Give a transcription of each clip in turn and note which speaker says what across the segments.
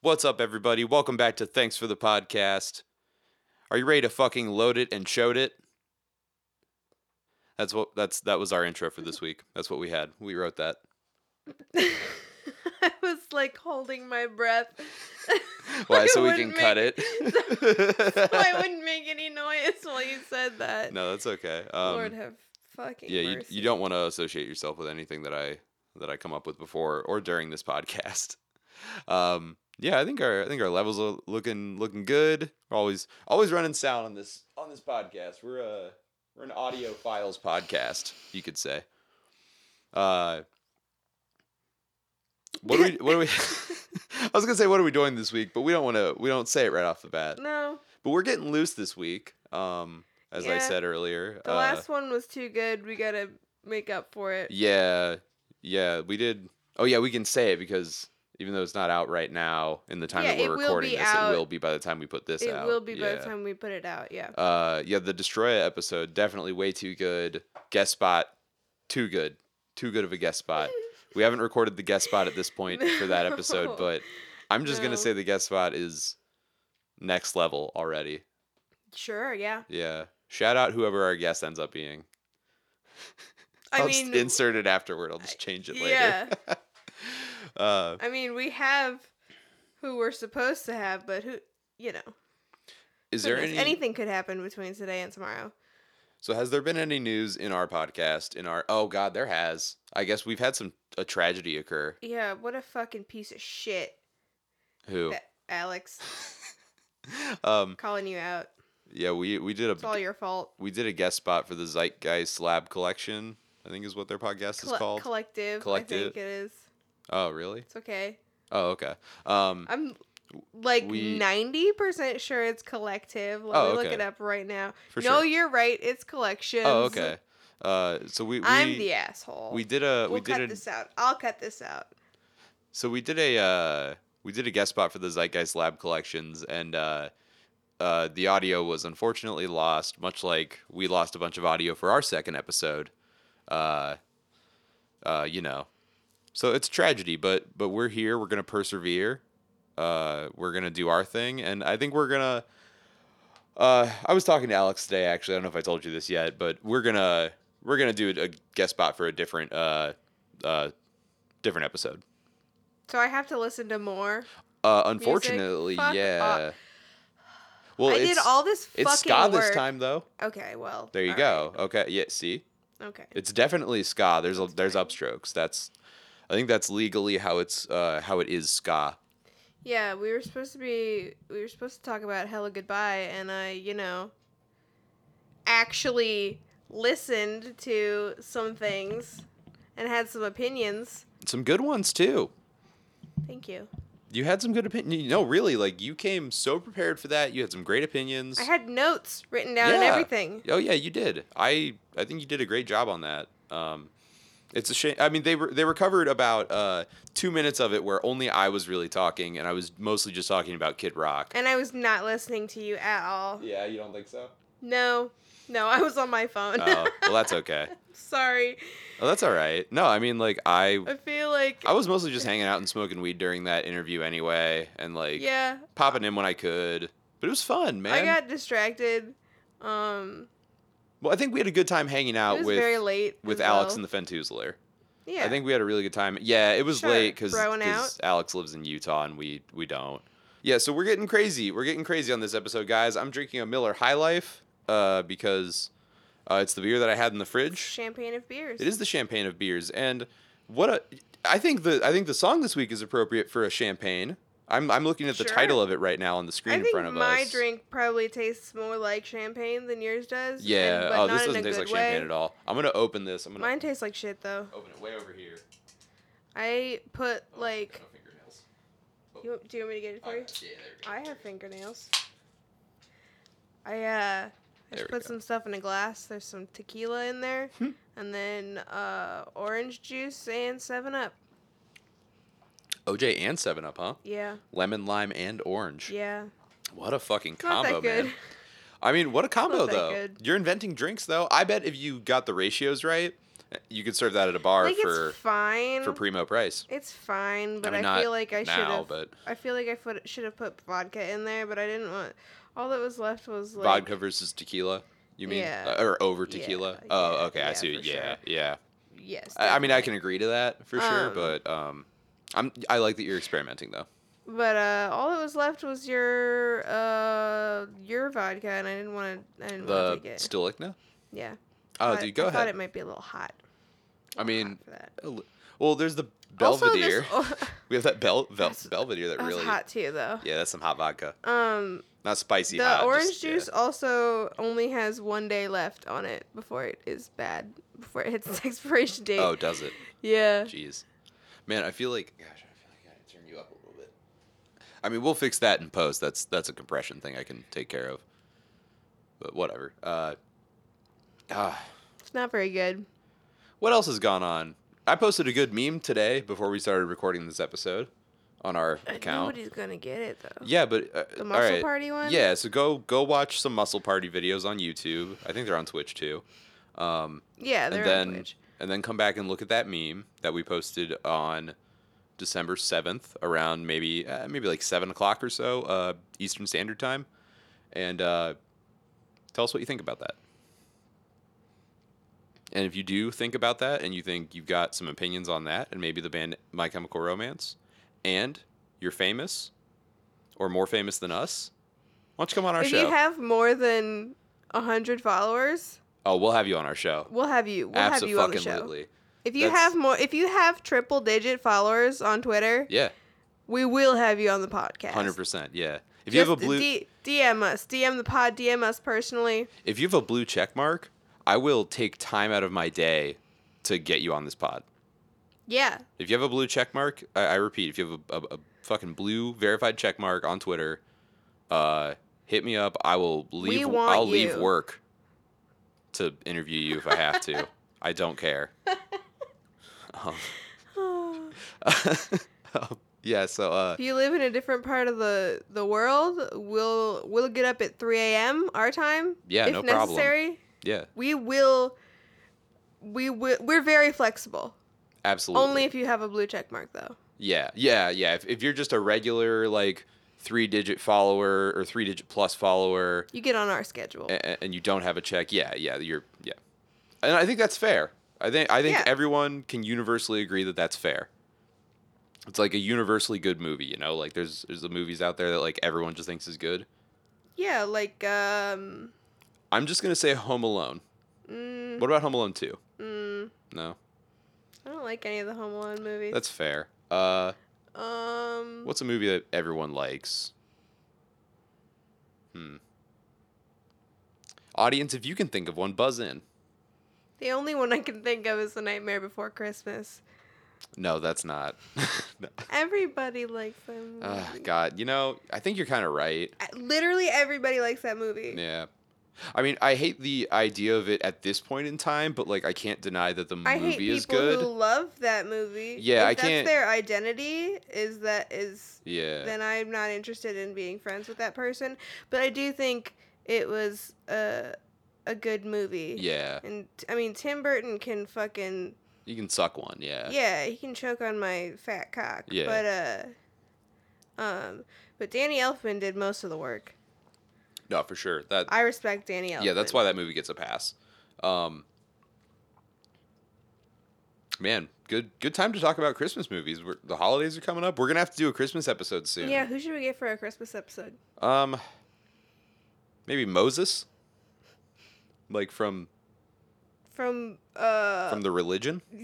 Speaker 1: What's up, everybody? Welcome back to Thanks for the Podcast. Are you ready to fucking load it and showed it? That's what that's that was our intro for this week. That's what we had. We wrote that.
Speaker 2: I was like holding my breath.
Speaker 1: Why?
Speaker 2: I
Speaker 1: so we can
Speaker 2: wouldn't
Speaker 1: cut
Speaker 2: make-
Speaker 1: it.
Speaker 2: I wouldn't make any noise while you said that.
Speaker 1: no, that's okay. Um,
Speaker 2: Lord have fucking
Speaker 1: yeah, you,
Speaker 2: mercy.
Speaker 1: you don't want to associate yourself with anything that I that I come up with before or during this podcast. Um, yeah, I think our I think our levels are looking looking good. We're always always running sound on this on this podcast. We're uh we're an audio files podcast, you could say. Uh, what do we what do we? I was gonna say what are we doing this week, but we don't want to we don't say it right off the bat.
Speaker 2: No,
Speaker 1: But we're getting loose this week. Um, as I
Speaker 2: Yeah.
Speaker 1: said earlier,
Speaker 2: the
Speaker 1: uh,
Speaker 2: last one was too good. We gotta make up for it.
Speaker 1: yeah, yeah, we did. Oh yeah, we can say it because even though it's not out right now, in the time
Speaker 2: Yeah,
Speaker 1: that we're
Speaker 2: it will
Speaker 1: recording
Speaker 2: be
Speaker 1: this,
Speaker 2: out.
Speaker 1: it will be by the time we put this
Speaker 2: it
Speaker 1: out.
Speaker 2: will be by
Speaker 1: yeah.
Speaker 2: the time we put it out. Yeah.
Speaker 1: Uh, yeah, the Destroyer episode definitely way too good. Guest spot, too good, too good of a guest spot. we haven't recorded the guest spot at this point for that
Speaker 2: No.
Speaker 1: episode, but I'm just gonna
Speaker 2: No.
Speaker 1: say the guest spot is next level already.
Speaker 2: Sure. Yeah.
Speaker 1: Yeah. Shout out whoever our guest ends up being.
Speaker 2: I
Speaker 1: will
Speaker 2: mean,
Speaker 1: insert it afterward. I'll just change it later.
Speaker 2: yeah.
Speaker 1: Uh,
Speaker 2: I mean, we have who we're supposed to have, but who you know.
Speaker 1: is
Speaker 2: who
Speaker 1: there
Speaker 2: knows?
Speaker 1: any?
Speaker 2: anything could happen between today and tomorrow?
Speaker 1: So has there been any news in our podcast? In our oh god, there has. I guess we've had some a tragedy occur.
Speaker 2: Yeah. What a fucking piece of shit,
Speaker 1: Who?
Speaker 2: that Alex.
Speaker 1: um.
Speaker 2: Calling you out.
Speaker 1: Yeah, we we did a
Speaker 2: It's all your fault.
Speaker 1: we did a guest spot for the Zeitgeist Lab Collection. I think is what their podcast
Speaker 2: Colle-
Speaker 1: is called.
Speaker 2: Collective.
Speaker 1: Collective.
Speaker 2: I think it is.
Speaker 1: oh really?
Speaker 2: It's okay.
Speaker 1: Oh okay. Um.
Speaker 2: I'm like
Speaker 1: We-
Speaker 2: ninety percent sure it's collective. Let
Speaker 1: Oh,
Speaker 2: me look
Speaker 1: okay.
Speaker 2: it up right now.
Speaker 1: for
Speaker 2: no,
Speaker 1: sure.
Speaker 2: you're right. It's collections.
Speaker 1: Oh okay. Uh. So we we
Speaker 2: I'm the asshole.
Speaker 1: we did a
Speaker 2: We'll
Speaker 1: we did
Speaker 2: cut
Speaker 1: a
Speaker 2: this out. I'll cut this out.
Speaker 1: So we did a uh, we did a guest spot for the Zeitgeist Lab collections, and uh, uh, the audio was unfortunately lost, much like we lost a bunch of audio for our second episode. Uh, uh, you know, so it's a tragedy, but but we're here. We're gonna persevere. Uh, we're gonna do our thing, and I think we're gonna. Uh, I was talking to Alex today. Actually, I don't know if I told you this yet, but we're gonna we're gonna do a guest spot for a different uh, uh, different episode.
Speaker 2: So I have to listen to more.
Speaker 1: Uh, unfortunately,
Speaker 2: Fuck
Speaker 1: yeah.
Speaker 2: off.
Speaker 1: Well,
Speaker 2: I did
Speaker 1: it's-
Speaker 2: all this fucking
Speaker 1: It's ska
Speaker 2: work.
Speaker 1: this time, though.
Speaker 2: Okay, well.
Speaker 1: There you
Speaker 2: all
Speaker 1: go. Okay, yeah. See,
Speaker 2: right. Okay.
Speaker 1: it's definitely ska. There's a, there's upstrokes. That's, I think that's legally how it's uh how it is ska.
Speaker 2: Yeah, we were supposed to be we were supposed to talk about Hello Goodbye and I, you know, actually listened to some things and had some opinions.
Speaker 1: Some good ones too.
Speaker 2: Thank you.
Speaker 1: You had some good opinion. No, really, like you came so prepared for that. You had some great opinions.
Speaker 2: I had notes written down and
Speaker 1: Yeah.
Speaker 2: everything.
Speaker 1: Oh yeah, you did. I I think you did a great job on that. Um, it's a shame. I mean, they were they recovered about uh, two minutes of it where only I was really talking, and I was mostly just talking about Kid Rock.
Speaker 2: And I was not listening to you at all.
Speaker 1: Yeah, you don't think so?
Speaker 2: No. No, I was on my phone.
Speaker 1: Oh, well, that's okay.
Speaker 2: Sorry.
Speaker 1: Oh, that's all right. No, I mean, like I
Speaker 2: I feel like
Speaker 1: I was mostly just hanging out and smoking weed during that interview anyway, and like
Speaker 2: Yeah.
Speaker 1: popping in when I could. But it was fun, man.
Speaker 2: I got distracted. Um
Speaker 1: well, I think we had a good time hanging
Speaker 2: it
Speaker 1: out
Speaker 2: was
Speaker 1: with
Speaker 2: very late.
Speaker 1: with
Speaker 2: as
Speaker 1: Alex
Speaker 2: well.
Speaker 1: and the Fentoozler.
Speaker 2: Yeah.
Speaker 1: I think we had a really good time. Yeah, it was
Speaker 2: Sure,
Speaker 1: late 'cause late
Speaker 2: throwing
Speaker 1: because Alex lives in Utah and we we don't. Yeah, so we're getting crazy. We're getting crazy on this episode, guys. I'm drinking a Miller High Life uh, because uh, it's the beer that I had in the fridge.
Speaker 2: champagne of beers.
Speaker 1: It is the champagne of beers, and what a I think the I think the song this week is appropriate for a champagne. I'm I'm looking at the
Speaker 2: Sure.
Speaker 1: title of it right now on the screen
Speaker 2: I
Speaker 1: in
Speaker 2: think
Speaker 1: front of
Speaker 2: my
Speaker 1: us.
Speaker 2: drink probably tastes more like champagne than yours does. and-
Speaker 1: yeah.
Speaker 2: but
Speaker 1: oh,
Speaker 2: not
Speaker 1: this
Speaker 2: in a
Speaker 1: doesn't taste
Speaker 2: good
Speaker 1: like champagne
Speaker 2: way.
Speaker 1: at all. I'm gonna open this. I'm gonna
Speaker 2: Mine tastes like shit though.
Speaker 1: open it way over here.
Speaker 2: I put
Speaker 1: Oh,
Speaker 2: like.
Speaker 1: got no fingernails.
Speaker 2: You, do you want me to get it
Speaker 1: I
Speaker 2: for you?
Speaker 1: got- yeah, there we go.
Speaker 2: I have fingernails. I uh, I
Speaker 1: There
Speaker 2: just
Speaker 1: we
Speaker 2: put
Speaker 1: go.
Speaker 2: some stuff in a glass. There's some tequila in there, and then uh, orange juice and Seven Up.
Speaker 1: OJ and Seven Up, huh?
Speaker 2: Yeah,
Speaker 1: Lemon, lime, and orange.
Speaker 2: yeah.
Speaker 1: What a fucking
Speaker 2: It's not
Speaker 1: combo,
Speaker 2: that good.
Speaker 1: man! I mean, what a combo
Speaker 2: that
Speaker 1: though.
Speaker 2: good.
Speaker 1: You're inventing drinks though. I bet if you got the ratios right, You could serve that at a bar
Speaker 2: like
Speaker 1: for
Speaker 2: it's fine.
Speaker 1: for primo price.
Speaker 2: it's fine, but I,
Speaker 1: mean, not
Speaker 2: feel like I should
Speaker 1: now,
Speaker 2: have.
Speaker 1: but
Speaker 2: I feel like I put, should have put vodka in there, but I didn't want. All that was left was like
Speaker 1: vodka versus tequila. You mean
Speaker 2: Yeah.
Speaker 1: Uh, or over
Speaker 2: Yeah,
Speaker 1: tequila?
Speaker 2: yeah,
Speaker 1: oh, okay, I
Speaker 2: yeah,
Speaker 1: see.
Speaker 2: for
Speaker 1: Yeah,
Speaker 2: sure.
Speaker 1: yeah.
Speaker 2: Yes.
Speaker 1: I, I mean, I
Speaker 2: definitely.
Speaker 1: can agree to that for sure,
Speaker 2: Um,
Speaker 1: but um, I'm I like that you're experimenting though.
Speaker 2: But uh, all that was left was your uh your vodka, and I didn't want to. I didn't want
Speaker 1: The
Speaker 2: to take it.
Speaker 1: Stilikna.
Speaker 2: yeah.
Speaker 1: Oh,
Speaker 2: Thought-
Speaker 1: dude, go
Speaker 2: I thought
Speaker 1: ahead.
Speaker 2: it might be a little hot.
Speaker 1: I mean,
Speaker 2: hot for that.
Speaker 1: a li- well, there's the
Speaker 2: Also, this-
Speaker 1: Belvedere.
Speaker 2: oh,
Speaker 1: we have that Bel, Bel
Speaker 2: That's-
Speaker 1: Belvedere that
Speaker 2: that was
Speaker 1: really.
Speaker 2: hot too, though.
Speaker 1: Yeah, that's some hot vodka.
Speaker 2: Um,
Speaker 1: Not spicy
Speaker 2: the
Speaker 1: hot. just-
Speaker 2: orange
Speaker 1: yeah.
Speaker 2: juice also only has one day left on it before it is bad. Before it hits its expiration date.
Speaker 1: Oh, does it?
Speaker 2: yeah.
Speaker 1: Jeez, man, I feel like gosh, I feel like I gotta turn you up a little bit. I mean, we'll fix that in post. That's that's a compression thing I can take care of. But whatever. Uh, ah,
Speaker 2: It's not very good.
Speaker 1: what else has gone on? I posted a good meme today before we started recording this episode on our account.
Speaker 2: Nobody's gonna get it though.
Speaker 1: Yeah, but uh,
Speaker 2: Uh, The
Speaker 1: all
Speaker 2: muscle
Speaker 1: right.
Speaker 2: party one.
Speaker 1: Yeah, so go go watch some muscle party videos on YouTube. I think they're on Twitch too. Um,
Speaker 2: Yeah. They're
Speaker 1: and then
Speaker 2: on Twitch.
Speaker 1: and then come back and look at that meme that we posted on December seventh, around maybe uh, maybe like seven o'clock or so uh, Eastern Standard Time, and uh, tell us what you think about that. And if you do think about that, and you think you've got some opinions on that, and maybe the band My Chemical Romance, and you're famous, or more famous than us, why don't you come on our
Speaker 2: If
Speaker 1: show?
Speaker 2: you have more than hundred followers,
Speaker 1: oh, we'll have you on our show.
Speaker 2: we'll have you. We'll have you on the show.
Speaker 1: Absolutely.
Speaker 2: If you
Speaker 1: That's-
Speaker 2: have more, if you have triple digit followers on Twitter,
Speaker 1: Yeah.
Speaker 2: we will have you on the podcast.
Speaker 1: Hundred percent, yeah. If
Speaker 2: Just
Speaker 1: you have a blue,
Speaker 2: D- DM us, DM the pod, DM us personally.
Speaker 1: if you have a blue check mark, I will take time out of my day to get you on this pod.
Speaker 2: Yeah,
Speaker 1: If you have a blue check mark, I, I repeat, if you have a, a, a fucking blue verified check mark on Twitter, uh, hit me up. I will leave.
Speaker 2: want
Speaker 1: I'll leave
Speaker 2: you.
Speaker 1: work to interview you if I have to. I don't care. Um,
Speaker 2: if
Speaker 1: um, yeah. So uh,
Speaker 2: you live in a different part of the the world, we'll we'll get up at 3 a.m. our time.
Speaker 1: Yeah,
Speaker 2: if
Speaker 1: no problem.
Speaker 2: necessary.
Speaker 1: yeah,
Speaker 2: We will. We will. We're very flexible.
Speaker 1: absolutely.
Speaker 2: Only if you have a blue check mark, though.
Speaker 1: Yeah, yeah, yeah. If, if you're just a regular like three digit follower or three digit plus follower
Speaker 2: You get on our schedule.
Speaker 1: and, and you don't have a check, yeah, yeah, you're yeah. And I think that's fair. I think I think
Speaker 2: Yeah.
Speaker 1: everyone can universally agree that that's fair. It's like a universally good movie, you know? Like there's there's the movies out there that like everyone just thinks is good.
Speaker 2: yeah, like um.
Speaker 1: I'm just going to say Home Alone.
Speaker 2: Mm,
Speaker 1: What about Home Alone 2?
Speaker 2: mm,
Speaker 1: No.
Speaker 2: I don't like any of the Home Alone movies.
Speaker 1: That's fair. Uh
Speaker 2: Um,
Speaker 1: what's a movie that everyone likes? Hmm. Audience, if you can think of one, buzz in.
Speaker 2: the only one I can think of is The Nightmare Before Christmas.
Speaker 1: No, that's not. No.
Speaker 2: Everybody likes that movie.
Speaker 1: Ah, God, you know, I think you're kind of right.
Speaker 2: Uh, Literally everybody likes that movie.
Speaker 1: Yeah. I mean, I hate the idea of it at this point in time, but like, I can't deny that the
Speaker 2: I hate
Speaker 1: movie
Speaker 2: people
Speaker 1: is good.
Speaker 2: who love that movie.
Speaker 1: Yeah,
Speaker 2: If
Speaker 1: I
Speaker 2: that's
Speaker 1: can't-
Speaker 2: Their identity is that is
Speaker 1: Yeah.
Speaker 2: then I'm not interested in being friends with that person. But I do think it was a a good movie.
Speaker 1: Yeah.
Speaker 2: And I mean Tim Burton can fucking
Speaker 1: You can suck one. Yeah.
Speaker 2: Yeah, he can choke on my fat cock.
Speaker 1: Yeah.
Speaker 2: But uh um but Danny Elfman did most of the work.
Speaker 1: No, for sure. That.
Speaker 2: I respect Danny Elfman.
Speaker 1: yeah, that's why that movie gets a pass. Um. Man, good good time to talk about Christmas movies. We're, the holidays are coming up. We're gonna have to do a Christmas episode soon.
Speaker 2: Yeah, who should we get for a Christmas episode?
Speaker 1: Um, maybe Moses, like from
Speaker 2: From uh
Speaker 1: from the religion.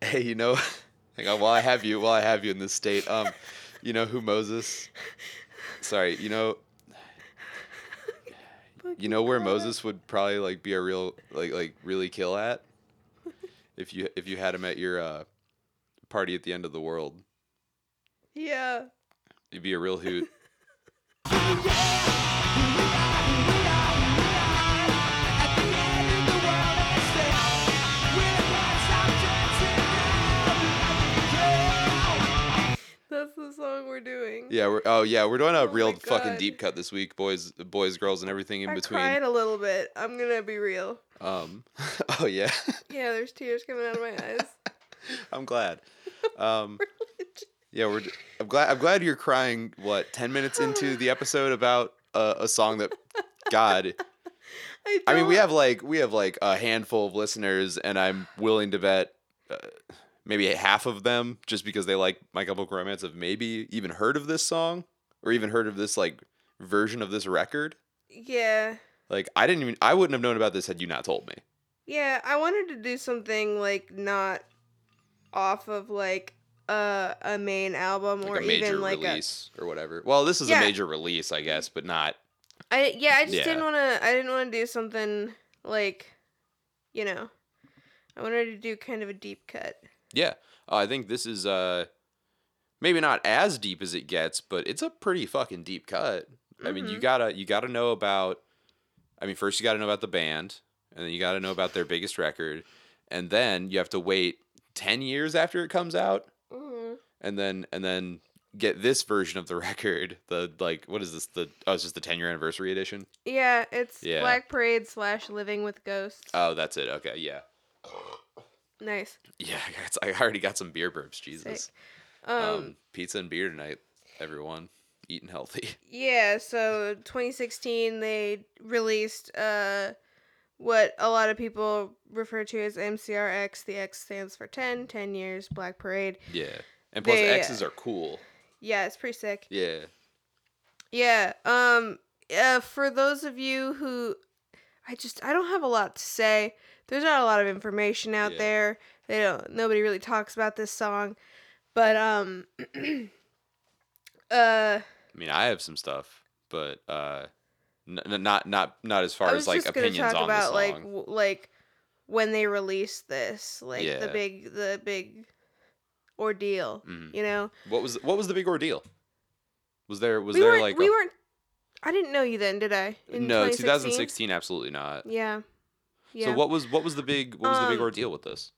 Speaker 1: Hey, you know, hang on. While I have you, while I have you in this state, um, you know who Moses? Sorry, you know, you know where Moses would probably like be a real like like really kill at if you if you had him at your uh party at the end of the world.
Speaker 2: Yeah.
Speaker 1: You'd be a real hoot.
Speaker 2: That's the song we're doing.
Speaker 1: Yeah, we're oh yeah, we're doing a
Speaker 2: Oh my
Speaker 1: real fucking
Speaker 2: God.
Speaker 1: deep cut this week, boys, boys, girls, and everything in
Speaker 2: I
Speaker 1: between.
Speaker 2: cried a little bit. I'm gonna be real.
Speaker 1: Um, oh yeah,
Speaker 2: Yeah, there's tears coming out of my eyes.
Speaker 1: I'm glad. Um, yeah, we're. d- I'm glad. I'm glad you're crying. What ten minutes into the episode about uh, a song that, God,
Speaker 2: I,
Speaker 1: I mean, we
Speaker 2: don't-
Speaker 1: have like we have like a handful of listeners, and I'm willing to bet uh, maybe half of them, just because they like My Chemical Romance, have maybe even heard of this song or even heard of this like version of this record.
Speaker 2: Yeah,
Speaker 1: Like, I didn't even. I wouldn't have known about this had you not told me.
Speaker 2: yeah. I wanted to do something like not off of like a a main album
Speaker 1: Like
Speaker 2: or
Speaker 1: a major
Speaker 2: even like a
Speaker 1: release or whatever. Well, this is
Speaker 2: Yeah.
Speaker 1: a major release, I guess, but not.
Speaker 2: I yeah, I just
Speaker 1: Yeah.
Speaker 2: didn't want to. I didn't want to do something like, you know, I wanted to do kind of a deep cut.
Speaker 1: Yeah, uh, I think this is uh maybe not as deep as it gets, but it's a pretty fucking deep cut. I mean, you
Speaker 2: Mhm.
Speaker 1: gotta you gotta know about. I mean, first you gotta know about the band, and then you gotta know about their biggest record, and then you have to wait ten years after it comes out,
Speaker 2: Mm-hmm.
Speaker 1: and then and then get this version of the record. The like, what is this? The oh, it's just the ten year anniversary edition.
Speaker 2: Yeah, it's
Speaker 1: Yeah.
Speaker 2: Black Parade slash Living with Ghosts.
Speaker 1: Oh, that's it. Okay, yeah,
Speaker 2: nice.
Speaker 1: yeah. I got- I already got some beer burps. Jesus,
Speaker 2: Sick. Um,
Speaker 1: um, pizza and beer tonight, everyone. Eating healthy.
Speaker 2: yeah, so 2016 they released uh what a lot of people refer to as MCRX. The X stands for 10, 10 years Black Parade.
Speaker 1: Yeah. And plus
Speaker 2: They-
Speaker 1: X's are cool.
Speaker 2: Yeah, it's pretty sick.
Speaker 1: Yeah.
Speaker 2: Yeah. Um. Uh, for those of you who, I just I don't have a lot to say. There's not a lot of information out
Speaker 1: Yeah.
Speaker 2: there. They don't. Nobody really talks about this song, but um. uh,
Speaker 1: I mean, I have some stuff, but uh n- n- not not not as
Speaker 2: I
Speaker 1: far
Speaker 2: was
Speaker 1: as like
Speaker 2: just gonna
Speaker 1: opinions
Speaker 2: talk
Speaker 1: on
Speaker 2: about
Speaker 1: the
Speaker 2: like
Speaker 1: song.
Speaker 2: w- like when they released this, like the
Speaker 1: Yeah.
Speaker 2: big the big ordeal.
Speaker 1: Mhm.
Speaker 2: You know,
Speaker 1: What was what was the big ordeal? Was there was
Speaker 2: we
Speaker 1: there
Speaker 2: weren't
Speaker 1: like
Speaker 2: we
Speaker 1: a-
Speaker 2: weren't. I didn't know you then, did I? In
Speaker 1: no
Speaker 2: 2016?
Speaker 1: 2016 absolutely not.
Speaker 2: Yeah. Yeah.
Speaker 1: So what was what was the big what was the big
Speaker 2: Um,
Speaker 1: ordeal with this?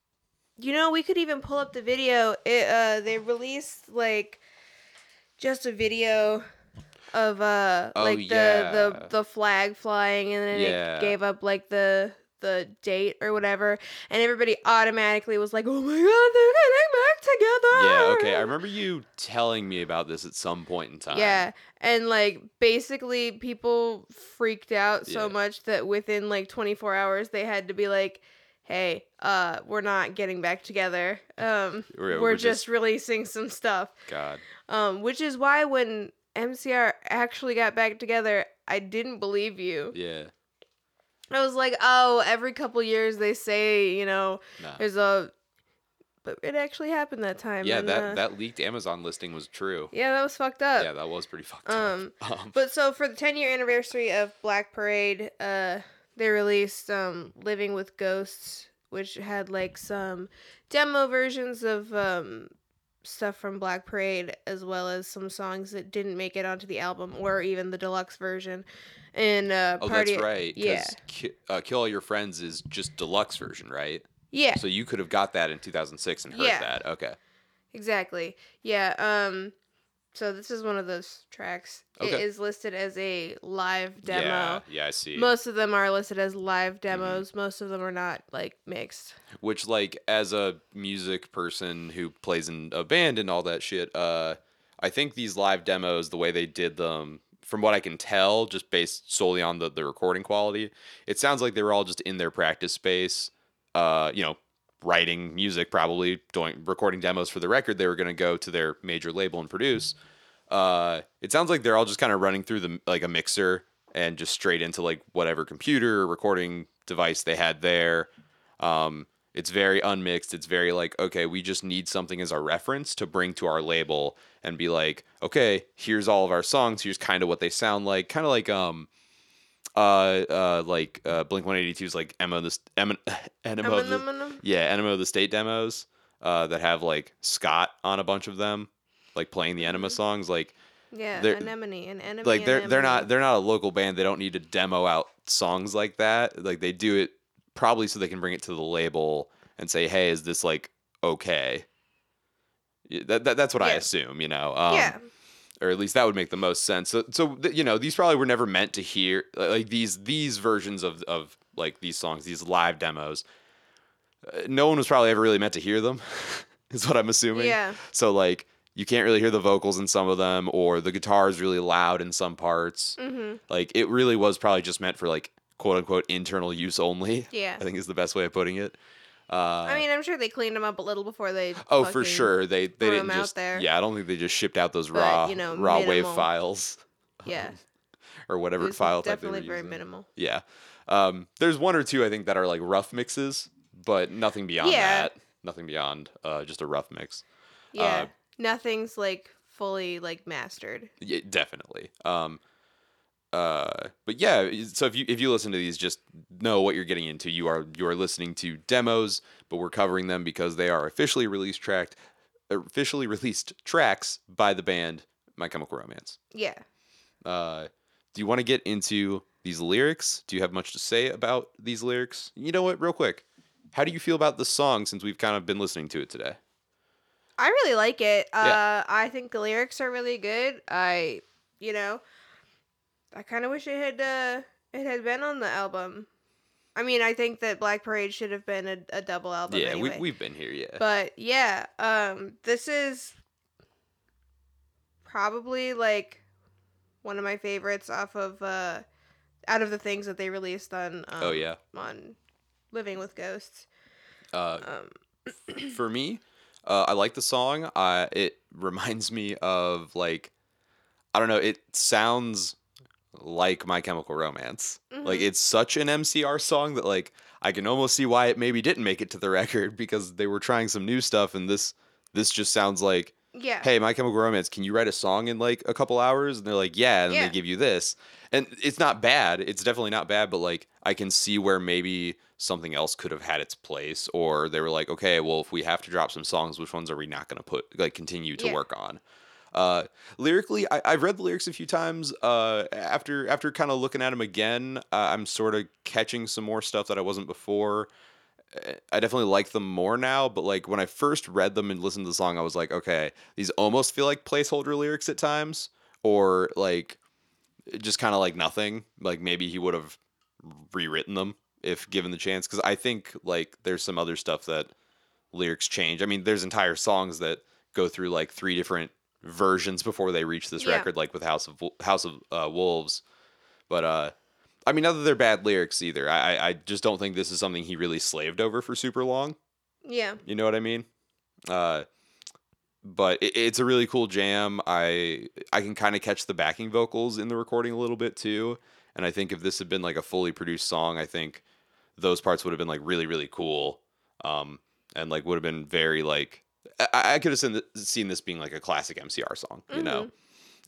Speaker 2: You know, we could even pull up the video. It, uh, they released like just a video of uh
Speaker 1: Oh,
Speaker 2: like
Speaker 1: yeah.
Speaker 2: the, the the flag flying and then
Speaker 1: Yeah.
Speaker 2: it gave up like the the date or whatever and everybody automatically was like, "Oh my god, they're
Speaker 1: Yeah,
Speaker 2: getting back together."
Speaker 1: okay. I remember you telling me about this at some point in time.
Speaker 2: Yeah, and like basically people freaked out so
Speaker 1: Yeah.
Speaker 2: much that within like 24 hours they had to be like, "Hey, uh, we're not getting back together. Um,
Speaker 1: We're-
Speaker 2: we're,
Speaker 1: we're
Speaker 2: just,
Speaker 1: just-
Speaker 2: releasing some stuff."
Speaker 1: God.
Speaker 2: Um, which is why when MCR actually got back together, I didn't believe you.
Speaker 1: Yeah.
Speaker 2: I was like, "Oh, every couple years they say, you know,
Speaker 1: Nah.
Speaker 2: there's a," but it actually happened that time.
Speaker 1: Yeah,
Speaker 2: and,
Speaker 1: that
Speaker 2: uh,
Speaker 1: that leaked Amazon listing was true.
Speaker 2: yeah, that was fucked up.
Speaker 1: Yeah, that was pretty fucked
Speaker 2: um,
Speaker 1: up. Um,
Speaker 2: But so for the 10 year anniversary of Black Parade, uh, they released um, Living with Ghosts, which had like some demo versions of um, stuff from Black Parade, as well as some songs that didn't make it onto the album or even the deluxe version. And uh,
Speaker 1: Oh,
Speaker 2: Party.
Speaker 1: that's right. 'cause
Speaker 2: yeah.
Speaker 1: Ki- uh, Kill All Your Friends is just deluxe version, right?
Speaker 2: Yeah,
Speaker 1: So you could have got that in 2006 and heard
Speaker 2: Yeah.
Speaker 1: that. Okay.
Speaker 2: exactly. Yeah. Um, so this is one of those tracks. It
Speaker 1: Okay.
Speaker 2: is listed as a live demo.
Speaker 1: Yeah, yeah, Mm-hmm. I see.
Speaker 2: Most of them are listed as live demos. Most of them are not like mixed.
Speaker 1: Which, like, as a music person who plays in a band and all that shit, uh, I think these live demos, the way they did them, from what I can tell, just based solely on the, the recording quality, it sounds like they were all just in their practice space, uh, you know, writing music, probably doing recording demos for the record they were going to go to their major label and produce. uh, it sounds like they're all just kind of running through the like a mixer and just straight into like whatever computer or recording device they had there. Um, it's very unmixed. It's very like okay, we just need something as our reference to bring to our label and be like, okay, here's all of our songs. Here's kind of what they sound like. Kind of like um. Uh, uh, like uh, Blink 182's like Emma the St- Emma, Enema of the,
Speaker 2: Aluminum?
Speaker 1: yeah, Enema of the State demos uh, that have like Scott on a bunch of them, like playing the
Speaker 2: Mm-hmm.
Speaker 1: Enema songs. Like
Speaker 2: Yeah,
Speaker 1: They're-
Speaker 2: anemone, an enemy.
Speaker 1: like they're they're not
Speaker 2: anemone.
Speaker 1: they're not a local band. They don't need to demo out songs like that. Like they do it probably so they can bring it to the label and say, "Hey, is this like okay?" Y- That, that that's what I
Speaker 2: Yeah.
Speaker 1: assume, you know. Um,
Speaker 2: yeah,
Speaker 1: or at least that would make the most sense. So, so th- you know, these probably were never meant to hear like these these versions of of like these songs, these live demos. Uh, no one was probably ever really meant to hear them, is what I'm assuming.
Speaker 2: Yeah.
Speaker 1: So like you can't really hear the vocals in some of them, or the guitar is really loud in some parts.
Speaker 2: Mm-hmm.
Speaker 1: Like it really was probably just meant for like quote unquote internal use only.
Speaker 2: Yeah.
Speaker 1: I think is the best way of putting it. Uh,
Speaker 2: I mean, I'm sure they cleaned them up a little before they.
Speaker 1: Oh, for
Speaker 2: fucking-
Speaker 1: sure. They they
Speaker 2: threw
Speaker 1: didn't
Speaker 2: 'em out
Speaker 1: just
Speaker 2: there.
Speaker 1: yeah. I don't think they just shipped out those
Speaker 2: But,
Speaker 1: raw
Speaker 2: you know,
Speaker 1: raw wave
Speaker 2: minimal.
Speaker 1: files
Speaker 2: Yeah,
Speaker 1: or
Speaker 2: it
Speaker 1: whatever
Speaker 2: was
Speaker 1: file type they were
Speaker 2: definitely very
Speaker 1: using.
Speaker 2: minimal.
Speaker 1: Yeah, um, there's one or two I think that are like rough mixes, but nothing beyond
Speaker 2: Yeah.
Speaker 1: that. Nothing beyond uh, just a rough mix.
Speaker 2: Yeah, nothing's like fully like mastered.
Speaker 1: Yeah, definitely. Um, uh, but yeah, i- so if you if you listen to these, just know what you're getting into. You are you are listening to demos, but we're covering them because they are officially released tracked, officially released tracks by the band My Chemical Romance.
Speaker 2: Yeah.
Speaker 1: Uh, do you want to get into these lyrics? Do you have much to say about these lyrics? You know what, real quick, how do you feel about the song since we've kind of been listening to it today?
Speaker 2: I really like it.
Speaker 1: Yeah.
Speaker 2: Uh, I think the lyrics are really good. I, you know, I kind of wish it had uh, it had been on the album. I mean, I think that Black Parade should have been a, a double album.
Speaker 1: yeah,
Speaker 2: anyway.
Speaker 1: we, we've been here. Yeah,
Speaker 2: But yeah, um, this is probably like one of my favorites off of uh, out of the things that they released on. Um,
Speaker 1: oh yeah.
Speaker 2: On Living with Ghosts.
Speaker 1: Uh,
Speaker 2: Um,
Speaker 1: for me, uh, I like the song. Uh, it reminds me of like, I don't know. It sounds like My Chemical Romance. Like
Speaker 2: mhm.
Speaker 1: it's such an MCR song that like I can almost see why it maybe didn't make it to the record because they were trying some new stuff and this this just sounds like,
Speaker 2: yeah.
Speaker 1: hey, My Chemical Romance, can you write a song in like a couple hours? And they're like, yeah, and then
Speaker 2: Yeah.
Speaker 1: they give you this, and it's not bad. It's definitely not bad, but like I can see where maybe something else could have had its place, or they were like, okay, well, if we have to drop some songs, which ones are we not going to put like continue to
Speaker 2: Yeah.
Speaker 1: work on? Uh, lyrically, I, I've read the lyrics a few times. Uh, after after kind of looking at them again, uh, I'm sort of catching some more stuff that I wasn't before. Uh, I definitely like them more now, but like when I first read them and listened to the song, I was like, okay, these almost feel like placeholder lyrics at times, or like just kind of like nothing. Like maybe he would have rewritten them if given the chance. Because I think like there's some other stuff that lyrics change. I mean, there's entire songs that go through like three different versions before they reach this
Speaker 2: Yeah.
Speaker 1: record, like with House of Wo- House of uh, Wolves. But uh, I mean, other they're bad lyrics either. I I- I just don't think this is something he really slaved over for super long.
Speaker 2: yeah.
Speaker 1: You know what I mean? Uh, but it, it's a really cool jam. I I can kind of catch the backing vocals in the recording a little bit too. And I think if this had been like a fully produced song, I think those parts would have been like really really cool. Um, and like would have been very like I- I, I could have seen th- seen this being like a classic MCR song. You know,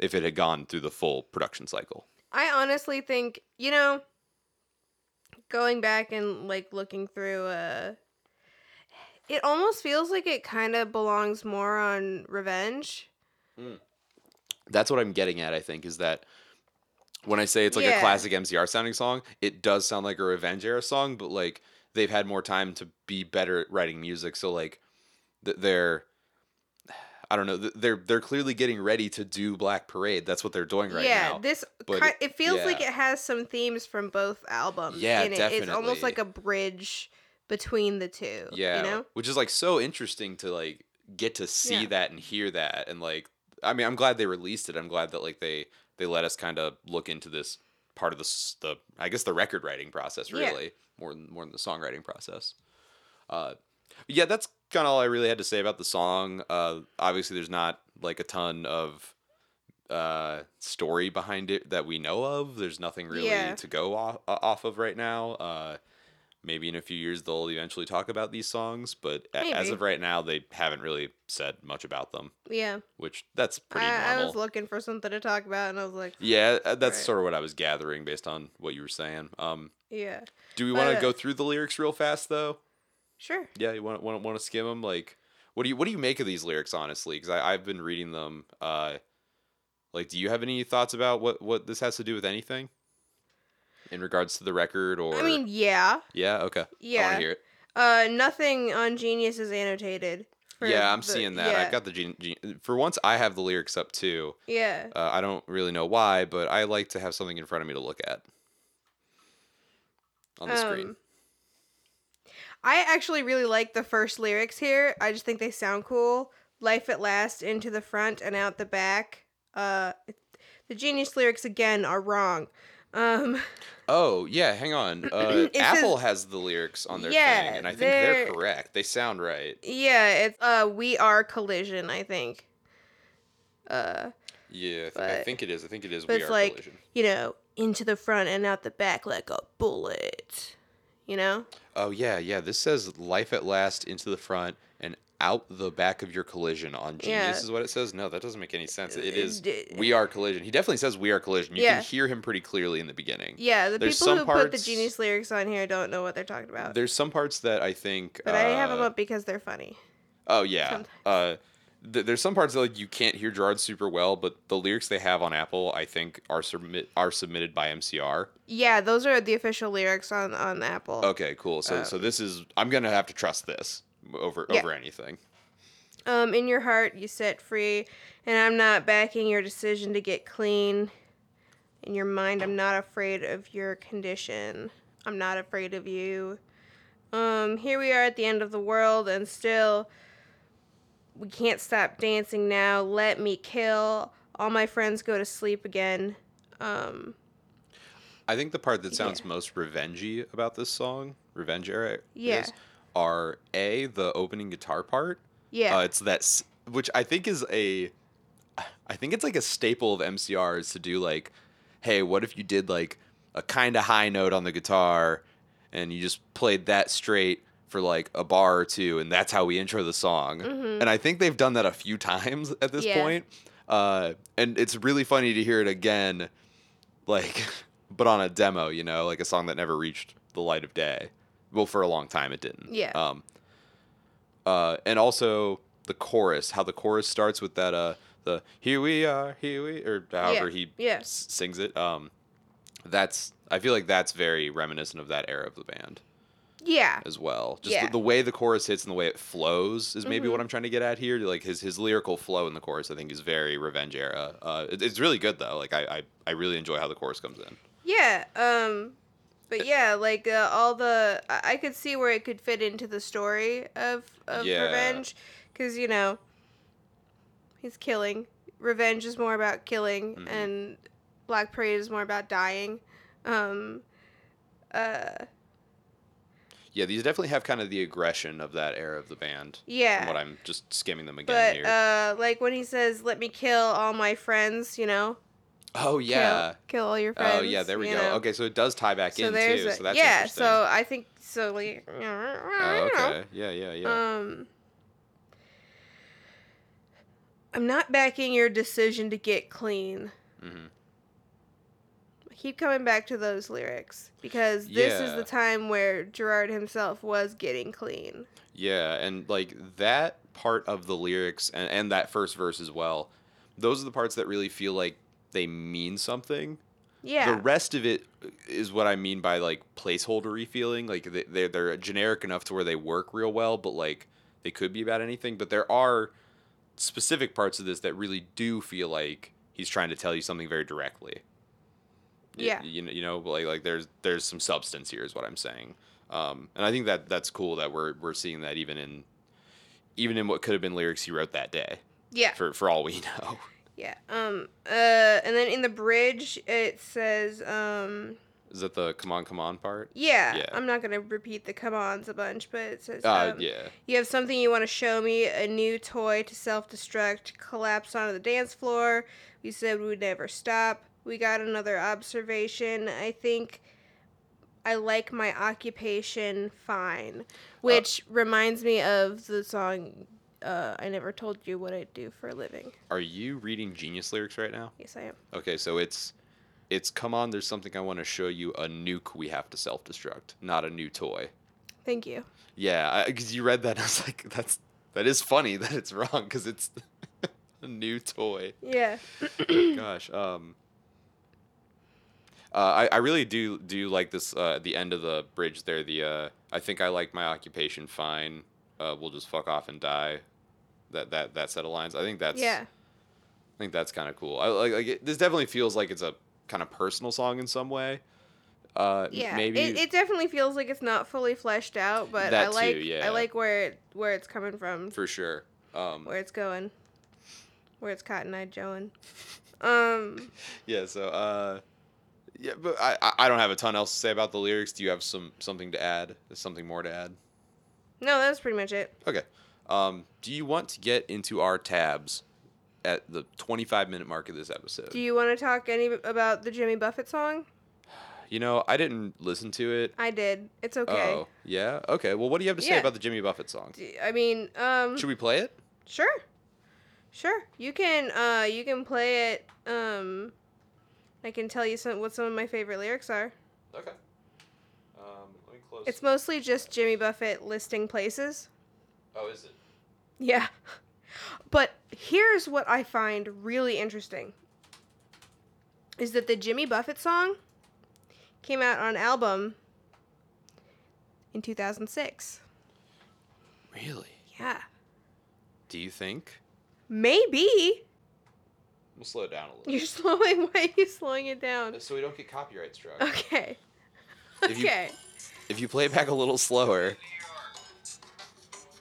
Speaker 1: if it had gone through the full production cycle.
Speaker 2: I honestly think, you know, going back and like looking through uh it almost feels like it kind of belongs more on revenge.
Speaker 1: that's what I'm getting at, I think, is that when I say it's like a
Speaker 2: Yeah.
Speaker 1: classic MCR sounding song, it does sound like a Revenge era song, but like they've had more time to be better at writing music. So like th- they're, I don't know, th- they're they're clearly getting ready to do Black Parade. That's what they're doing right
Speaker 2: yeah,
Speaker 1: now.
Speaker 2: this
Speaker 1: but
Speaker 2: ki- it, feels
Speaker 1: yeah.
Speaker 2: like it has some themes from both albums
Speaker 1: Yeah,
Speaker 2: in it. It's almost
Speaker 1: definitely.
Speaker 2: like a bridge between the two.
Speaker 1: yeah,
Speaker 2: You know?
Speaker 1: which is like so interesting to like get to see
Speaker 2: Yeah.
Speaker 1: that and hear that and like I mean, I'm glad they released it. I'm glad that like they they let us kind of look into this part of the s- the I guess the record writing process
Speaker 2: Yeah.
Speaker 1: really more than more than the songwriting process. Uh, yeah, that's kind of all I really had to say about the song. Uh, obviously, there's not like a ton of uh story behind it that we know of there's nothing really
Speaker 2: Yeah.
Speaker 1: to go off, off of right now uh maybe in a few years they'll eventually talk about these songs but a- as
Speaker 2: Maybe.
Speaker 1: of right now they haven't really said much about them
Speaker 2: Yeah.
Speaker 1: which that's pretty
Speaker 2: I, I
Speaker 1: normal
Speaker 2: was looking for something to talk about and I was like,
Speaker 1: yeah uh, that's
Speaker 2: Right.
Speaker 1: sort of what i was gathering based on what you were saying um
Speaker 2: yeah.
Speaker 1: do we want to
Speaker 2: But- uh,
Speaker 1: go through the lyrics real fast though
Speaker 2: Sure.
Speaker 1: yeah you want want want to skim them like what do you what do you make of these lyrics honestly because i've been reading them uh like do you have any thoughts about what what this has to do with anything in regards to the record or
Speaker 2: I mean, yeah.
Speaker 1: yeah okay i want
Speaker 2: Yeah.
Speaker 1: to hear it
Speaker 2: Uh, nothing on Genius is annotated for
Speaker 1: yeah, I'm
Speaker 2: the-
Speaker 1: seeing that.
Speaker 2: Yeah,
Speaker 1: I've got the gene, gene. For once, I have the lyrics up too.
Speaker 2: yeah.
Speaker 1: Uh, I don't really know why, but I like to have something in front of me to look at on the screen.
Speaker 2: Um, I actually really like the first lyrics here. I just think they sound cool. Life at last, into the front and out the back. Uh, the genius lyrics again are wrong. Um,
Speaker 1: Oh yeah, hang on. Uh,
Speaker 2: It says-
Speaker 1: Apple has the lyrics on their
Speaker 2: Yeah,
Speaker 1: thing, and I think they're,
Speaker 2: they're-
Speaker 1: correct. They sound right.
Speaker 2: yeah, it's uh, we are collision. I think. Uh,
Speaker 1: Yeah, I, think I
Speaker 2: But-
Speaker 1: think it is. I think it is.
Speaker 2: but
Speaker 1: We
Speaker 2: it's
Speaker 1: are
Speaker 2: like-
Speaker 1: collision.
Speaker 2: you know, into the front and out the back like a bullet. You know.
Speaker 1: Oh yeah, yeah. This says life at last into the front and out the back of your collision on Genius
Speaker 2: Yeah.
Speaker 1: is what it says. No, that doesn't make any sense. It
Speaker 2: It
Speaker 1: is
Speaker 2: d-
Speaker 1: we are collision. He definitely says we are collision. You
Speaker 2: Yeah.
Speaker 1: can hear him pretty clearly in the beginning.
Speaker 2: Yeah, the
Speaker 1: There's
Speaker 2: people
Speaker 1: some
Speaker 2: who put the
Speaker 1: parts-
Speaker 2: genius lyrics on here don't know what they're talking about.
Speaker 1: There's some parts that I think.
Speaker 2: But I have
Speaker 1: uh,
Speaker 2: them up because they're funny.
Speaker 1: Oh yeah.
Speaker 2: sometimes.
Speaker 1: Uh, th- there's some parts that like you can't hear Gerard super well, but the lyrics they have on Apple, I think, are submit are submitted by MCR.
Speaker 2: Yeah, those are the official lyrics on on Apple.
Speaker 1: Okay, cool. So
Speaker 2: Uh,
Speaker 1: so this is I'm gonna have to trust this over
Speaker 2: Yeah.
Speaker 1: over anything.
Speaker 2: Um, in your heart you set free, and I'm not backing your decision to get clean. In your mind, I'm not afraid of your condition. I'm not afraid of you. Um, here we are at the end of the world, and still, we can't stop dancing now. Let me kill. All my friends go to sleep again. Um,
Speaker 1: I think the part that
Speaker 2: Yeah.
Speaker 1: sounds most revengey about this song, revenge era,
Speaker 2: Yeah.
Speaker 1: is, are a the opening guitar part.
Speaker 2: yeah.
Speaker 1: Uh, it's that s- which I think is a, I think it's like a staple of MCR is to do like, hey, what if you did like a kind of high note on the guitar, and you just played that straight for like a bar or two, and that's how we intro the song.
Speaker 2: Mhm.
Speaker 1: And I think they've done that a few times at this
Speaker 2: Yeah.
Speaker 1: point. Uh, and it's really funny to hear it again, like, but on a demo, you know, like a song that never reached the light of day. Well, for a long time, it didn't.
Speaker 2: Yeah.
Speaker 1: Um, uh, and also the chorus, how the chorus starts with that, uh, the here we are, here we, or however he
Speaker 2: Yeah.
Speaker 1: s- sings it. Um, that's I feel like that's very reminiscent of that era of the band
Speaker 2: yeah.
Speaker 1: as well. Just
Speaker 2: Yeah.
Speaker 1: the, the way the chorus hits and the way it flows is maybe
Speaker 2: Mhm.
Speaker 1: what I'm trying to get at here. Like his his lyrical flow in the chorus, I think, is very Revenge era. Uh, it- it's really good though. Like I, I I really enjoy how the chorus comes in.
Speaker 2: Yeah, um but yeah, like uh, all the I-, I could see where it could fit into the story of of
Speaker 1: Yeah.
Speaker 2: revenge cuz you know he's killing. Revenge is more about killing
Speaker 1: Mhm.
Speaker 2: and Black Parade is more about dying. Um uh
Speaker 1: Yeah, these definitely have kind of the aggression of that era of the band.
Speaker 2: yeah.
Speaker 1: From what I'm just skimming them again
Speaker 2: but
Speaker 1: here.
Speaker 2: uh like when he says let me kill all my friends, you know.
Speaker 1: oh
Speaker 2: kill-
Speaker 1: yeah.
Speaker 2: Kill, all your friends.
Speaker 1: oh yeah, there we
Speaker 2: you
Speaker 1: go.
Speaker 2: know.
Speaker 1: Okay, so it does tie back
Speaker 2: So
Speaker 1: in
Speaker 2: there's
Speaker 1: too.
Speaker 2: a-
Speaker 1: so that's
Speaker 2: yeah,
Speaker 1: interesting.
Speaker 2: so I think so like
Speaker 1: Oh,
Speaker 2: okay.
Speaker 1: okay. Yeah, yeah, yeah.
Speaker 2: Um, I'm not backing your decision to get clean.
Speaker 1: hmm
Speaker 2: I keep coming back to those lyrics because this is
Speaker 1: Yeah.
Speaker 2: the time where Gerard himself was getting clean.
Speaker 1: Yeah, and like that part of the lyrics and, and that first verse as well, those are the parts that really feel like they mean something.
Speaker 2: Yeah.
Speaker 1: The rest of it is what I mean by like placeholdery feeling. Like they- they're, they're generic enough to where they work real well, but like they could be about anything. But there are specific parts of this that really do feel like he's trying to tell you something very directly. Y-
Speaker 2: Yeah.
Speaker 1: You, know, you know, like like there's there's some substance here is what I'm saying. Um, and I think that that's cool that we're we're seeing that even in even in what could have been lyrics he wrote that day
Speaker 2: yeah.
Speaker 1: for for all we know.
Speaker 2: Yeah. Um uh and then in the bridge it says um
Speaker 1: Is that the come on come on part?
Speaker 2: yeah,
Speaker 1: Yeah.
Speaker 2: I'm not going to repeat the come ons a bunch but it says
Speaker 1: Uh,
Speaker 2: um,
Speaker 1: yeah.
Speaker 2: You have something you want to show me, a new toy to self destruct, collapse onto the dance floor. We said we would never stop. We got another observation. I think I like my occupation fine.
Speaker 1: Uh,
Speaker 2: Which reminds me of the song uh, I Never Told You What I Do for a Living.
Speaker 1: Are you reading Genius lyrics right now?
Speaker 2: Yes, I am.
Speaker 1: Okay, so it's it's come on. There's something I want to show you. A nuke we have to self destruct, not a new toy.
Speaker 2: Thank you.
Speaker 1: Yeah, because you read that, and I was like, that's that is funny that it's wrong because it's a new toy.
Speaker 2: Yeah.
Speaker 1: Gosh, um, uh, I I really do do like this uh, at the end of the bridge there. The uh, I think I like my occupation fine. Uh, we'll just fuck off and die. that that that set of lines. I think that's
Speaker 2: yeah.
Speaker 1: I think that's kind of cool. I like, like it, this definitely feels like it's a kind of personal song in some way. Uh, m-
Speaker 2: Yeah.
Speaker 1: maybe
Speaker 2: it, it definitely feels like it's not fully fleshed out, but
Speaker 1: That
Speaker 2: I
Speaker 1: too,
Speaker 2: like
Speaker 1: yeah.
Speaker 2: I like where it where it's coming from,
Speaker 1: for sure. Um,
Speaker 2: where it's going, where it's cotton eyed Joeing. Um
Speaker 1: yeah. So uh, yeah, but I I- I don't have a ton else to say about the lyrics. Do you have some something to add? Something more to add?
Speaker 2: no, that's pretty much it.
Speaker 1: Okay. Um, do you want to get into our tabs at the 25 minute mark of this episode?
Speaker 2: Do you want to talk any about the Jimmy Buffett song?
Speaker 1: You know, I didn't listen to it.
Speaker 2: I did. It's okay.
Speaker 1: Oh, yeah. Okay. Well, what do you have to say
Speaker 2: Yeah.
Speaker 1: about the Jimmy Buffett song?
Speaker 2: D- I mean, um
Speaker 1: Should we play it?
Speaker 2: Sure. Sure. You can uh you can play it um I can tell you some what some of my favorite lyrics are.
Speaker 1: Okay. Um, let me close.
Speaker 2: It's mostly just Jimmy Buffett listing places.
Speaker 1: oh, is it?
Speaker 2: Yeah. But here's what I find really interesting is that the Jimmy Buffett song came out on album in 2006.
Speaker 1: Really?
Speaker 2: Yeah.
Speaker 1: Do you think?
Speaker 2: Maybe
Speaker 1: We'll slow it down a little.
Speaker 2: you're slowing why are you slowing it down?
Speaker 1: So we don't get copyright struck.
Speaker 2: Okay.
Speaker 1: If you-
Speaker 2: Okay.
Speaker 1: If you play it back a little slower.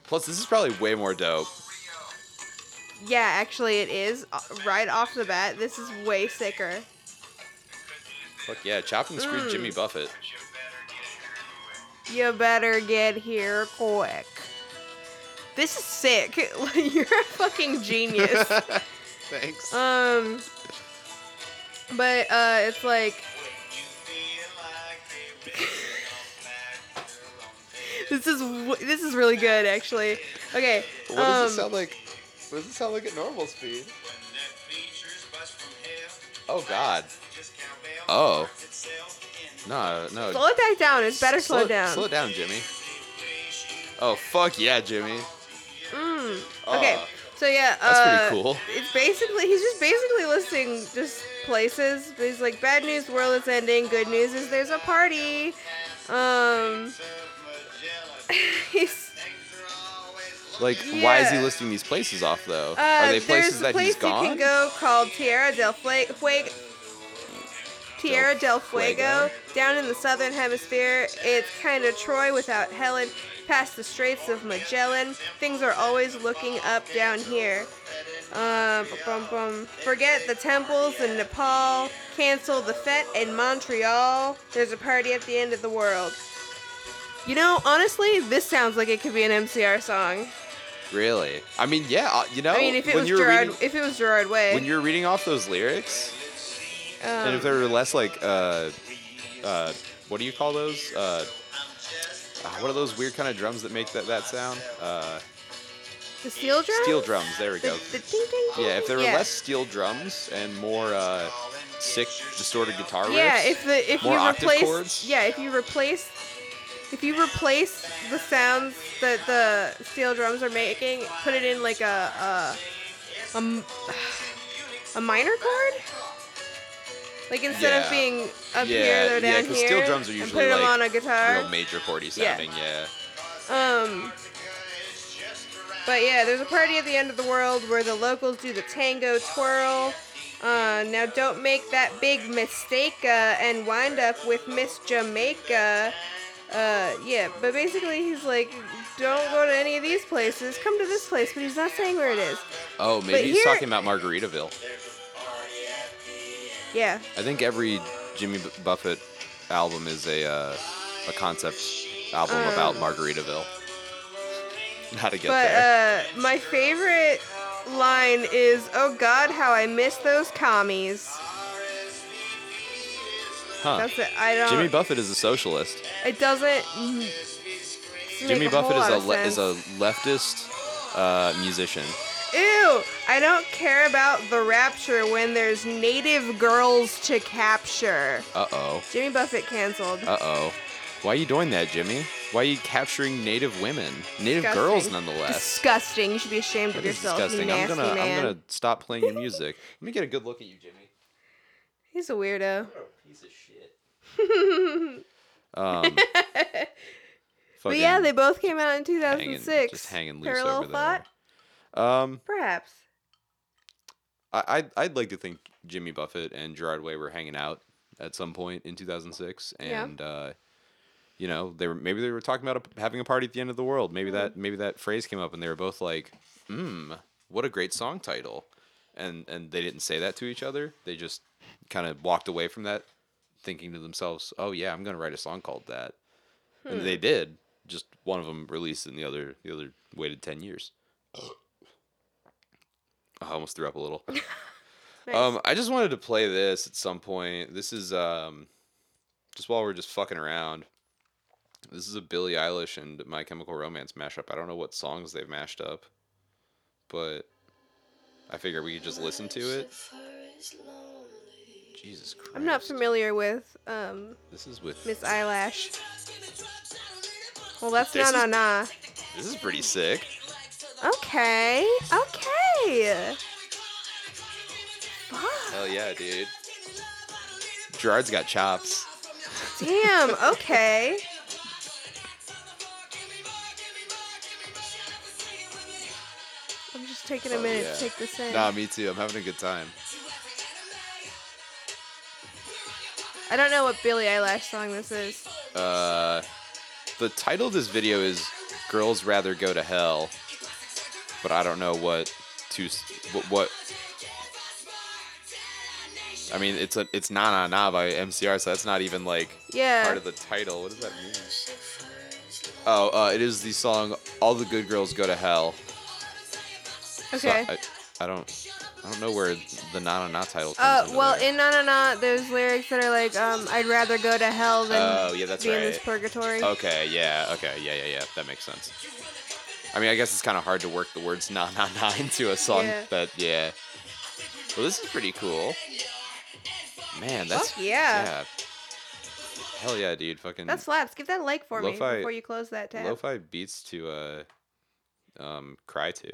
Speaker 1: Plus, this is probably way more dope.
Speaker 2: Yeah, actually, it is. Uh, Right off the bat, this is way sicker.
Speaker 1: Fuck yeah, chopped and screwed
Speaker 2: Mm.
Speaker 1: Jimmy Buffett.
Speaker 2: You better get here quick. This is sick. Like, You're a fucking genius.
Speaker 1: Thanks.
Speaker 2: um, but uh, it's like this is w- this is really good, actually. Okay.
Speaker 1: What does it
Speaker 2: um,
Speaker 1: sound like? What does it sound like at normal speed? Oh God. Oh. No, no.
Speaker 2: Slow it back down. It's better slow,
Speaker 1: slow
Speaker 2: it down.
Speaker 1: Slow it down, Jimmy. Oh fuck yeah, Jimmy.
Speaker 2: Mm. Okay.
Speaker 1: Aw.
Speaker 2: so yeah,
Speaker 1: Ah. That's pretty
Speaker 2: uh,
Speaker 1: cool.
Speaker 2: It's basically he's just basically listing just places. But he's like, bad news, the world is ending. Good news is there's a party. Um, he's
Speaker 1: Like, why is he
Speaker 2: Yeah.
Speaker 1: listing these places off though?
Speaker 2: uh,
Speaker 1: Are they
Speaker 2: there's
Speaker 1: places
Speaker 2: a
Speaker 1: that
Speaker 2: place
Speaker 1: he's
Speaker 2: you
Speaker 1: gone?
Speaker 2: can go called Tierra del Fuego. Tierra del Fuego,
Speaker 1: Fuego.
Speaker 2: down in the southern hemisphere. It's kind of Troy without Helen, past the Straits of Magellan. Things are always looking up down here. Um, bum, bum. Forget the temples in Nepal. Cancel the fete in Montreal. There's a party at the end of the world. You know, honestly, this sounds like it could be an MCR song.
Speaker 1: Really? I mean, yeah. uh, You know,
Speaker 2: I mean, if it
Speaker 1: when
Speaker 2: was
Speaker 1: you were
Speaker 2: Gerard,
Speaker 1: reading,
Speaker 2: if it was Gerard Way,
Speaker 1: when you're reading off those lyrics, and if
Speaker 2: um,
Speaker 1: there were less like, uh, uh, what do you call those? Uh, ah, what are those weird kind of drums that make that that sound? Uh,
Speaker 2: the steel drum,
Speaker 1: steel drums. There we
Speaker 2: the,
Speaker 1: go.
Speaker 2: the ding, ding, ding,
Speaker 1: Yeah, if there were
Speaker 2: yeah.
Speaker 1: less steel drums and more uh, sick, distorted guitar riffs.
Speaker 2: Yeah, if the if
Speaker 1: More
Speaker 2: you
Speaker 1: octave
Speaker 2: replace
Speaker 1: chords?
Speaker 2: yeah, if you replace if you replace the sounds that the steel drums are making, put it in like a a a, m- a minor chord. Like instead
Speaker 1: Yeah.
Speaker 2: of being up
Speaker 1: Yeah,
Speaker 2: here, they're
Speaker 1: yeah,
Speaker 2: down
Speaker 1: 'cause
Speaker 2: here.
Speaker 1: steel drums are
Speaker 2: and
Speaker 1: usually
Speaker 2: put them
Speaker 1: like
Speaker 2: on a guitar.
Speaker 1: real major chordy
Speaker 2: Yeah.
Speaker 1: sounding. Yeah.
Speaker 2: Um, but yeah, there's a party at the end of the world where the locals do the tango twirl. Uh, now don't make that big mistake uh, and wind up with Miss Jamaica. Uh, yeah, but basically he's like, don't go to any of these places. Come to this place, but he's not saying where it is.
Speaker 1: Oh, maybe he's
Speaker 2: here-
Speaker 1: talking about Margaritaville.
Speaker 2: Yeah,
Speaker 1: I think every Jimmy B- Buffett album is a uh, a concept album about Margaritaville. How to get
Speaker 2: Mm. but
Speaker 1: there.
Speaker 2: uh, my favorite line is, "Oh God, how I miss those commies."
Speaker 1: huh.
Speaker 2: uh, That's it. I don't.
Speaker 1: Jimmy Buffett is a socialist.
Speaker 2: It doesn't. m- make
Speaker 1: Jimmy
Speaker 2: a whole
Speaker 1: Buffett is
Speaker 2: lot
Speaker 1: a
Speaker 2: of
Speaker 1: le- is a
Speaker 2: sense.
Speaker 1: leftist uh, musician.
Speaker 2: Ew! I don't care about the rapture when there's native girls to capture.
Speaker 1: Uh oh.
Speaker 2: Jimmy Buffett canceled.
Speaker 1: Uh oh. Why are you doing that, Jimmy? Why are you capturing Native women, Native
Speaker 2: Disgusting.
Speaker 1: girls, nonetheless?
Speaker 2: Disgusting. You should be ashamed of
Speaker 1: That is
Speaker 2: yourself.
Speaker 1: disgusting.
Speaker 2: You
Speaker 1: I'm
Speaker 2: nasty
Speaker 1: gonna
Speaker 2: man.
Speaker 1: I'm gonna stop playing your music. Let me get a good look at you, Jimmy.
Speaker 2: He's a
Speaker 1: You're
Speaker 2: weirdo.
Speaker 1: a piece of shit. um,
Speaker 2: But yeah,
Speaker 1: fucking
Speaker 2: they both came out in
Speaker 1: hanging-
Speaker 2: 2006.
Speaker 1: just hanging loose
Speaker 2: Parallel
Speaker 1: over
Speaker 2: thought.
Speaker 1: Um,
Speaker 2: Perhaps.
Speaker 1: I, I'd, I'd like to think Jimmy Buffett and Gerard Way were hanging out at some point in 2006,
Speaker 2: Yeah.
Speaker 1: and uh, you know they were maybe they were talking about a, having a party at the end of the world. Maybe that maybe that phrase came up, and they were both like, "Hmm, what a great song title," and and they didn't say that to each other. They just kind of walked away from that, thinking to themselves, "Oh yeah, I'm gonna write a song called that," and they did. Just one of them released, and the other the other waited ten years. I almost threw up a little.
Speaker 2: Nice.
Speaker 1: Um, I just wanted to play this at some point. This is um, just while we're just fucking around. This is a Billie Eilish and My Chemical Romance mashup. I don't know what songs they've mashed up, but I figure we could just listen to it. Jesus Christ!
Speaker 2: I'm not familiar with um,
Speaker 1: This is with
Speaker 2: Miss Eyelash. Well, that's not
Speaker 1: This
Speaker 2: na
Speaker 1: is-
Speaker 2: na.
Speaker 1: This is pretty sick.
Speaker 2: Okay. Okay. Fuck.
Speaker 1: Hell yeah, dude! Gerard's got chops.
Speaker 2: Damn. Okay. I'm just taking a
Speaker 1: Oh,
Speaker 2: minute
Speaker 1: yeah.
Speaker 2: to take this in.
Speaker 1: Nah, me too. I'm having a good time.
Speaker 2: I don't know what Billie Eilish song this is.
Speaker 1: Uh, the title of this video is "Girls Rather Go to Hell," but I don't know what to s- what. what I mean, it's a it's na na na by MCR, so that's not even like
Speaker 2: Yeah.
Speaker 1: part of the title. What does that mean? Oh, uh, it is the song "All the Good Girls Go to Hell." So
Speaker 2: okay.
Speaker 1: I, I don't I don't know where the na na na title comes.
Speaker 2: Uh,
Speaker 1: into
Speaker 2: well,
Speaker 1: there.
Speaker 2: in Na Na Na, there's lyrics that are like, um, I'd rather go to hell than
Speaker 1: Oh, yeah, that's
Speaker 2: be in this
Speaker 1: right. Oh,
Speaker 2: purgatory.
Speaker 1: Okay, yeah, okay, yeah, yeah, yeah. That makes sense. I mean, I guess it's kind of hard to work the words na na na into a song,
Speaker 2: Yeah.
Speaker 1: but yeah. Well, this is pretty cool. Man, that's.
Speaker 2: Fuck Oh, yeah.
Speaker 1: yeah. Hell yeah, dude. Fucking.
Speaker 2: That slaps. Give that a like for me
Speaker 1: Lo-fi-
Speaker 2: before you close that tab.
Speaker 1: Lo-fi beats to uh, um, cry to.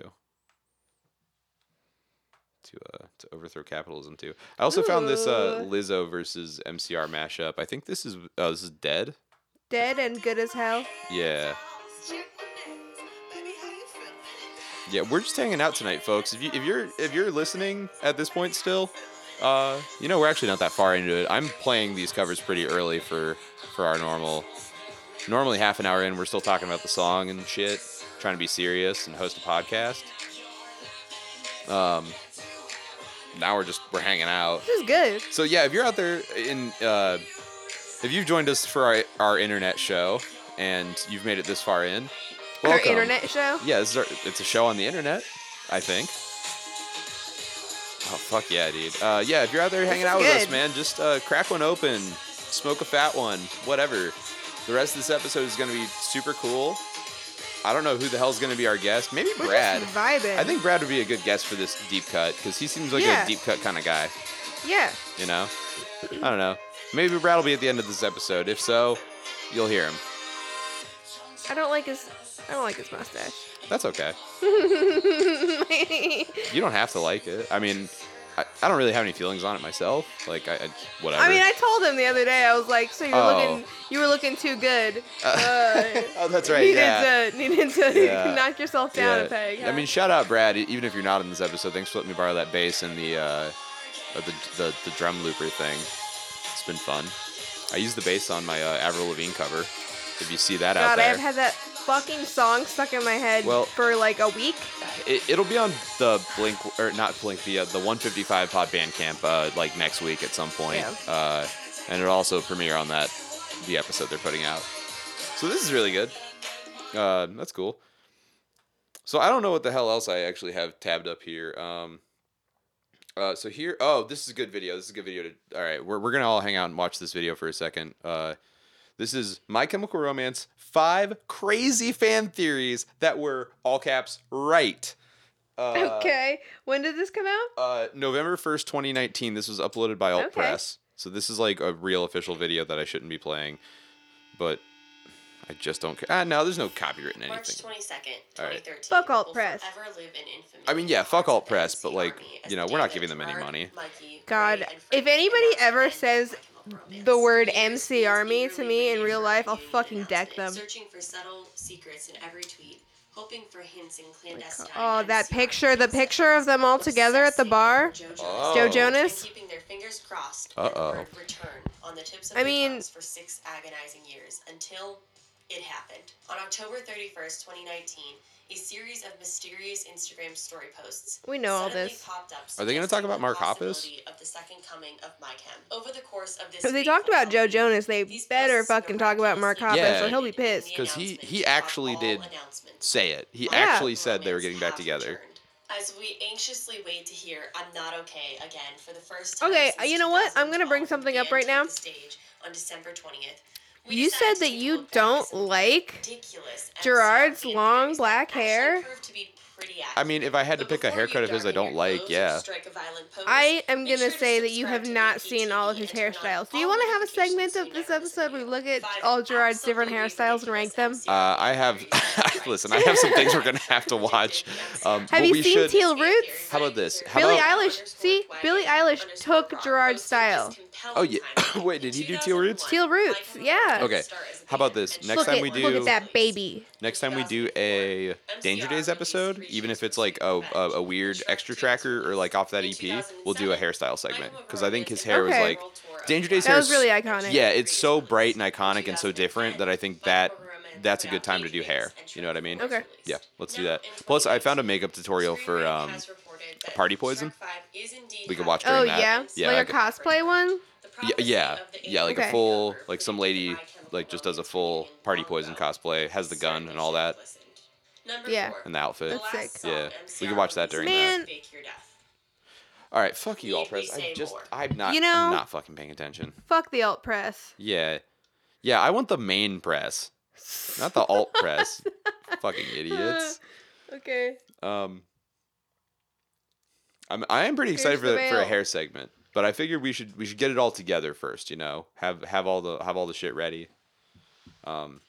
Speaker 1: To uh, to overthrow capitalism too. I also found this uh,
Speaker 2: Ooh.
Speaker 1: Lizzo versus MCR mashup. I think this is oh this is dead.
Speaker 2: Dead and good as hell.
Speaker 1: Yeah. Yeah, we're just hanging out tonight, folks. If you if you're if you're listening at this point still, uh, you know we're actually not that far into it. I'm playing these covers pretty early for for our normal. Normally half an hour in, we're still talking about the song and shit, trying to be serious and host a podcast. Um, now we're just we're hanging out.
Speaker 2: This is good.
Speaker 1: So yeah, if you're out there in, uh, if you've joined us for our, our internet show and you've made it this far in, welcome.
Speaker 2: Our internet show.
Speaker 1: Yeah, this is our, it's a show on the internet, I think. Oh fuck yeah, dude. Uh, yeah, if you're out there hanging
Speaker 2: is
Speaker 1: out with us,
Speaker 2: good.
Speaker 1: man, just uh, crack one open, smoke a fat one, whatever. The rest of this episode is gonna be super cool. I don't know who the hell's gonna be our guest. Maybe
Speaker 2: We're
Speaker 1: Brad.
Speaker 2: just vibing.
Speaker 1: I think Brad would be a good guest for this deep cut because he seems like
Speaker 2: Yeah.
Speaker 1: a deep cut kind of guy
Speaker 2: Yeah.
Speaker 1: you know? I don't know. Maybe Brad will be at the end of this episode. If so, you'll hear him.
Speaker 2: I don't like his. I don't like his mustache.
Speaker 1: That's okay.
Speaker 2: I
Speaker 1: You don't have to like it. I mean, I, I don't really have any feelings on it myself. Like, I, I whatever.
Speaker 2: mean, I told him the other day. I was like, "So you were
Speaker 1: Oh.
Speaker 2: looking, you were looking too good. Uh,
Speaker 1: oh, that's right.
Speaker 2: needed
Speaker 1: Yeah.
Speaker 2: to, needed to
Speaker 1: Yeah.
Speaker 2: knock yourself down
Speaker 1: yeah.
Speaker 2: a peg."
Speaker 1: I
Speaker 2: huh?
Speaker 1: mean, shout out Brad. e- Even if you're not in this episode, thanks for letting me borrow that bass and the uh, uh, the, the the drum looper thing. It's been fun. I used the bass on my uh, Avril Lavigne cover. If you see that out
Speaker 2: God,
Speaker 1: there,
Speaker 2: I've had that fucking song stuck in my head
Speaker 1: Well-
Speaker 2: for like a week.
Speaker 1: It, it'll be on the Blink or not Blink the uh, the 155 Pod Bandcamp uh, like next week at some point,
Speaker 2: Yeah.
Speaker 1: uh, and it'll also premiere on that the episode they're putting out. So this is really good. Uh, that's cool. So I don't know what the hell else I actually have tabbed up here. Um, uh, so here, oh, this is a good video. This is a good video. To, all right, we're we're gonna all hang out and watch this video for a second. Uh, this is My Chemical Romance five crazy fan theories that were all caps right. Uh,
Speaker 2: okay, when did this come out?
Speaker 1: Uh, November first, twenty nineteen. This was uploaded by Alt
Speaker 2: Okay.
Speaker 1: Press. So this is like a real official video that I shouldn't be playing, but I just don't care. Ah, no, there's no copyright in
Speaker 3: March
Speaker 1: anything.
Speaker 3: 22nd,
Speaker 1: All right.
Speaker 3: 2013.
Speaker 2: Fuck alt
Speaker 3: will
Speaker 2: press.
Speaker 3: forever live in infamy
Speaker 1: I mean, yeah,
Speaker 3: in the
Speaker 1: fuck
Speaker 3: hearts
Speaker 1: alt
Speaker 3: of
Speaker 1: press, but,
Speaker 3: the NC
Speaker 1: like,
Speaker 3: Army
Speaker 1: you know,
Speaker 3: as
Speaker 1: we're not
Speaker 3: David,
Speaker 1: giving them any
Speaker 3: Gerard,
Speaker 1: money.
Speaker 3: Mikey,
Speaker 2: God,
Speaker 3: Ray, and
Speaker 2: if
Speaker 3: Frank
Speaker 2: anybody
Speaker 3: Sinatra
Speaker 2: ever
Speaker 3: and
Speaker 2: says
Speaker 3: Michael
Speaker 2: the word MC Army to me in real life, I'll fucking deck them.
Speaker 3: Searching for subtle secrets in every tweet, hoping for hints in clandestine.
Speaker 2: Oh, that
Speaker 3: MC
Speaker 2: picture, the
Speaker 3: army
Speaker 2: picture of them all together at the
Speaker 3: obsessing
Speaker 2: bar.
Speaker 3: over Joe Jonas.
Speaker 1: Oh.
Speaker 2: Joe Jonas?
Speaker 3: And keeping their fingers crossed.
Speaker 1: Uh-oh.
Speaker 3: for the word Return on the tips of
Speaker 2: I
Speaker 3: their
Speaker 2: mean-
Speaker 3: tongues for six agonizing years until it happened. On October 31st, 2019, a series of mysterious Instagram story posts
Speaker 2: We know all
Speaker 3: suddenly
Speaker 2: this.
Speaker 3: popped up
Speaker 1: Are they gonna talk
Speaker 3: suggesting
Speaker 1: about
Speaker 3: the
Speaker 1: Mark Hoppus?
Speaker 3: possibility Of the second coming of my chem. Over the course of this
Speaker 2: If they
Speaker 3: week
Speaker 2: talked about Joe
Speaker 3: alone,
Speaker 2: Jonas, they
Speaker 3: these
Speaker 2: better
Speaker 3: posts
Speaker 2: fucking talk about Mark Hoppus,
Speaker 3: miraculously
Speaker 1: Yeah.
Speaker 2: or he'll be
Speaker 3: eliminated
Speaker 2: pissed.
Speaker 3: in the
Speaker 1: Because he-
Speaker 3: announcement
Speaker 1: he
Speaker 3: of
Speaker 1: actually
Speaker 3: all
Speaker 1: did
Speaker 3: announcements.
Speaker 1: Say it. He
Speaker 3: All
Speaker 2: Yeah.
Speaker 1: actually
Speaker 3: the
Speaker 1: said they were
Speaker 3: moments
Speaker 1: getting back
Speaker 3: have
Speaker 1: together.
Speaker 3: returned. As we anxiously wait to hear I'm not okay again for the first time.
Speaker 2: Okay,
Speaker 3: since
Speaker 2: you know what? I'm gonna
Speaker 3: 2012
Speaker 2: bring something up
Speaker 3: and
Speaker 2: right
Speaker 3: took
Speaker 2: now.
Speaker 3: the stage on December 20th. We
Speaker 2: You said
Speaker 3: decided to
Speaker 2: that
Speaker 3: take a
Speaker 2: you
Speaker 3: look back at
Speaker 2: don't
Speaker 3: some
Speaker 2: like
Speaker 3: ridiculous and
Speaker 2: Gerard's
Speaker 3: sad
Speaker 2: long
Speaker 3: injuries that
Speaker 2: black
Speaker 3: actually
Speaker 2: hair?
Speaker 3: proved to be pretty
Speaker 1: I
Speaker 3: accurate.
Speaker 1: mean, if I had to
Speaker 3: But
Speaker 1: pick a
Speaker 3: before you
Speaker 1: haircut of his I
Speaker 3: darken
Speaker 1: don't
Speaker 3: your
Speaker 1: like,
Speaker 3: clothes or
Speaker 1: yeah.
Speaker 3: strike a violent pose,
Speaker 2: I am
Speaker 3: make
Speaker 2: gonna
Speaker 3: sure to
Speaker 2: say that you have
Speaker 3: subscribe to
Speaker 2: not
Speaker 3: Nikki
Speaker 2: seen all of
Speaker 3: TV
Speaker 2: his
Speaker 3: and turn on
Speaker 2: hairstyles. Do you
Speaker 3: all
Speaker 2: want to have a
Speaker 3: notifications
Speaker 2: segment
Speaker 3: so
Speaker 2: of
Speaker 3: you
Speaker 2: this
Speaker 3: never miss a
Speaker 2: episode where we
Speaker 3: video.
Speaker 2: look at
Speaker 3: Five
Speaker 2: all Gerard's different
Speaker 3: absolutely
Speaker 2: hairstyles and rank them?
Speaker 3: ridiculous
Speaker 1: Uh, I have
Speaker 3: MCRs.
Speaker 1: listen. I have some things we're gonna have to watch. Um,
Speaker 2: Have
Speaker 1: but
Speaker 2: you
Speaker 1: we
Speaker 2: seen
Speaker 1: should,
Speaker 2: Teal- Roots?
Speaker 1: How about this? How
Speaker 2: Billie
Speaker 1: about-
Speaker 2: Eilish. See, Billie Eilish took Gerard's style.
Speaker 1: Oh, yeah. Wait, did he do Teal Roots?
Speaker 2: Teal Roots, yeah.
Speaker 1: Okay, how about this? Next
Speaker 2: look
Speaker 1: time
Speaker 2: at
Speaker 1: we
Speaker 2: look
Speaker 1: do-
Speaker 2: at that baby.
Speaker 1: Next time we do a Danger Days episode, even if it's like a, a, a weird extra tracker or like off that EP, we'll do a hairstyle segment because I think his hair was
Speaker 2: Okay.
Speaker 1: like Danger Days
Speaker 2: That
Speaker 1: hair
Speaker 2: was
Speaker 1: is-
Speaker 2: really iconic.
Speaker 1: yeah, it's so bright and iconic and so different that I think that that's a good time to do hair. You know what I mean?
Speaker 2: Okay.
Speaker 1: Yeah, let's do that. Plus, I found a makeup tutorial for um. Party Poison. We could watch during
Speaker 2: Oh
Speaker 1: that.
Speaker 2: yeah,
Speaker 1: Yeah,
Speaker 2: like a cosplay one.
Speaker 1: Yeah, yeah, yeah, like
Speaker 2: Okay.
Speaker 1: a full like some lady like just does a full Party Poison cosplay, has the gun and all that,
Speaker 2: Yeah.
Speaker 1: and the outfit.
Speaker 2: That's sick.
Speaker 1: Yeah, we could watch that during
Speaker 2: Man.
Speaker 3: that.
Speaker 1: All right, fuck you,
Speaker 3: We-
Speaker 1: all
Speaker 3: we
Speaker 1: press. I
Speaker 3: say
Speaker 1: just,
Speaker 3: more.
Speaker 1: I'm not,
Speaker 2: You know-
Speaker 1: not fucking paying attention.
Speaker 2: Fuck the alt press.
Speaker 1: Yeah, yeah, I want the main press, not the alt press. fucking idiots.
Speaker 2: Okay.
Speaker 1: Um, I'm, I am pretty excited
Speaker 2: Here's
Speaker 1: for
Speaker 2: the
Speaker 1: the, for a
Speaker 2: mail.
Speaker 1: hair segment, but I figured we should we should get it all together first. You know, have have all the have all the shit ready. Um,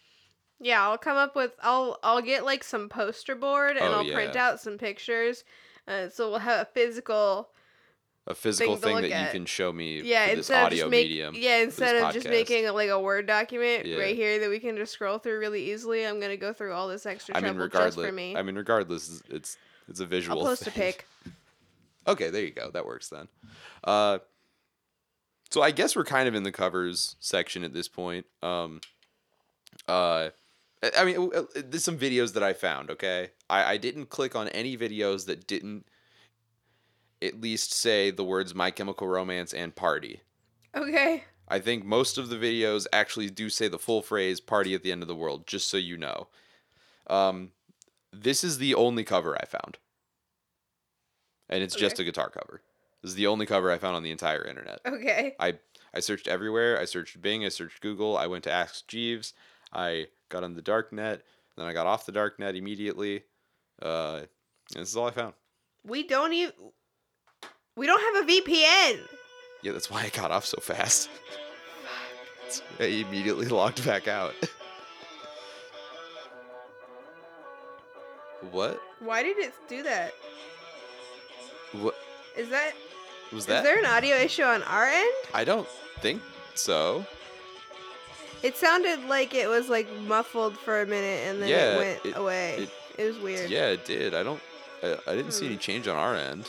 Speaker 2: Yeah, I'll come up with I'll I'll get like some poster board and
Speaker 1: Oh,
Speaker 2: I'll print
Speaker 1: yeah.
Speaker 2: out some pictures. Uh, so we'll have a physical
Speaker 1: a physical
Speaker 2: to
Speaker 1: thing,
Speaker 2: look
Speaker 1: that you
Speaker 2: at.
Speaker 1: can show me
Speaker 2: yeah
Speaker 1: for this
Speaker 2: instead of
Speaker 1: audio
Speaker 2: just make,
Speaker 1: medium.
Speaker 2: yeah instead of just
Speaker 1: podcast.
Speaker 2: making like a word document
Speaker 1: Yeah.
Speaker 2: right here that we can just scroll through really easily. I'm gonna go through all this extra
Speaker 1: I mean,
Speaker 2: trouble just
Speaker 1: regardless.
Speaker 2: for me.
Speaker 1: I mean, regardless, it's it's a
Speaker 2: I'll
Speaker 1: visual.
Speaker 2: post a
Speaker 1: thing.
Speaker 2: pic.
Speaker 1: Okay, there you go. That works then. Uh, so I guess we're kind of in the covers section at this point. Um, uh, I- I mean, w- uh, there's some videos that I found. Okay, I, I didn't click on any videos that didn't at least say the words "My Chemical Romance" and "Party."
Speaker 2: Okay.
Speaker 1: I think most of the videos actually do say the full phrase "Party at the end of the world," just so you know. Um, this is the only cover I found, and it's just
Speaker 2: Okay.
Speaker 1: a guitar cover. This is the only cover I found on the entire internet.
Speaker 2: Okay.
Speaker 1: I I searched everywhere. I searched Bing. I searched Google. I went to Ask Jeeves. I got on the dark net. Then I got off the dark net immediately. Uh, and this is all I found.
Speaker 2: We don't even we don't have a VPN.
Speaker 1: Yeah, that's why I got off so fast. I immediately logged back out. what?
Speaker 2: Why did it do that?
Speaker 1: What
Speaker 2: Is that
Speaker 1: was
Speaker 2: is
Speaker 1: that?
Speaker 2: there an audio issue on our end?
Speaker 1: I don't think so.
Speaker 2: It sounded like it was like muffled for a minute and then
Speaker 1: Yeah,
Speaker 2: it went
Speaker 1: it-
Speaker 2: away.
Speaker 1: it-
Speaker 2: It, was weird.
Speaker 1: Yeah, it did. I don't. I, I didn't see
Speaker 2: Hmm.
Speaker 1: any change on our end.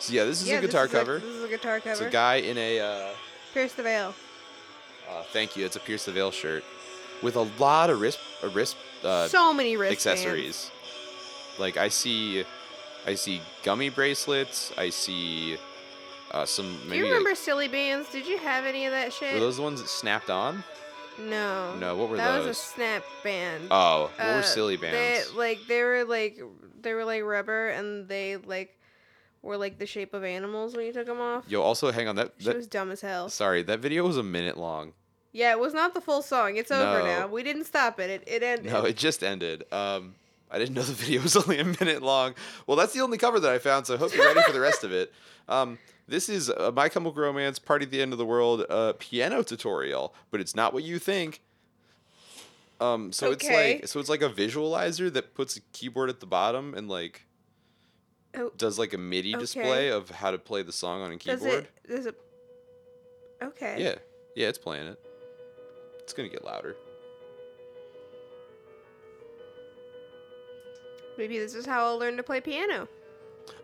Speaker 1: So yeah, this is
Speaker 2: Yeah,
Speaker 1: a guitar
Speaker 2: is
Speaker 1: cover.
Speaker 2: Like, this is a guitar
Speaker 1: it's
Speaker 2: cover.
Speaker 1: a guy in a. Uh,
Speaker 2: Pierce the Veil.
Speaker 1: uh, thank you. It's a Pierce the Veil shirt with a lot of wrist, a wrist uh,
Speaker 2: so many wristbands.
Speaker 1: accessories. Like I see, I see gummy bracelets. I see uh, some.
Speaker 2: Do
Speaker 1: Maybe
Speaker 2: you
Speaker 1: like-
Speaker 2: remember Silly Bands? Did you have any of that shit?
Speaker 1: were those the ones that snapped on?
Speaker 2: No.
Speaker 1: No, what were
Speaker 2: that
Speaker 1: those?
Speaker 2: was a snap band.
Speaker 1: oh, what
Speaker 2: Uh,
Speaker 1: were silly
Speaker 2: They,
Speaker 1: bands?
Speaker 2: like they were like they were like rubber and they like were like the shape of animals when you took them off.
Speaker 1: Yo, also hang on. That,
Speaker 2: She
Speaker 1: that
Speaker 2: was dumb as hell.
Speaker 1: Sorry, that video was a minute long.
Speaker 2: Yeah, it was not the full song. It's over
Speaker 1: No.
Speaker 2: now. We didn't stop it. It, it ended.
Speaker 1: No, it just ended. Um, I didn't know the video was only a minute long. Well, that's the only cover that I found, so I hope you're ready for the rest of it. Um, this is uh, My Chemical Romance Party at the End of the World uh, piano tutorial, but it's not what you think. Um, so it's
Speaker 2: Okay.
Speaker 1: like so it's like a visualizer that puts a keyboard at the bottom and like
Speaker 2: Oh,
Speaker 1: does like a MIDI
Speaker 2: Okay.
Speaker 1: display of how to play the song on a
Speaker 2: does
Speaker 1: keyboard.
Speaker 2: it? Does it? Okay.
Speaker 1: Yeah, yeah, it's playing it. It's gonna get louder.
Speaker 2: Maybe this is how I'll learn to play piano.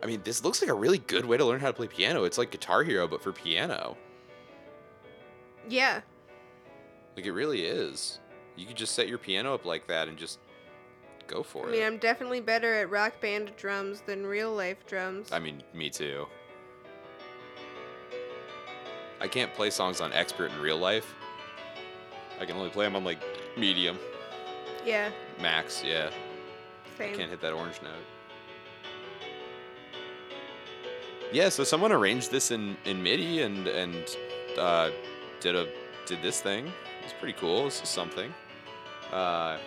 Speaker 1: I mean, this looks like a really good way to learn how to play piano. It's like Guitar Hero, but for piano.
Speaker 2: Yeah.
Speaker 1: Like it really is. You could just set your piano up like that and just go for
Speaker 2: I mean,
Speaker 1: it.
Speaker 2: I'm definitely better at rock band drums than real life drums.
Speaker 1: I mean, me too. I can't play songs on expert in real life. I can only play them on like medium,
Speaker 2: yeah.
Speaker 1: max. Yeah, I
Speaker 2: Same.
Speaker 1: can't hit that orange note. Yeah, so someone arranged this in in MIDI and and uh, did a did this thing. It's pretty cool. This is something. Uh,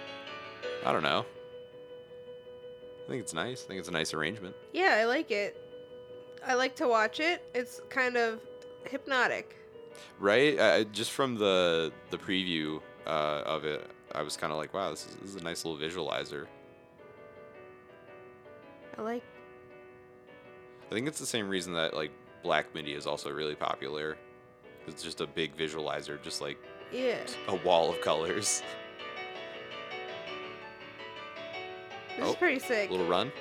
Speaker 1: I don't know. I think it's nice. I think it's a nice arrangement.
Speaker 2: Yeah, I like it. I like to watch it. It's kind of hypnotic.
Speaker 1: right uh, just from the the preview uh, of it i was kind of like wow this is, this is a nice little visualizer
Speaker 2: I like.
Speaker 1: i think it's the same reason that like black midi is also really popular it's just a big visualizer just like
Speaker 2: Yeah.
Speaker 1: a wall of colors
Speaker 2: This
Speaker 1: Oh,
Speaker 2: is pretty sick.
Speaker 1: little run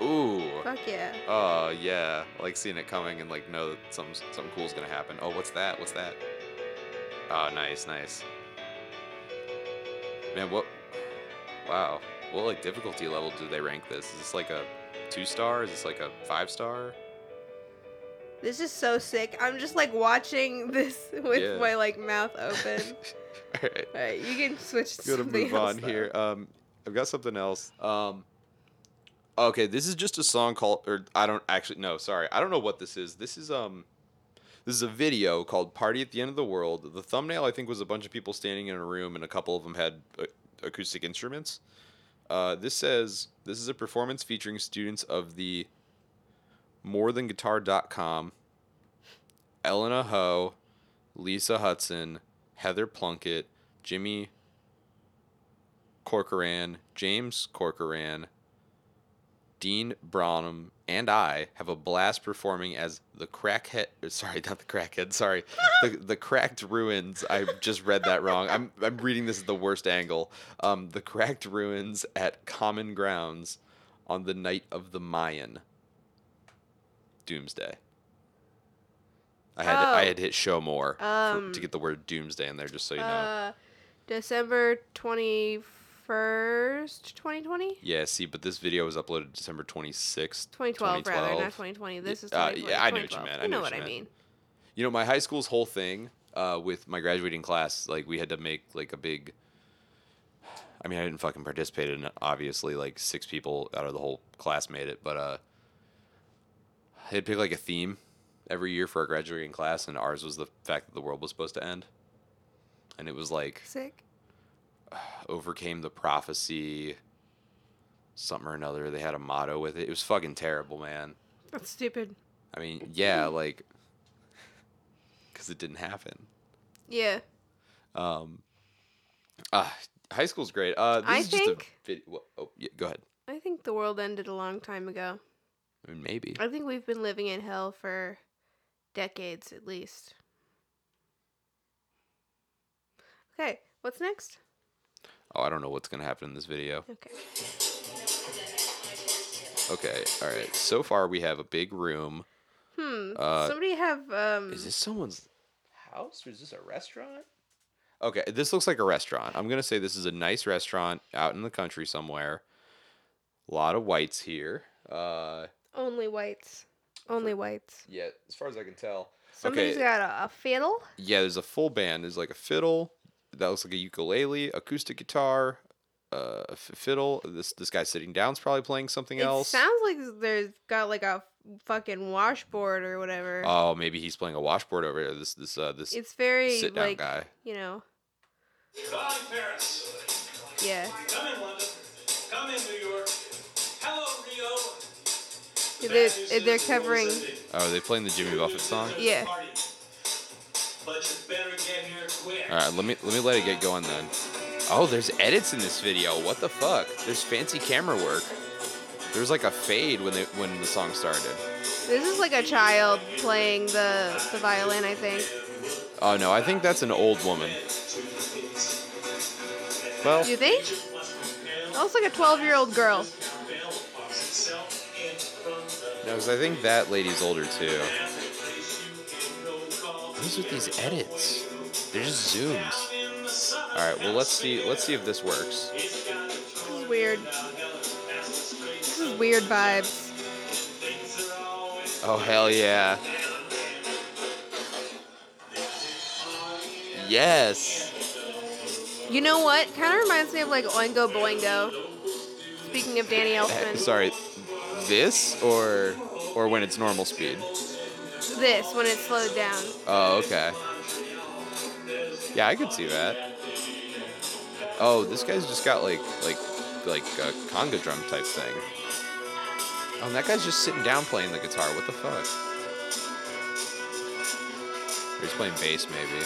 Speaker 1: ooh
Speaker 2: Fuck yeah.
Speaker 1: oh yeah I like seeing it coming and like know that something something cool's gonna happen oh what's that what's that oh nice nice man what wow what like difficulty level do they rank this is this like a two star is this like a five star
Speaker 2: This is so sick. I'm just like watching this with
Speaker 1: Yeah.
Speaker 2: my like mouth open.
Speaker 1: all right
Speaker 2: All right, you can switch to
Speaker 1: gotta
Speaker 2: something
Speaker 1: move on
Speaker 2: else, though.
Speaker 1: here. Um, I've got something else. Um, okay, this is just a song called, or I don't actually no, sorry, I don't know what this is. This is um, this is a video called "Party at the End of the World." The thumbnail I think was a bunch of people standing in a room, and a couple of them had uh, acoustic instruments. Uh, this says this is a performance featuring students of the morethanguitar.com, Elena Ho, Lisa Hudson, Heather Plunkett, Jimmy Corcoran, James Corcoran, Dean Brownham, and I have a blast performing as the crackhead. Sorry, not the crackhead. Sorry, the, the cracked ruins. I just read that wrong. I'm I'm reading this at the worst angle. Um, the cracked ruins at Common Grounds on the night of the Mayan Doomsday. I had I
Speaker 2: Oh.
Speaker 1: had hit show more for-
Speaker 2: Um,
Speaker 1: to get the word doomsday in there, just so you know.
Speaker 2: Uh, December 21st, 2020?
Speaker 1: Yeah, see, but this video was uploaded December 26th,
Speaker 2: 2012, rather, not
Speaker 1: 2012.
Speaker 2: 2020. This is
Speaker 1: Uh,
Speaker 2: 2020.
Speaker 1: yeah, I knew what you
Speaker 2: 2012.
Speaker 1: meant, I
Speaker 2: You
Speaker 1: knew
Speaker 2: know
Speaker 1: what
Speaker 2: what
Speaker 1: you
Speaker 2: I
Speaker 1: meant.
Speaker 2: mean.
Speaker 1: You know, my high school's whole thing uh, with my graduating class, like, we had to make, like, a big. I mean, I didn't fucking participate in it. Obviously, like, six people out of the whole class made it, but uh, I had picked, like, a theme every year for our graduating class, and ours was the fact that the world was supposed to end. And it was like
Speaker 2: Sick.
Speaker 1: overcame the prophecy, something or another. They had a motto with it. It was fucking terrible, man.
Speaker 2: That's stupid.
Speaker 1: I mean, yeah,
Speaker 2: Mm-hmm.
Speaker 1: like, because it didn't happen.
Speaker 2: Yeah.
Speaker 1: Um, ah, high school's great. Uh, this
Speaker 2: I
Speaker 1: is
Speaker 2: think-
Speaker 1: just a video. Oh, yeah, go ahead.
Speaker 2: I think the world ended a long time ago.
Speaker 1: I mean, maybe.
Speaker 2: I think we've been living in hell for decades at least. Okay, what's next?
Speaker 1: Oh, I don't know what's gonna happen in this video.
Speaker 2: Okay.
Speaker 1: Okay, all right. So far, we have a big room.
Speaker 2: Hmm.
Speaker 1: Uh,
Speaker 2: Somebody have um
Speaker 1: Is this someone's Mm. house or is this a restaurant? Okay, this looks like a restaurant. I'm gonna say this is a nice restaurant out in the country somewhere. A lot of whites here. Uh,
Speaker 2: only whites. Only whites.
Speaker 1: yeah, as far as I can tell.
Speaker 2: Somebody's
Speaker 1: Okay.
Speaker 2: got a, a fiddle.
Speaker 1: Yeah, there's a full band. There's like a fiddle that looks like a ukulele, acoustic guitar, uh, a f- fiddle. This this guy sitting down's probably playing something else.
Speaker 2: It sounds like there's got like a fucking washboard or whatever.
Speaker 1: oh, maybe he's playing a washboard over there. This this uh this
Speaker 2: it's very
Speaker 1: sit down
Speaker 2: like
Speaker 1: guy.
Speaker 2: you know,
Speaker 4: Goodbye, Paris.
Speaker 2: yeah.
Speaker 4: Come in London. Come in New York. Hello, Rio.
Speaker 2: They're
Speaker 4: That is
Speaker 2: they're
Speaker 4: the
Speaker 2: covering.
Speaker 4: Golden City.
Speaker 1: Oh, are they playing the Jimmy Buffett song?
Speaker 4: There's a
Speaker 2: Yeah.
Speaker 4: party. But you better get here quick.
Speaker 1: All right, let me let me let it get going then. Oh, there's edits in this video. What the fuck? There's fancy camera work. There was like a fade when they when the song started.
Speaker 2: This is like a child playing the the violin, I think.
Speaker 1: Oh no, I think that's an old woman. Well,
Speaker 2: Do you think? Oh, it's like a 12 year old girl.
Speaker 1: no, 'cause I think that lady's older too. What is with these edits? They're just zooms. All right, well let's see let's see if this works.
Speaker 2: This is weird. This is weird vibes.
Speaker 1: Oh hell yeah. Yes.
Speaker 2: You know what? Kind of reminds me of like Oingo Boingo. Speaking of Danny
Speaker 1: Eh,
Speaker 2: Elfman,
Speaker 1: Sorry, this or or when it's normal speed.
Speaker 2: this when it's slowed down.
Speaker 1: Oh okay. Yeah, I could see that. Oh, this guy's just got like like like a conga drum type thing. Oh, and that guy's just sitting down playing the guitar. What the fuck? Or he's playing bass maybe.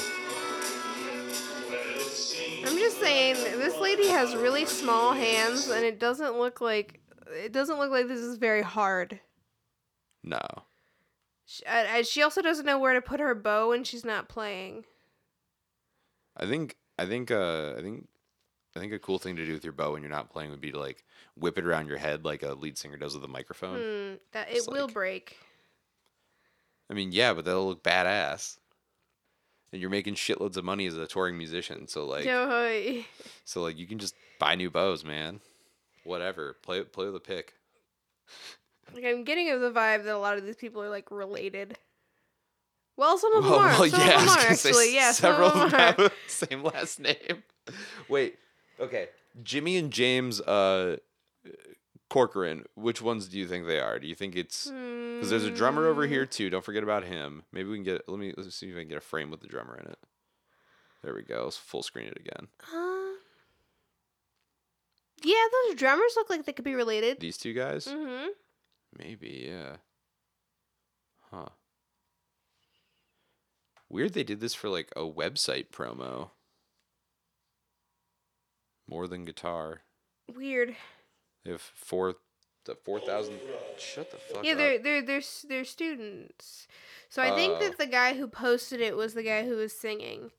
Speaker 2: I'm just saying, this lady has really small hands, and it doesn't look like it doesn't look like this is very hard.
Speaker 1: No.
Speaker 2: She, I, I, she also doesn't know where to put her bow when she's not playing.
Speaker 1: I think I think uh I think I think a cool thing to do with your bow when you're not playing would be to like whip it around your head like a lead singer does with a microphone.
Speaker 2: Hmm, that it
Speaker 1: It's
Speaker 2: will
Speaker 1: like-
Speaker 2: break.
Speaker 1: I mean, yeah, but that'll look badass. And you're making shitloads of money as a touring musician, so like
Speaker 2: No, hey.
Speaker 1: so like you can just buy new bows, man. Whatever. Play play with a pick.
Speaker 2: like I'm getting of the vibe that a lot of these people are like related. Well, some of them
Speaker 1: Well,
Speaker 2: are.
Speaker 1: well,
Speaker 2: some
Speaker 1: yeah, I
Speaker 2: of
Speaker 1: was
Speaker 2: them are
Speaker 1: gonna say
Speaker 2: actually. Yeah, some
Speaker 1: several
Speaker 2: of them are.
Speaker 1: have the same last name. Wait, okay. Jimmy and James uh, Corcoran. Which ones do you think they are? Do you think it's
Speaker 2: Hmm.
Speaker 1: because there's a drummer over here too? Don't forget about him. Maybe we can get. Let me let's see if I can get a frame with the drummer in it. There we go. Let's full screen it again.
Speaker 2: Um, yeah, those drummers look like they could be related.
Speaker 1: These two guys.
Speaker 2: Mm-hmm.
Speaker 1: Maybe, yeah. Huh. Weird they did this for like a website promo. More than guitar.
Speaker 2: Weird.
Speaker 1: They have four the four thousand shut the fuck
Speaker 2: Yeah,
Speaker 1: up.
Speaker 2: they're they're they're s- they're students. So I think
Speaker 1: Oh.
Speaker 2: that the guy who posted it was the guy who was singing,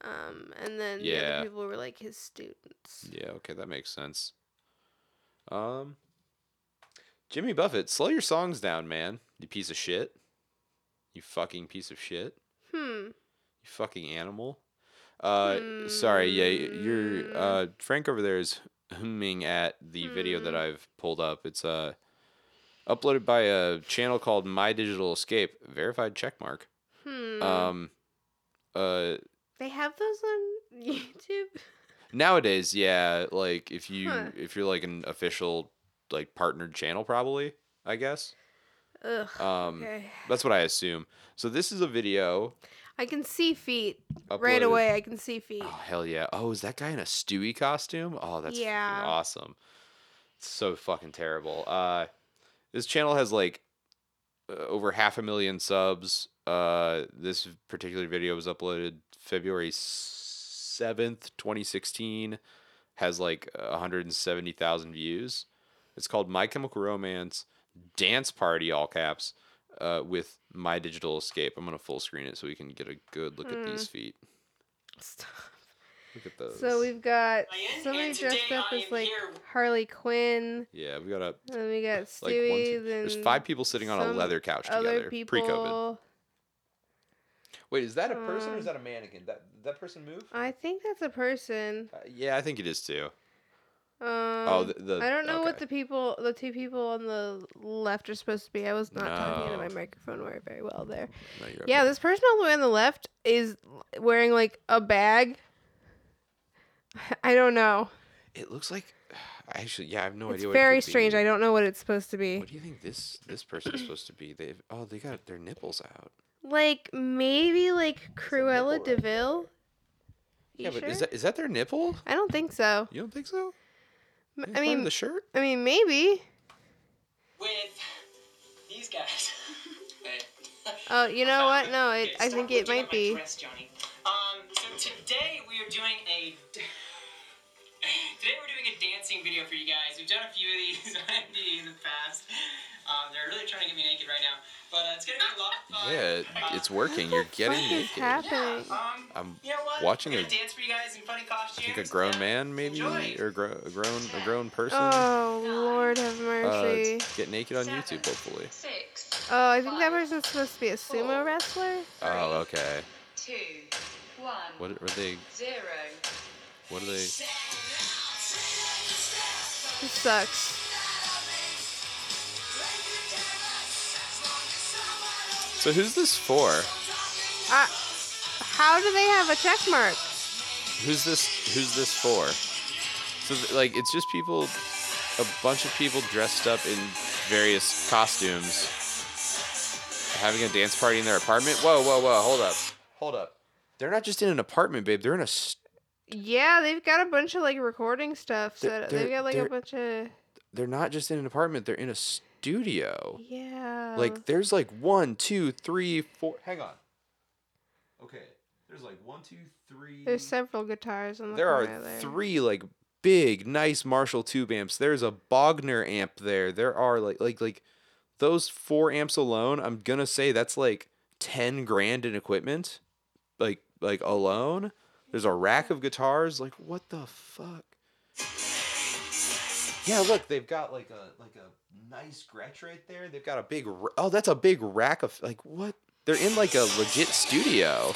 Speaker 2: um, and then the
Speaker 1: Yeah.
Speaker 2: other people were like his students.
Speaker 1: Yeah, okay, that makes sense. Um Jimmy Buffett, slow your songs down, man. You piece of shit. You fucking piece of shit.
Speaker 2: Hmm.
Speaker 1: You fucking animal. Uh, sorry, yeah, y-
Speaker 2: Mm.
Speaker 1: you're uh, Frank over there is humming at the video
Speaker 2: Mm.
Speaker 1: that I've pulled up. It's uh, uploaded by a channel called My Digital Escape, verified checkmark.
Speaker 2: Hmm.
Speaker 1: Um, uh,
Speaker 2: they have those on YouTube.
Speaker 1: nowadays, yeah, like if you
Speaker 2: Huh.
Speaker 1: if you're like an official like partnered channel, probably I guess.
Speaker 2: Ugh.
Speaker 1: Um,
Speaker 2: okay.
Speaker 1: that's what I assume. So this is a video
Speaker 2: I can see feet right
Speaker 1: uploaded-
Speaker 2: away. I can see feet.
Speaker 1: Oh hell yeah! Oh, is that guy in a Stewie costume? Oh, that's fucking
Speaker 2: Yeah.
Speaker 1: awesome. It's so fucking terrible. Uh, this channel has like uh, over half a million subs. Uh, this particular video was uploaded February seventh, twenty sixteen. Has like one hundred and seventy thousand views. It's called My Chemical Romance Dance Party, all caps, uh, with My Digital Escape. I'm gonna full screen it so we can get a good look at
Speaker 2: Hmm.
Speaker 1: these feet.
Speaker 2: Stop.
Speaker 1: Look at those.
Speaker 2: So we've got
Speaker 3: Ryan,
Speaker 2: somebody
Speaker 3: and
Speaker 2: dressed
Speaker 3: today
Speaker 2: up
Speaker 3: I
Speaker 2: as
Speaker 3: am
Speaker 2: like
Speaker 3: here-
Speaker 2: Harley Quinn.
Speaker 1: Yeah, we got a
Speaker 2: Then we got
Speaker 1: like one,
Speaker 2: Stewie.
Speaker 1: two.
Speaker 2: then
Speaker 1: There's five people sitting on a
Speaker 2: some
Speaker 1: leather couch
Speaker 2: other
Speaker 1: together
Speaker 2: people.
Speaker 1: pre-COVID. Wait, is that a person or
Speaker 2: Um,
Speaker 1: is that a mannequin? That did that person move?
Speaker 2: I think that's a person.
Speaker 1: Uh, yeah, I think it is too.
Speaker 2: Um,
Speaker 1: oh, the, the
Speaker 2: I don't know what
Speaker 1: okay.
Speaker 2: the people, the two people on the left are supposed to be. I was not talking into
Speaker 1: No.
Speaker 2: my microphone very, very well there.
Speaker 1: No, you're
Speaker 2: Yeah,
Speaker 1: okay.
Speaker 2: this person all the way on the left is wearing like a bag. I don't know.
Speaker 1: It looks like actually, yeah, I have no
Speaker 2: it's
Speaker 1: idea. what it
Speaker 2: very
Speaker 1: could
Speaker 2: strange.
Speaker 1: Be.
Speaker 2: I don't know what it's supposed to be.
Speaker 1: What do you think this this person's supposed to be? They oh, they got their nipples out.
Speaker 2: Like maybe like
Speaker 1: nipple
Speaker 2: Cruella
Speaker 1: right
Speaker 2: Deville. You
Speaker 1: yeah, but is
Speaker 2: sure?
Speaker 1: that is that their nipple?
Speaker 2: I don't think so.
Speaker 1: You don't think so?
Speaker 2: M-
Speaker 1: It's
Speaker 2: I
Speaker 1: part of
Speaker 2: mean,
Speaker 1: the shirt.
Speaker 2: I mean maybe.
Speaker 3: with these guys. hey.
Speaker 2: Oh, you know
Speaker 3: found
Speaker 2: what? No, it,
Speaker 3: Okay,
Speaker 2: I
Speaker 3: stop
Speaker 2: think it
Speaker 3: looking at
Speaker 2: might
Speaker 3: my
Speaker 2: be.
Speaker 3: dress, Johnny. Um, so today we are doing a
Speaker 5: Today we're doing a dancing video for you guys. We've done a few of these on MTV in the past. Um, they're really trying to get me naked right now, but uh, it's gonna be a lot of fun.
Speaker 1: Yeah, it-
Speaker 5: Uh,
Speaker 1: it's working. You're getting
Speaker 2: What is
Speaker 1: naked.
Speaker 2: happening?
Speaker 5: Yeah, um,
Speaker 1: I'm
Speaker 5: you know what?
Speaker 1: watching
Speaker 5: We're
Speaker 1: a-
Speaker 5: gonna dance for you guys in funny costumes.
Speaker 1: I think a grown man maybe
Speaker 5: Enjoy.
Speaker 1: or gro- a grown a grown person
Speaker 2: Oh Lord have mercy.
Speaker 1: uh, get naked on YouTube hopefully.
Speaker 6: Six,
Speaker 2: oh, I think that person's supposed to be a sumo wrestler.
Speaker 1: Oh, okay.
Speaker 6: two, one,
Speaker 1: What are they?
Speaker 6: zero.
Speaker 1: What are they?
Speaker 2: This sucks.
Speaker 1: So who's this for?
Speaker 2: Uh, how do they have a check mark?
Speaker 1: Who's this? Who's this for? So th- like, it's just people, a bunch of people dressed up in various costumes, having a dance party in their apartment. Whoa, whoa, whoa! Hold up, hold up. They're not just in an apartment, babe. They're in a. s-
Speaker 2: Yeah, they've got a bunch of like recording stuff.
Speaker 1: They're-
Speaker 2: Set up.
Speaker 1: they're-
Speaker 2: They've got like a
Speaker 1: they're-
Speaker 2: bunch of
Speaker 1: They're not just in an apartment. They're in a studio.
Speaker 2: yeah.
Speaker 1: Like there's like one, two, three, four. Hang on. Okay. There's like one, two, three.
Speaker 2: there's several guitars in the
Speaker 1: there are
Speaker 2: corner there.
Speaker 1: three like big, nice Marshall tube amps. There's a Bogner amp there. There are like like like those four amps alone. I'm gonna say that's like ten grand in equipment, like like alone. There's a rack of guitars. Like what the fuck? Yeah, look, they've got like a like a nice Gretsch right there. They've got a big r- oh, that's a big rack of like what? They're in like a legit studio.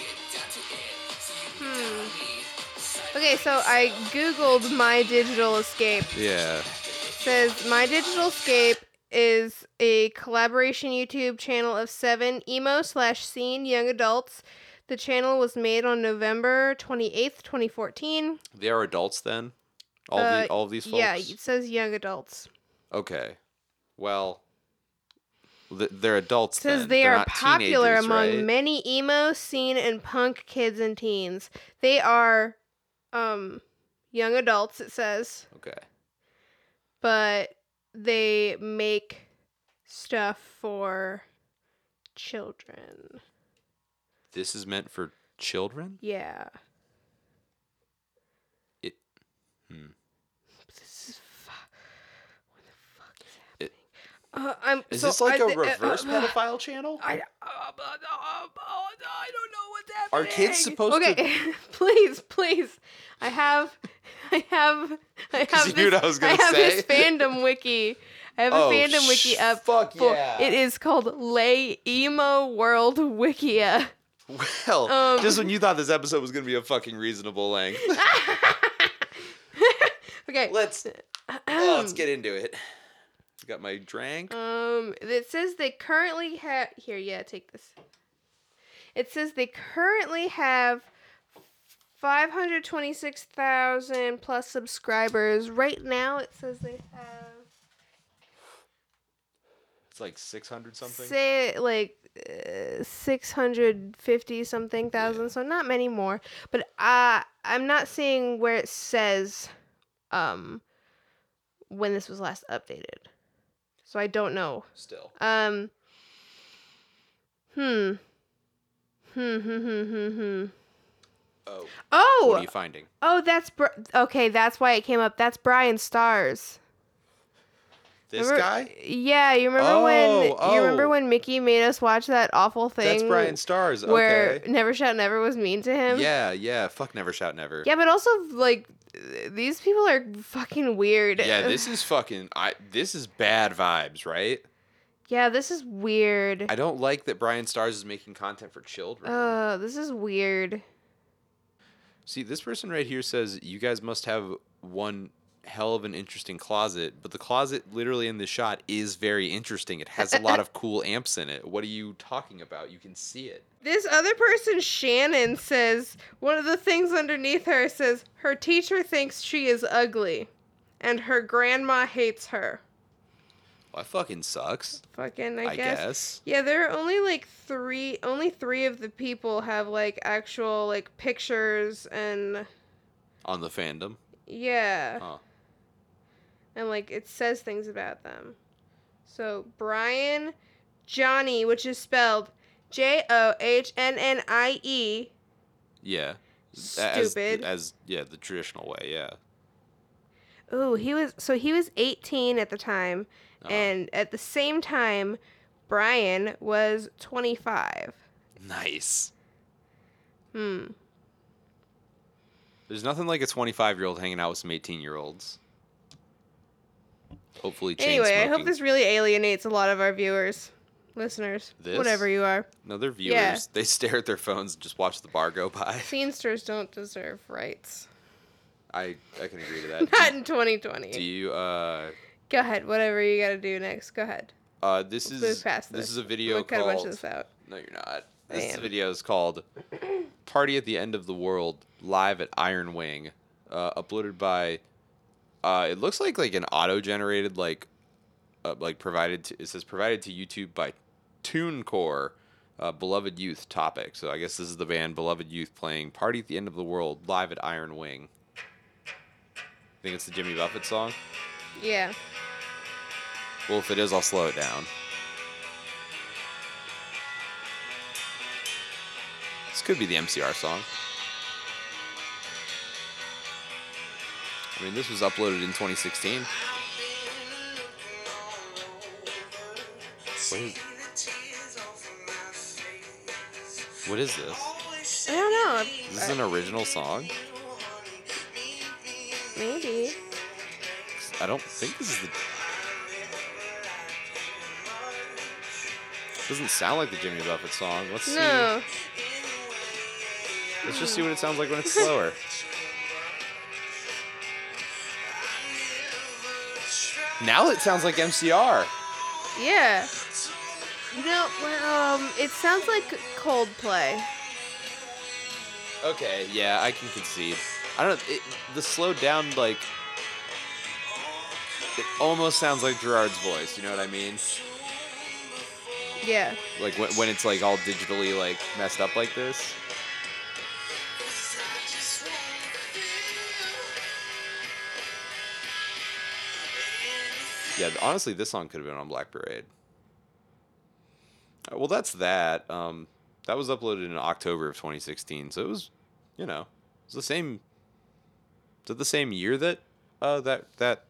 Speaker 2: Hmm. Okay, so I googled my digital escape.
Speaker 1: Yeah.
Speaker 2: says my digital scape is a collaboration youtube channel of seven emo slash scene young adults the channel was made on november 28th 2014
Speaker 1: They are adults then? All
Speaker 2: Uh,
Speaker 1: the all of these folks?
Speaker 2: yeah it says young adults
Speaker 1: Okay. Well, th- they're adults
Speaker 2: it says
Speaker 1: then.
Speaker 2: they
Speaker 1: They're
Speaker 2: are
Speaker 1: not
Speaker 2: popular
Speaker 1: teenagers,
Speaker 2: among
Speaker 1: right?
Speaker 2: many emo scene and punk kids and teens they are um young adults it says
Speaker 1: Okay.
Speaker 2: but they make stuff for children
Speaker 1: This is meant for children?
Speaker 2: Yeah.
Speaker 1: It- hmm.
Speaker 2: This is fu- what the fuck is
Speaker 1: It-
Speaker 2: happening? uh, I'm.
Speaker 1: Is
Speaker 2: so
Speaker 1: this like
Speaker 2: I
Speaker 1: a
Speaker 2: thi- uh,
Speaker 1: reverse
Speaker 2: uh,
Speaker 1: pedophile channel?
Speaker 2: I, uh, uh, uh, uh, I don't know what's
Speaker 1: Are
Speaker 2: happening.
Speaker 1: kids supposed
Speaker 2: okay,
Speaker 1: to-
Speaker 2: please, please. I have, I have, I
Speaker 1: 'Cause
Speaker 2: have.
Speaker 1: you
Speaker 2: this,
Speaker 1: knew what I was gonna
Speaker 2: have
Speaker 1: say.
Speaker 2: this fandom wiki. I have a
Speaker 1: Oh,
Speaker 2: fandom
Speaker 1: sh-
Speaker 2: wiki up.
Speaker 1: fuck
Speaker 2: for-
Speaker 1: yeah.
Speaker 2: It is called Lay Emo World Wikia.
Speaker 1: Well,
Speaker 2: Um,
Speaker 1: just when you thought this episode was going to be a fucking reasonable length.
Speaker 2: Okay.
Speaker 1: let's oh, let's get into it. Got my drank.
Speaker 2: Um, it says they currently have here. Yeah, take this. It says they currently have five hundred twenty-six thousand plus subscribers. Right now, it says they have
Speaker 1: It's like 600 something.
Speaker 2: say like uh, six hundred fifty something thousand. So not many more. But uh, I'm not seeing where it says um when this was last updated. So I don't know.
Speaker 1: Still.
Speaker 2: Um. Hmm. Hmm. Hmm. Hmm. Hmm. hmm.
Speaker 1: Oh, what are
Speaker 2: Oh.
Speaker 1: you finding?
Speaker 2: Oh, that's Bri- okay. That's why it came up. That's Brian Stars.
Speaker 1: This
Speaker 2: Remember-
Speaker 1: guy?
Speaker 2: Yeah, you remember when
Speaker 1: Oh,
Speaker 2: you remember
Speaker 1: oh.
Speaker 2: when Mickey made us watch that awful thing?
Speaker 1: That's Brian Stars.
Speaker 2: Where
Speaker 1: okay.
Speaker 2: Never Shout Never was mean to him.
Speaker 1: Yeah, yeah. Fuck never shout never.
Speaker 2: Yeah, but also like these people are fucking weird.
Speaker 1: Yeah, this is fucking I this is bad vibes, right?
Speaker 2: Yeah, this is weird.
Speaker 1: I don't like that Brian Stars is making content for children.
Speaker 2: Uh, this is weird.
Speaker 1: See, this person right here says you guys must have one hell of an interesting closet, but the closet literally in this shot is very interesting. It has a lot of cool amps in it. What are you talking about? You can see it.
Speaker 2: This other person, Shannon, says one of the things underneath her says her teacher thinks she is ugly, and her grandma hates her.
Speaker 1: Well, that fucking sucks.
Speaker 2: Fucking,
Speaker 1: I,
Speaker 2: I,
Speaker 1: guess.
Speaker 2: guess. Yeah, there are only like three. Only three of the people have like actual like pictures and
Speaker 1: on the fandom.
Speaker 2: yeah,
Speaker 1: Huh.
Speaker 2: and like it says things about them. So Brian, Johnny, which is spelled J O H N N I E.
Speaker 1: Yeah. As-
Speaker 2: Stupid.
Speaker 1: As, yeah, the traditional way. Yeah.
Speaker 2: Ooh, he was so he was 18 at the time,
Speaker 1: Uh-huh.
Speaker 2: and at the same time, Brian was 25.
Speaker 1: Nice.
Speaker 2: Hmm.
Speaker 1: There's nothing like a 25 year old hanging out with some 18 year olds. Hopefully, chain
Speaker 2: Anyway, I hope
Speaker 1: smoking.
Speaker 2: this really alienates a lot of our viewers, listeners,
Speaker 1: This?
Speaker 2: whatever you are.
Speaker 1: No, they're viewers.
Speaker 2: Yeah.
Speaker 1: They stare at their phones and just watch the bar go by.
Speaker 2: Scenesters don't deserve rights.
Speaker 1: I, I can agree to
Speaker 2: Not
Speaker 1: that.
Speaker 2: in
Speaker 1: Do
Speaker 2: 2020.
Speaker 1: you, uh,
Speaker 2: Go ahead, whatever you gotta do next. Go ahead.
Speaker 1: uh, this is,
Speaker 2: Let's move past
Speaker 1: this
Speaker 2: this.
Speaker 1: is a
Speaker 2: I'm
Speaker 1: video
Speaker 2: gonna cut a bunch
Speaker 1: called,
Speaker 2: of this out.
Speaker 1: no, you're not.
Speaker 2: I
Speaker 1: This
Speaker 2: am.
Speaker 1: video is called Party at the End of the World live at Iron Wing, uh, uploaded by, uh, it looks like, like an auto generated, like, uh, like provided to, it says provided to YouTube by TuneCore, uh, Beloved Youth topic. So I guess this is the band Beloved Youth playing Party at the End of the World live at Iron Wing. I think it's the Jimmy Buffett song.
Speaker 2: Yeah.
Speaker 1: Well, if it is, I'll slow it down. This could be the MCR song. I mean, this was uploaded in 2016. What is, what is this?
Speaker 2: I don't know. Uh, I've-
Speaker 1: Is this an original song?
Speaker 2: Maybe.
Speaker 1: I don't think this is the. Doesn't sound like the Jimmy Buffett song. Let's see.
Speaker 2: No.
Speaker 1: Let's just see what it sounds like when it's slower. now it sounds like MCR.
Speaker 2: Yeah. You know, well, um, it sounds like Coldplay.
Speaker 1: Okay, yeah, I can concede. I don't know. It, the slowed down, like. It almost sounds like Gerard's voice, you know what I mean?
Speaker 2: Yeah.
Speaker 1: Like when, when it's like all digitally like messed up like this. Yeah, th- honestly, this song could have been on Black Parade. Uh, Well, that's that. Um, that was uploaded in October of 2016, so it was, you know, it's the same. Is it the same year that, uh, that that,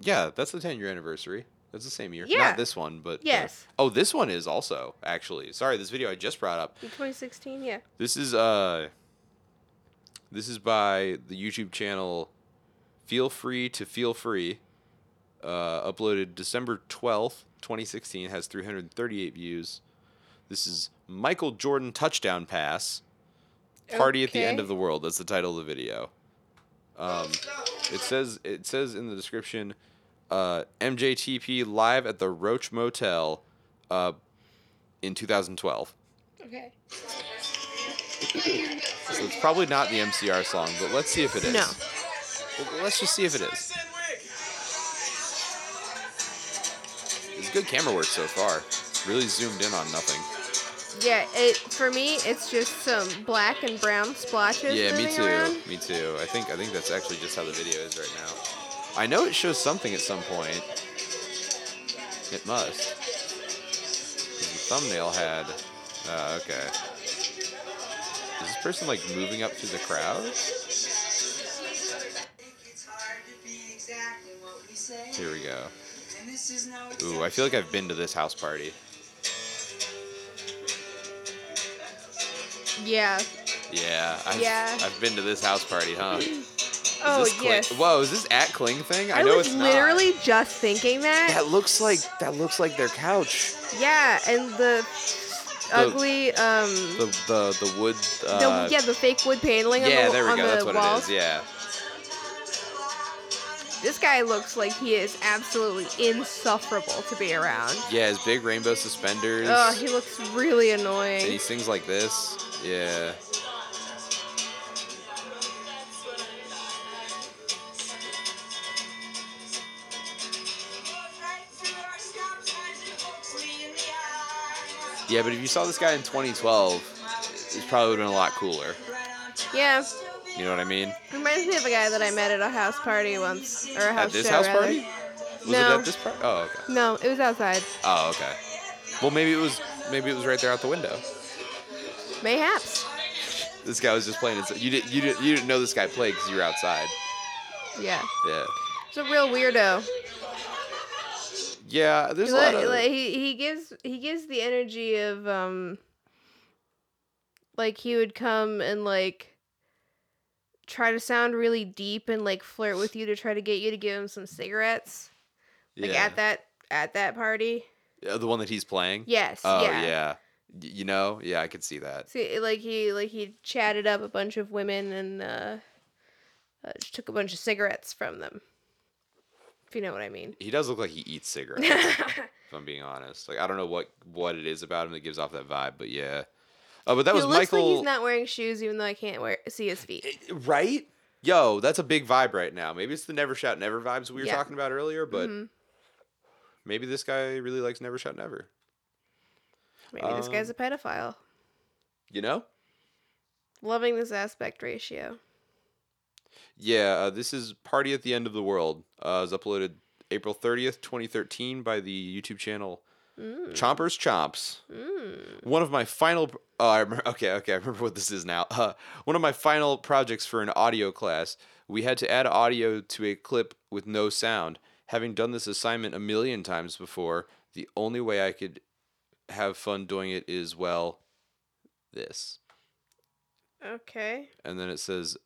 Speaker 1: yeah, that's the 10 year anniversary. That's the same year.
Speaker 2: Yeah.
Speaker 1: Not this one, but the-
Speaker 2: Yes.
Speaker 1: oh, this one is also actually. Sorry, this video I just brought up.
Speaker 2: In 2016, yeah.
Speaker 1: This is uh this is by the YouTube channel Feel Free to Feel Free. Uh, uploaded December 12th, 2016 has 338 views. This is Michael Jordan touchdown pass. Party at the end
Speaker 2: Okay.
Speaker 1: of the world. That's the title of the video. Um, it says it says in the description uh, MJTP live at the Roach Motel uh, in 2012.
Speaker 2: Okay.
Speaker 1: So it's probably not the MCR song, but let's see if it is.
Speaker 2: No.
Speaker 1: Well, let's just see if it is. It's good camera work so far. Really zoomed in on nothing.
Speaker 2: Yeah, it for me it's just some black and brown splotches.
Speaker 1: yeah, me
Speaker 2: moving
Speaker 1: too.
Speaker 2: around.
Speaker 1: Me too. I think I think that's actually just how the video is right now. I know it shows something at some point. It must. 'Cause The thumbnail had. Oh, okay. Is this person like moving up through the crowd? Here we go. Ooh, I feel like I've been to this house party.
Speaker 2: Yeah.
Speaker 1: Yeah. I've,
Speaker 2: Yeah.
Speaker 1: I've been to this house party, huh? Is
Speaker 2: Oh
Speaker 1: this Kling-
Speaker 2: yes.
Speaker 1: Whoa, is this at Kling thing? I,
Speaker 2: I
Speaker 1: know
Speaker 2: was
Speaker 1: it's not.
Speaker 2: literally just thinking that.
Speaker 1: That looks like that looks like their couch.
Speaker 2: Yeah, and the, ugly um
Speaker 1: The the the wood. Uh,
Speaker 2: the, yeah, the fake wood paneling on
Speaker 1: yeah,
Speaker 2: the,
Speaker 1: there we
Speaker 2: on
Speaker 1: go.
Speaker 2: the
Speaker 1: That's what
Speaker 2: walls.
Speaker 1: it is. Yeah.
Speaker 2: This guy looks like he is absolutely insufferable to be around.
Speaker 1: Yeah, his big rainbow suspenders.
Speaker 2: Oh, he looks really annoying.
Speaker 1: and he sings like this. Yeah. Yeah, but if you saw this guy in 2012, it probably would have been a lot cooler.
Speaker 2: yeah,
Speaker 1: You know what I mean?
Speaker 2: reminds me of a guy that I met at a house party once, or a house
Speaker 1: at this
Speaker 2: show,
Speaker 1: house
Speaker 2: rather.
Speaker 1: party? Was
Speaker 2: Oh, No.
Speaker 1: it at this party? Oh, okay.
Speaker 2: No, it was outside.
Speaker 1: Oh, okay. Well, maybe it was maybe it was right there out the window.
Speaker 2: Mayhaps.
Speaker 1: This guy was just playing. His, you didn't you didn't you didn't know this guy played because you were outside.
Speaker 2: Yeah.
Speaker 1: Yeah.
Speaker 2: He's a real weirdo.
Speaker 1: Yeah, there's a
Speaker 2: Like-
Speaker 1: lot of
Speaker 2: like, he he gives he gives the energy of um like he would come and like try to sound really deep and like flirt with you to try to get you to give him some cigarettes like
Speaker 1: yeah.
Speaker 2: at that at that party.
Speaker 1: Uh, the one that he's playing.
Speaker 2: Yes.
Speaker 1: Oh
Speaker 2: yeah.
Speaker 1: yeah. Y- you know, yeah, I could see that.
Speaker 2: See, like he like he chatted up a bunch of women and uh, uh just took a bunch of cigarettes from them. If you know what I mean.
Speaker 1: He does look like he eats cigarettes. if
Speaker 2: he
Speaker 1: I'm being honest, like I don't know what what it is about him that gives off that vibe, but yeah. Oh, but that was
Speaker 2: looks
Speaker 1: Michael.
Speaker 2: like he's not wearing shoes, even though I can't wear see his feet.
Speaker 1: Eh, right? Yo, that's a big vibe right now. Maybe it's the Never Shout Never vibes we were
Speaker 2: Yeah.
Speaker 1: talking about earlier, but
Speaker 2: Mhm.
Speaker 1: maybe this guy really likes Never Shout Never.
Speaker 2: maybe this guy's
Speaker 1: um,
Speaker 2: a pedophile.
Speaker 1: You know?
Speaker 2: Loving this aspect ratio.
Speaker 1: Yeah, uh, this is Party at the End of the World. Uh, it was uploaded April 30th, 2013 by the YouTube channel
Speaker 2: Mm.
Speaker 1: Chompers Chomps.
Speaker 2: Mm.
Speaker 1: One of my final. Oh, I remember, okay, okay, I remember what this is now. Uh, one of my final projects for an audio class, we had to add audio to a clip with no sound. Having done this assignment a million times before, the only way I could have fun doing it is well, this.
Speaker 2: Okay.
Speaker 1: And then it says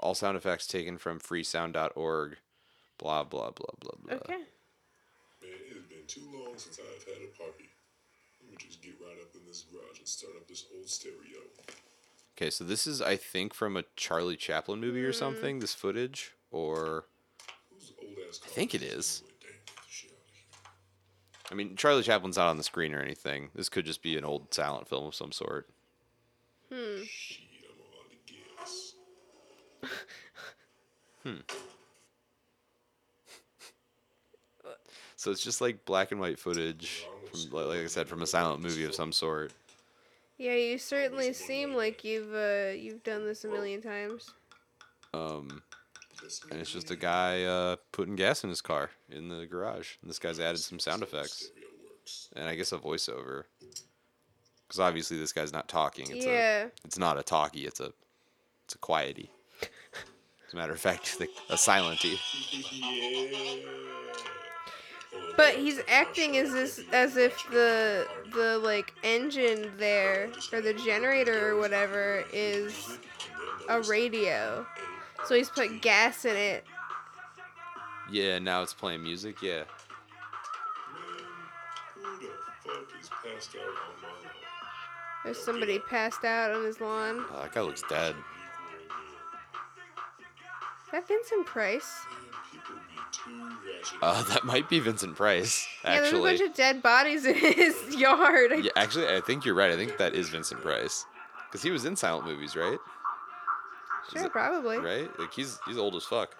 Speaker 1: all sound effects taken from freesound.org. Blah blah blah blah blah.
Speaker 2: Okay.
Speaker 7: Man, it has been too long since I have had a party. Let me just get right up in this garage and start up this old stereo.
Speaker 1: Okay, so this is I think from a Charlie Chaplin movie or something. This footage, or
Speaker 7: Who's the old ass? I
Speaker 1: think it is. I mean, Charlie Chaplin's not on the screen or anything. This could just be an old silent film of some sort.
Speaker 7: Shit, I'm all out of gas.
Speaker 1: Hmm. So it's just like black and white footage from, like, like I said, from a silent movie of some sort.
Speaker 2: Yeah, you certainly seem like you've uh, you've done this a million times.
Speaker 1: Um,
Speaker 7: Listen,
Speaker 1: and it's just a guy uh, putting gas in his car in the garage. And this guy's added some sound effects
Speaker 7: stereo works.
Speaker 1: and I guess a voiceover. Because obviously this guy's not talking. It's a,
Speaker 2: yeah.
Speaker 1: It's not a talkie. It's a it's a quiety. As a matter of fact, the, a silenty.
Speaker 2: But he's acting as this, as if the the like engine there or the generator or whatever is a radio. So he's put gas in it.
Speaker 1: Yeah, now it's playing music. Yeah.
Speaker 7: Who the fuck is passed out on my lawn?
Speaker 2: There's somebody passed out on his lawn.
Speaker 1: Oh, that guy looks dead.
Speaker 2: That Vincent Price.
Speaker 7: Man, people be too ratchet.
Speaker 1: Uh, that might be Vincent Price,
Speaker 2: Yeah,
Speaker 1: actually.
Speaker 2: there's a bunch of dead bodies in his yard. I-
Speaker 1: yeah, actually, I think you're right. I think that is Vincent Price. Because he was in silent movies, right?
Speaker 2: Sure, probably.
Speaker 1: Right? Like, he's he's old as fuck.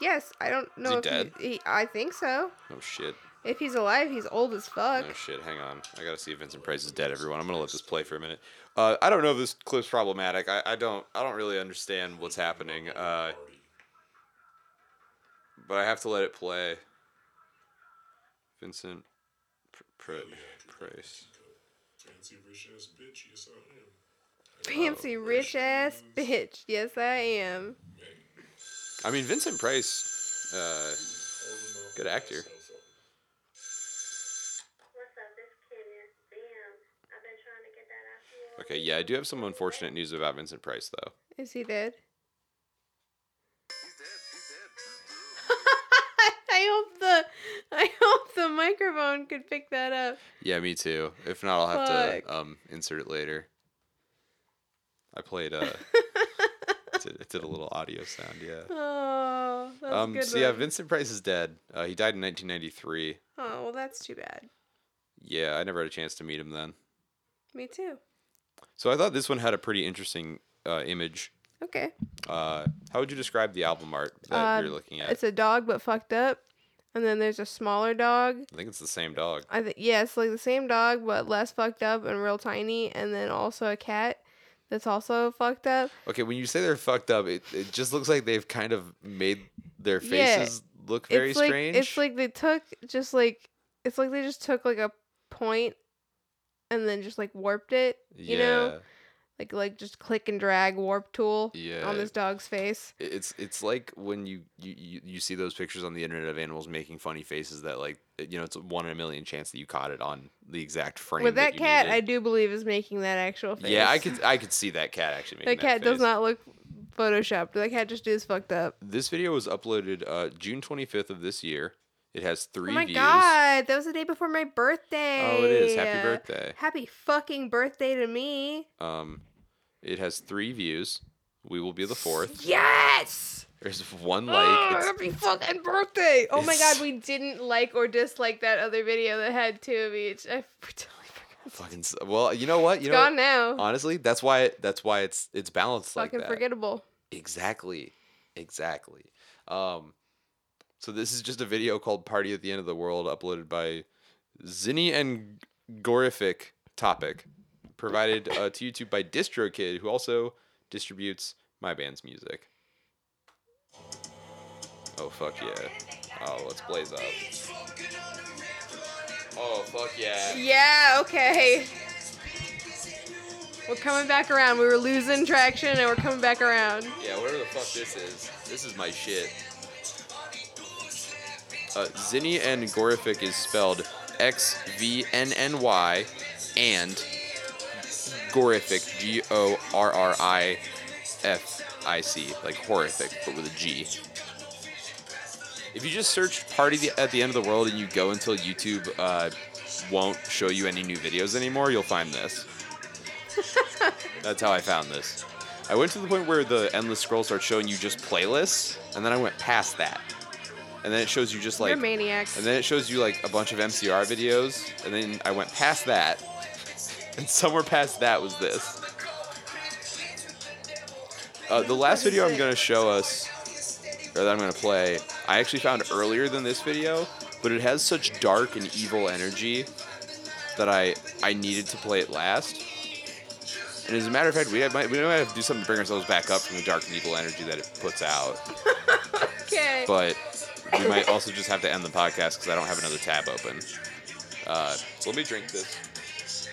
Speaker 2: Yes, I don't know
Speaker 1: he
Speaker 2: if
Speaker 1: dead?
Speaker 2: He, he. I think so.
Speaker 1: Oh, shit.
Speaker 2: If he's alive, he's old as fuck.
Speaker 1: Oh, shit. Hang on. I got to see if Vincent Price is dead, everyone. I'm going to let this play for a minute. Uh, I don't know if this clip's problematic. I, I don't I don't really understand what's happening. Uh, but I have to let it play. Vincent Pr- Pr- Price.
Speaker 7: Fancy rich ass bitch, yes I am.
Speaker 1: Oh,
Speaker 2: Fancy rich ass bitch. Yes, I am.
Speaker 1: I mean, Vincent Price, uh, good actor.
Speaker 8: What's up? This kid is Bam. I've been trying to get that out to you. all
Speaker 1: Okay,
Speaker 8: week.
Speaker 1: yeah, I do have some unfortunate news about Vincent Price, though.
Speaker 2: Is he dead? I hope the I hope the microphone could pick that up.
Speaker 1: Yeah, me too. If not, I'll have
Speaker 2: Fuck.
Speaker 1: to um, insert it later. I played. Uh, did, it did a little audio sound. Yeah.
Speaker 2: oh, that's a
Speaker 1: Um.
Speaker 2: good.
Speaker 1: So yeah,
Speaker 2: one.
Speaker 1: Vincent Price is dead. Uh, he died in 1993.
Speaker 2: Oh well, that's too bad.
Speaker 1: Yeah, I never had a chance to meet him then.
Speaker 2: Me too.
Speaker 1: So I thought this one had a pretty interesting uh, image.
Speaker 2: Okay.
Speaker 1: Uh, how would you describe the album art that
Speaker 2: Um,
Speaker 1: you're looking at?
Speaker 2: It's a dog but fucked up, and then there's a smaller dog.
Speaker 1: I think it's the same dog.
Speaker 2: I think yeah, it's like the same dog but less fucked up and real tiny, and then also a cat that's also fucked up.
Speaker 1: Okay, when you say they're fucked up, it, it just looks like they've kind of made their
Speaker 2: Yeah,
Speaker 1: faces look very
Speaker 2: it's like
Speaker 1: strange.
Speaker 2: it's like they took just like it's like they just took like a point and then just like warped it. You know, like like just click and drag warp tool
Speaker 1: Yeah.
Speaker 2: on this dog's face.
Speaker 1: I- It's it's like when you, you you- you see those pictures on the internet of animals making funny faces that like you know it's a one in a million chance that you caught it on the exact frame.
Speaker 2: With
Speaker 1: that,
Speaker 2: that
Speaker 1: you
Speaker 2: cat, I
Speaker 1: needed.
Speaker 2: do believe is making that actual face.
Speaker 1: yeah, I could I could see that cat actually. Making
Speaker 2: That cat
Speaker 1: face.
Speaker 2: does not look photoshopped. That cat just is fucked up.
Speaker 1: This video was uploaded uh, June 25th of this year. It has three
Speaker 2: Oh my
Speaker 1: views.
Speaker 2: god, that was the day before my birthday.
Speaker 1: Oh, it is. Happy birthday.
Speaker 2: Happy fucking birthday to me.
Speaker 1: Um, it has three views. We will be the fourth.
Speaker 2: Yes.
Speaker 1: There's one
Speaker 2: Oh,
Speaker 1: like. It's,
Speaker 2: happy fucking birthday! Oh my
Speaker 1: It's-
Speaker 2: god, we didn't like or dislike that other video that had two of each. I totally forgot. It's
Speaker 1: fucking s- well, you know what? You know,
Speaker 2: gone now.
Speaker 1: honestly, that's why that's why it's it's balanced
Speaker 2: fucking
Speaker 1: like that.
Speaker 2: forgettable.
Speaker 1: Exactly. Exactly. Um so this is just a video called Party at the End of the World uploaded by Zinni and Gorific Topic provided uh, to YouTube by DistroKid who also distributes my band's music. Oh fuck yeah. Oh, let's blaze up. Oh fuck yeah.
Speaker 2: Yeah, okay. We're coming back around. We were losing traction and we're coming back around.
Speaker 1: Yeah, whatever the fuck this is. This is my shit. Uh, Zinni and Gorific is spelled X V N N Y and Gorific, G O R R I F I C, like horrific, but with a G. If you just search Party the, at the End of the World and you go until YouTube uh, won't show you any new videos anymore, you'll find this. That's how I found this. I went to the point where the endless scroll starts showing you just playlists, and then I went past that. And then it shows you just like
Speaker 2: You're maniacs.
Speaker 1: and then it shows you like a bunch of MCR videos, and then I went past that, and somewhere past that was this. Uh, the last video I'm gonna show us, or that I'm gonna play, I actually found earlier than this video, but it has such dark and evil energy that I I needed to play it last. And as a matter of fact, we have, might we might have to do something to bring ourselves back up from the dark and evil energy that it puts out
Speaker 2: okay.
Speaker 1: but we might also just have to end the podcast because I don't have another tab open. Uh, so let me drink this.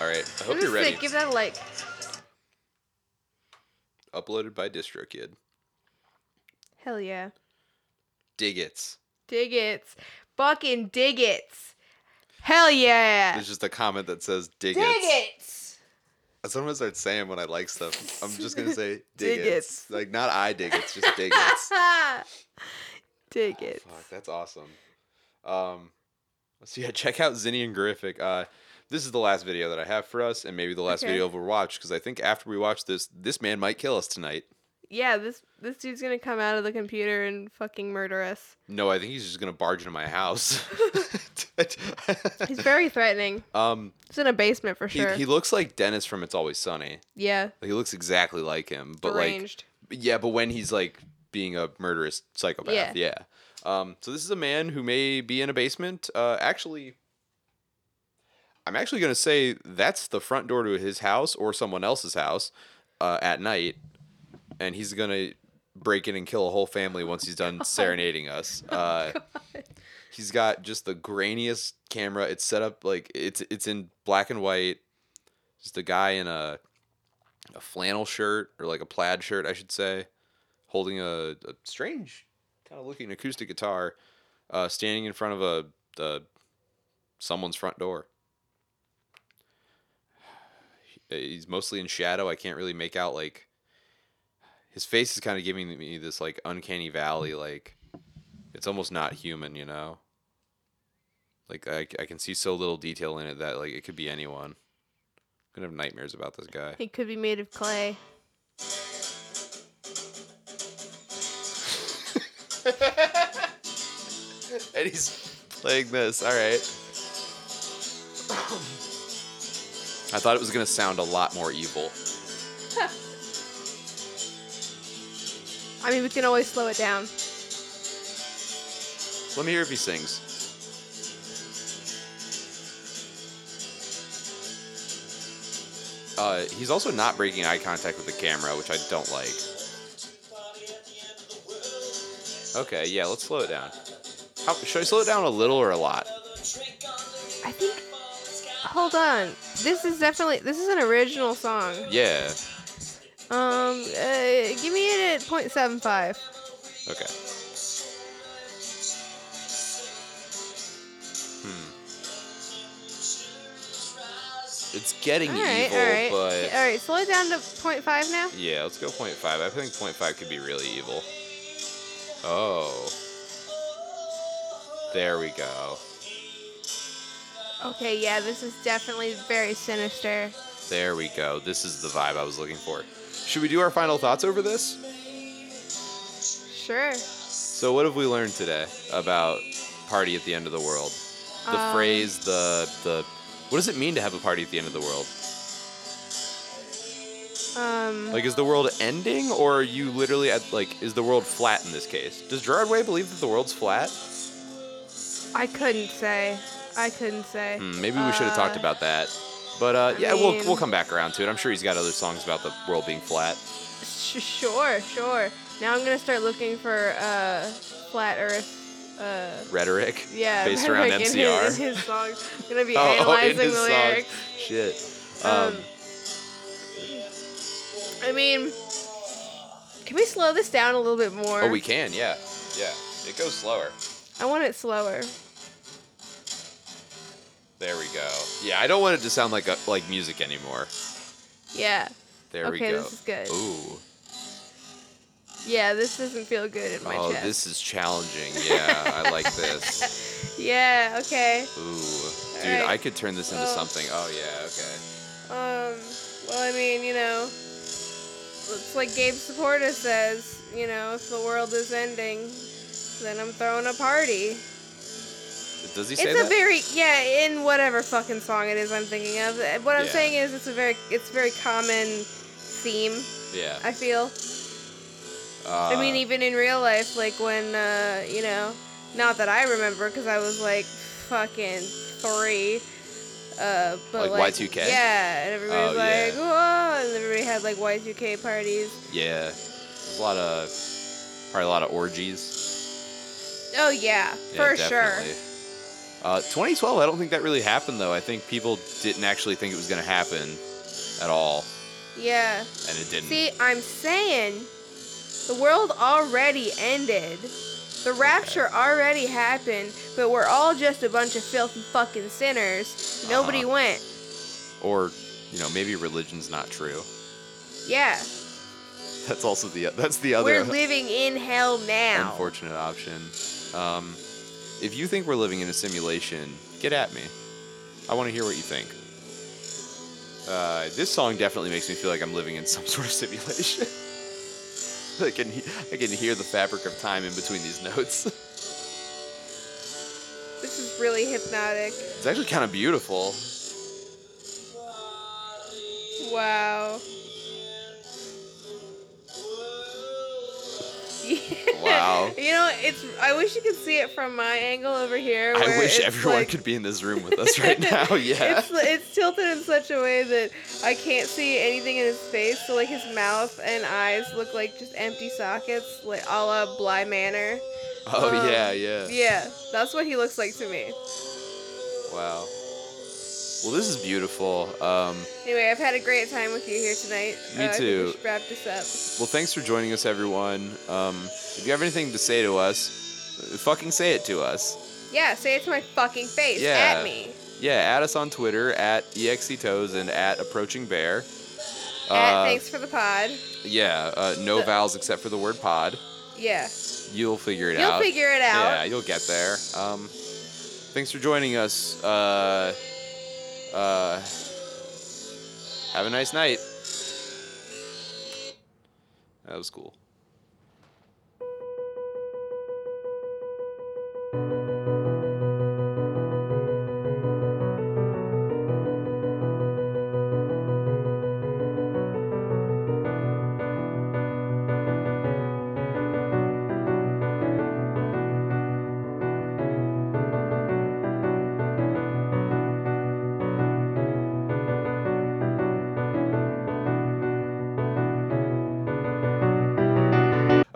Speaker 1: All right, I hope you're
Speaker 2: This is
Speaker 1: ready.
Speaker 2: sick. Give that a like.
Speaker 1: Uploaded by DistroKid.
Speaker 2: Hell yeah.
Speaker 1: Diggits.
Speaker 2: Dig it. Fucking dig it. Hell yeah.
Speaker 1: There's just a comment that says diggits.
Speaker 2: Dig it.
Speaker 1: That's what I'm gonna start saying when I like stuff. I'm just gonna say diggits.
Speaker 2: Diggits.
Speaker 1: like not I diggits, just diggits.
Speaker 2: dig it.
Speaker 1: Oh, Fuck, that's awesome. Um, so yeah, check out Zinni and Griffith. Uh, this is the last video that I have for us, and maybe the last
Speaker 2: Okay.
Speaker 1: video we'll watch because I think after we watch this, this man might kill us tonight.
Speaker 2: Yeah, this this dude's gonna come out of the computer and fucking murder us.
Speaker 1: No, I think he's just gonna barge into my house.
Speaker 2: He's very threatening.
Speaker 1: um,
Speaker 2: He's in a basement for
Speaker 1: he,
Speaker 2: sure.
Speaker 1: he looks like Dennis from It's Always Sunny.
Speaker 2: yeah,
Speaker 1: He looks exactly like him, but like
Speaker 2: deranged.
Speaker 1: Yeah, but when he's like being a murderous psychopath, yeah.
Speaker 2: Yeah.
Speaker 1: Um, so this is a man who may be in a basement. Uh, actually, I'm actually gonna say that's the front door to his house or someone else's house uh, at night, and he's gonna break in and kill a whole family once he's done serenading us. Uh, he's got just the grainiest camera. It's set up like it's it's in black and white. Just a guy in a a flannel shirt or like a plaid shirt, I should say, holding a, a strange kind of looking acoustic guitar, uh, standing in front of a, a someone's front door. He's mostly in shadow. I can't really make out like his face is kind of giving me this like uncanny valley. Like it's almost not human, you know. Like I, I can see so little detail in it that like it could be anyone. I'm gonna have nightmares about this guy.
Speaker 2: He could be made of clay.
Speaker 1: and he's playing this. All right. I thought it was gonna sound a lot more evil.
Speaker 2: I mean, we can always slow it down.
Speaker 1: Let me hear if he sings. Uh, he's also not breaking eye contact with the camera, which I don't like. Okay, yeah, let's slow it down. How, should I slow it down a little or a lot?
Speaker 2: I think. hold on. This is definitely this is an original song.
Speaker 1: Yeah.
Speaker 2: Um, uh, give me it at 0.75.
Speaker 1: Okay. Hmm. It's getting
Speaker 2: All right,
Speaker 1: evil,
Speaker 2: all right,
Speaker 1: but
Speaker 2: all right. Slow it down to 0.5 now.
Speaker 1: yeah, let's go 0.5. I think 0.5 could be really evil. Oh. There we go.
Speaker 2: Okay, yeah, this is definitely very sinister.
Speaker 1: There we go. This is the vibe I was looking for. Should we do our final thoughts over this?
Speaker 2: Sure.
Speaker 1: So, what have we learned today about party at the end of the world? The
Speaker 2: Um,
Speaker 1: phrase, the the, what does it mean to have a party at the end of the world?
Speaker 2: Um,
Speaker 1: Like, is the world ending, or are you literally at like, is the world flat in this case? Does Gerard Way believe that the world's flat?
Speaker 2: I couldn't say. I couldn't say.
Speaker 1: Hmm, maybe we should have talked
Speaker 2: Uh,
Speaker 1: about that. But uh,
Speaker 2: I
Speaker 1: yeah, we'll
Speaker 2: mean-
Speaker 1: we'll come back around to it. I'm sure he's got other songs about the world being flat.
Speaker 2: Sh- sure, sure. Now I'm gonna start looking for uh, flat Earth. Uh,
Speaker 1: Rhetoric,
Speaker 2: yeah,
Speaker 1: based around
Speaker 2: rhetoric in
Speaker 1: MCR.
Speaker 2: His, in his songs. I'm gonna be
Speaker 1: oh, oh, in
Speaker 2: analyzing
Speaker 1: his
Speaker 2: the
Speaker 1: songs.
Speaker 2: lyrics.
Speaker 1: Shit.
Speaker 2: Um,
Speaker 1: um,
Speaker 2: I mean, can we slow this down a little bit more?
Speaker 1: oh, we can. Yeah, yeah. It goes slower.
Speaker 2: I want it slower.
Speaker 1: There we go. Yeah, I don't want it to sound like a, like music anymore.
Speaker 2: Yeah.
Speaker 1: There we
Speaker 2: Okay,
Speaker 1: go.
Speaker 2: this is good.
Speaker 1: Ooh.
Speaker 2: Yeah, this doesn't feel good in my
Speaker 1: Oh,
Speaker 2: chest.
Speaker 1: this is challenging. Yeah, I like this.
Speaker 2: Yeah, okay.
Speaker 1: Ooh. Dude,
Speaker 2: Alright.
Speaker 1: I could turn this into
Speaker 2: Oh.
Speaker 1: something. Oh yeah, okay.
Speaker 2: Um, well, I mean, you know, it's like Gabe Supporta says, you know, if the world is ending, then I'm throwing a party.
Speaker 1: Does he say
Speaker 2: It's a
Speaker 1: that?
Speaker 2: very yeah, in whatever fucking song it is I'm thinking of. Uh, What I'm
Speaker 1: Yeah.
Speaker 2: saying is it's a very it's a very common theme,
Speaker 1: yeah.
Speaker 2: I feel. I mean,
Speaker 1: Uh,
Speaker 2: even in real life, like when, uh, you know, not that I remember because I was like fucking three. Uh, but
Speaker 1: Like
Speaker 2: like,
Speaker 1: Y2K?
Speaker 2: Yeah, and everybody was
Speaker 1: Oh, yeah.
Speaker 2: like, whoa, and everybody had like Y2K parties.
Speaker 1: yeah. There's a lot of probably a lot of orgies.
Speaker 2: Oh, yeah,
Speaker 1: Yeah,
Speaker 2: for
Speaker 1: definitely. Uh, 2012, I don't think that really happened though. I think people didn't actually think it was gonna happen at all,
Speaker 2: sure. Yeah.
Speaker 1: and it didn't.
Speaker 2: See, I'm saying the world already ended. The rapture already happened, but we're all just a bunch of filthy fucking sinners. Nobody
Speaker 1: Uh-huh.
Speaker 2: went.
Speaker 1: Or, you know, maybe religion's not true.
Speaker 2: Yeah,
Speaker 1: That's also the that's the other
Speaker 2: we're living in hell now.
Speaker 1: unfortunate option. Um, if you think we're living in a simulation, get at me. I want to hear what you think. Uh, this song definitely makes me feel like I'm living in some sort of simulation. I can he- I can hear the fabric of time in between these notes.
Speaker 2: This is really hypnotic.
Speaker 1: It's actually kind of beautiful.
Speaker 2: Wow.
Speaker 1: Wow.
Speaker 2: you know, it's. I wish you could see it from my angle over here.
Speaker 1: I
Speaker 2: where
Speaker 1: wish
Speaker 2: it's
Speaker 1: everyone
Speaker 2: like-
Speaker 1: could be in this room with us right now. Yeah.
Speaker 2: It's, it's tilted in such a way that I can't see anything in his face. So like his mouth and eyes look like just empty sockets, like a la Bly Manor.
Speaker 1: oh
Speaker 2: um,
Speaker 1: yeah, yeah.
Speaker 2: Yeah, that's what he looks like to me.
Speaker 1: Wow. Well, this is beautiful. Um,
Speaker 2: Anyway, I've had a great time with you here tonight.
Speaker 1: Me
Speaker 2: Uh, I think we
Speaker 1: too.
Speaker 2: should wrap this up.
Speaker 1: Well, thanks for joining us, everyone. Um, if you have anything to say to us, uh, fucking say it to us.
Speaker 2: Yeah, say it to my fucking face
Speaker 1: Yeah.
Speaker 2: at me.
Speaker 1: Yeah, add us on Twitter at E exetoes and at approaching bear. uh,
Speaker 2: at thanks for the pod.
Speaker 1: Yeah, uh, no vowels except for the word pod.
Speaker 2: Yeah,
Speaker 1: You'll figure it
Speaker 2: you'll
Speaker 1: out.
Speaker 2: figure it
Speaker 1: Yeah,
Speaker 2: out.
Speaker 1: you'll get there. Um, thanks for joining us. Uh, uh, have a nice night. That was cool.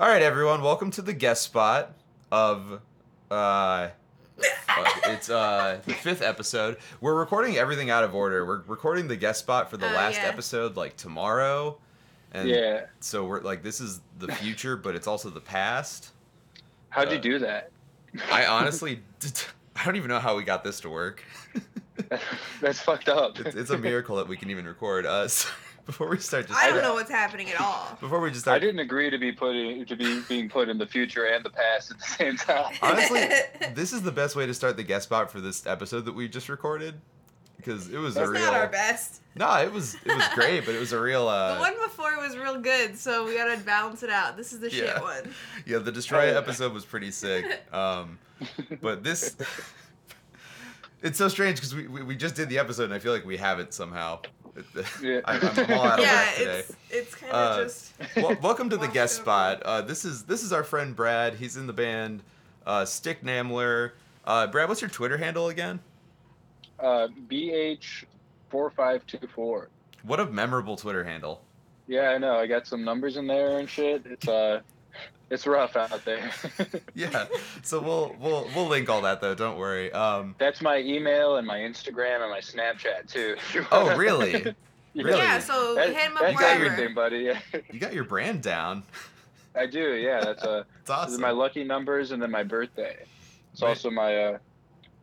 Speaker 1: All right, everyone, welcome to the guest spot of uh, Uh, it's uh the fifth episode. We're recording everything out of order. We're recording the guest spot for the
Speaker 2: Oh,
Speaker 1: last
Speaker 2: yeah.
Speaker 1: episode like tomorrow. And
Speaker 9: yeah.
Speaker 1: so we're like this is the future, but it's also the past.
Speaker 9: How'd you
Speaker 1: Uh,
Speaker 9: do that?
Speaker 1: I honestly I don't even know how we got this to work.
Speaker 9: That's fucked up.
Speaker 1: It's, it's a miracle that we can even record us. before we start just
Speaker 2: I don't know what's happening at all.
Speaker 1: before we just
Speaker 9: I
Speaker 1: start
Speaker 9: didn't agree to be put in, to be being put in the future and the past at the same time.
Speaker 1: Honestly, this is the best way to start the guest spot for this episode that we just recorded because it was
Speaker 2: It's
Speaker 1: a real.
Speaker 2: not our best.
Speaker 1: Nah, it was it was great, but it was a real. Uh,
Speaker 2: the one before was real good, so we gotta balance it out. This is the
Speaker 1: Yeah.
Speaker 2: shit one.
Speaker 1: Yeah, the Destroy
Speaker 9: Oh, yeah.
Speaker 1: episode was pretty sick. Um, but this, it's so strange because we, we we just did the episode and I feel like we haven't somehow.
Speaker 9: Yeah.
Speaker 1: I, I'm all out of
Speaker 2: Yeah,
Speaker 1: work today.
Speaker 2: it's it's kind of
Speaker 1: Uh,
Speaker 2: just
Speaker 1: Wel- welcome to the
Speaker 2: Watch
Speaker 1: guest
Speaker 2: over.
Speaker 1: spot. Uh, this is this is our friend Brad. He's in the band uh, Stick Namler. Uh, Brad, what's your Twitter handle again?
Speaker 9: Uh, BH four five two four.
Speaker 1: What a memorable Twitter handle.
Speaker 9: Yeah, I know. I got some numbers in there and shit. It's uh, it's rough out there.
Speaker 1: Yeah. So we'll we'll we'll link all that though. Don't worry. Um.
Speaker 9: That's my email and my Instagram and my Snapchat too. if you
Speaker 1: Oh
Speaker 9: wanna-
Speaker 1: really? Really?
Speaker 2: yeah. So
Speaker 9: That-
Speaker 2: hit him up
Speaker 9: that's
Speaker 2: wherever.
Speaker 9: everything, buddy. Yeah,
Speaker 1: You got your brand down.
Speaker 9: I do. Yeah, that's uh,
Speaker 1: It's
Speaker 9: this is
Speaker 1: awesome.
Speaker 9: my lucky numbers and then my birthday. It's
Speaker 1: Right.
Speaker 9: also my uh,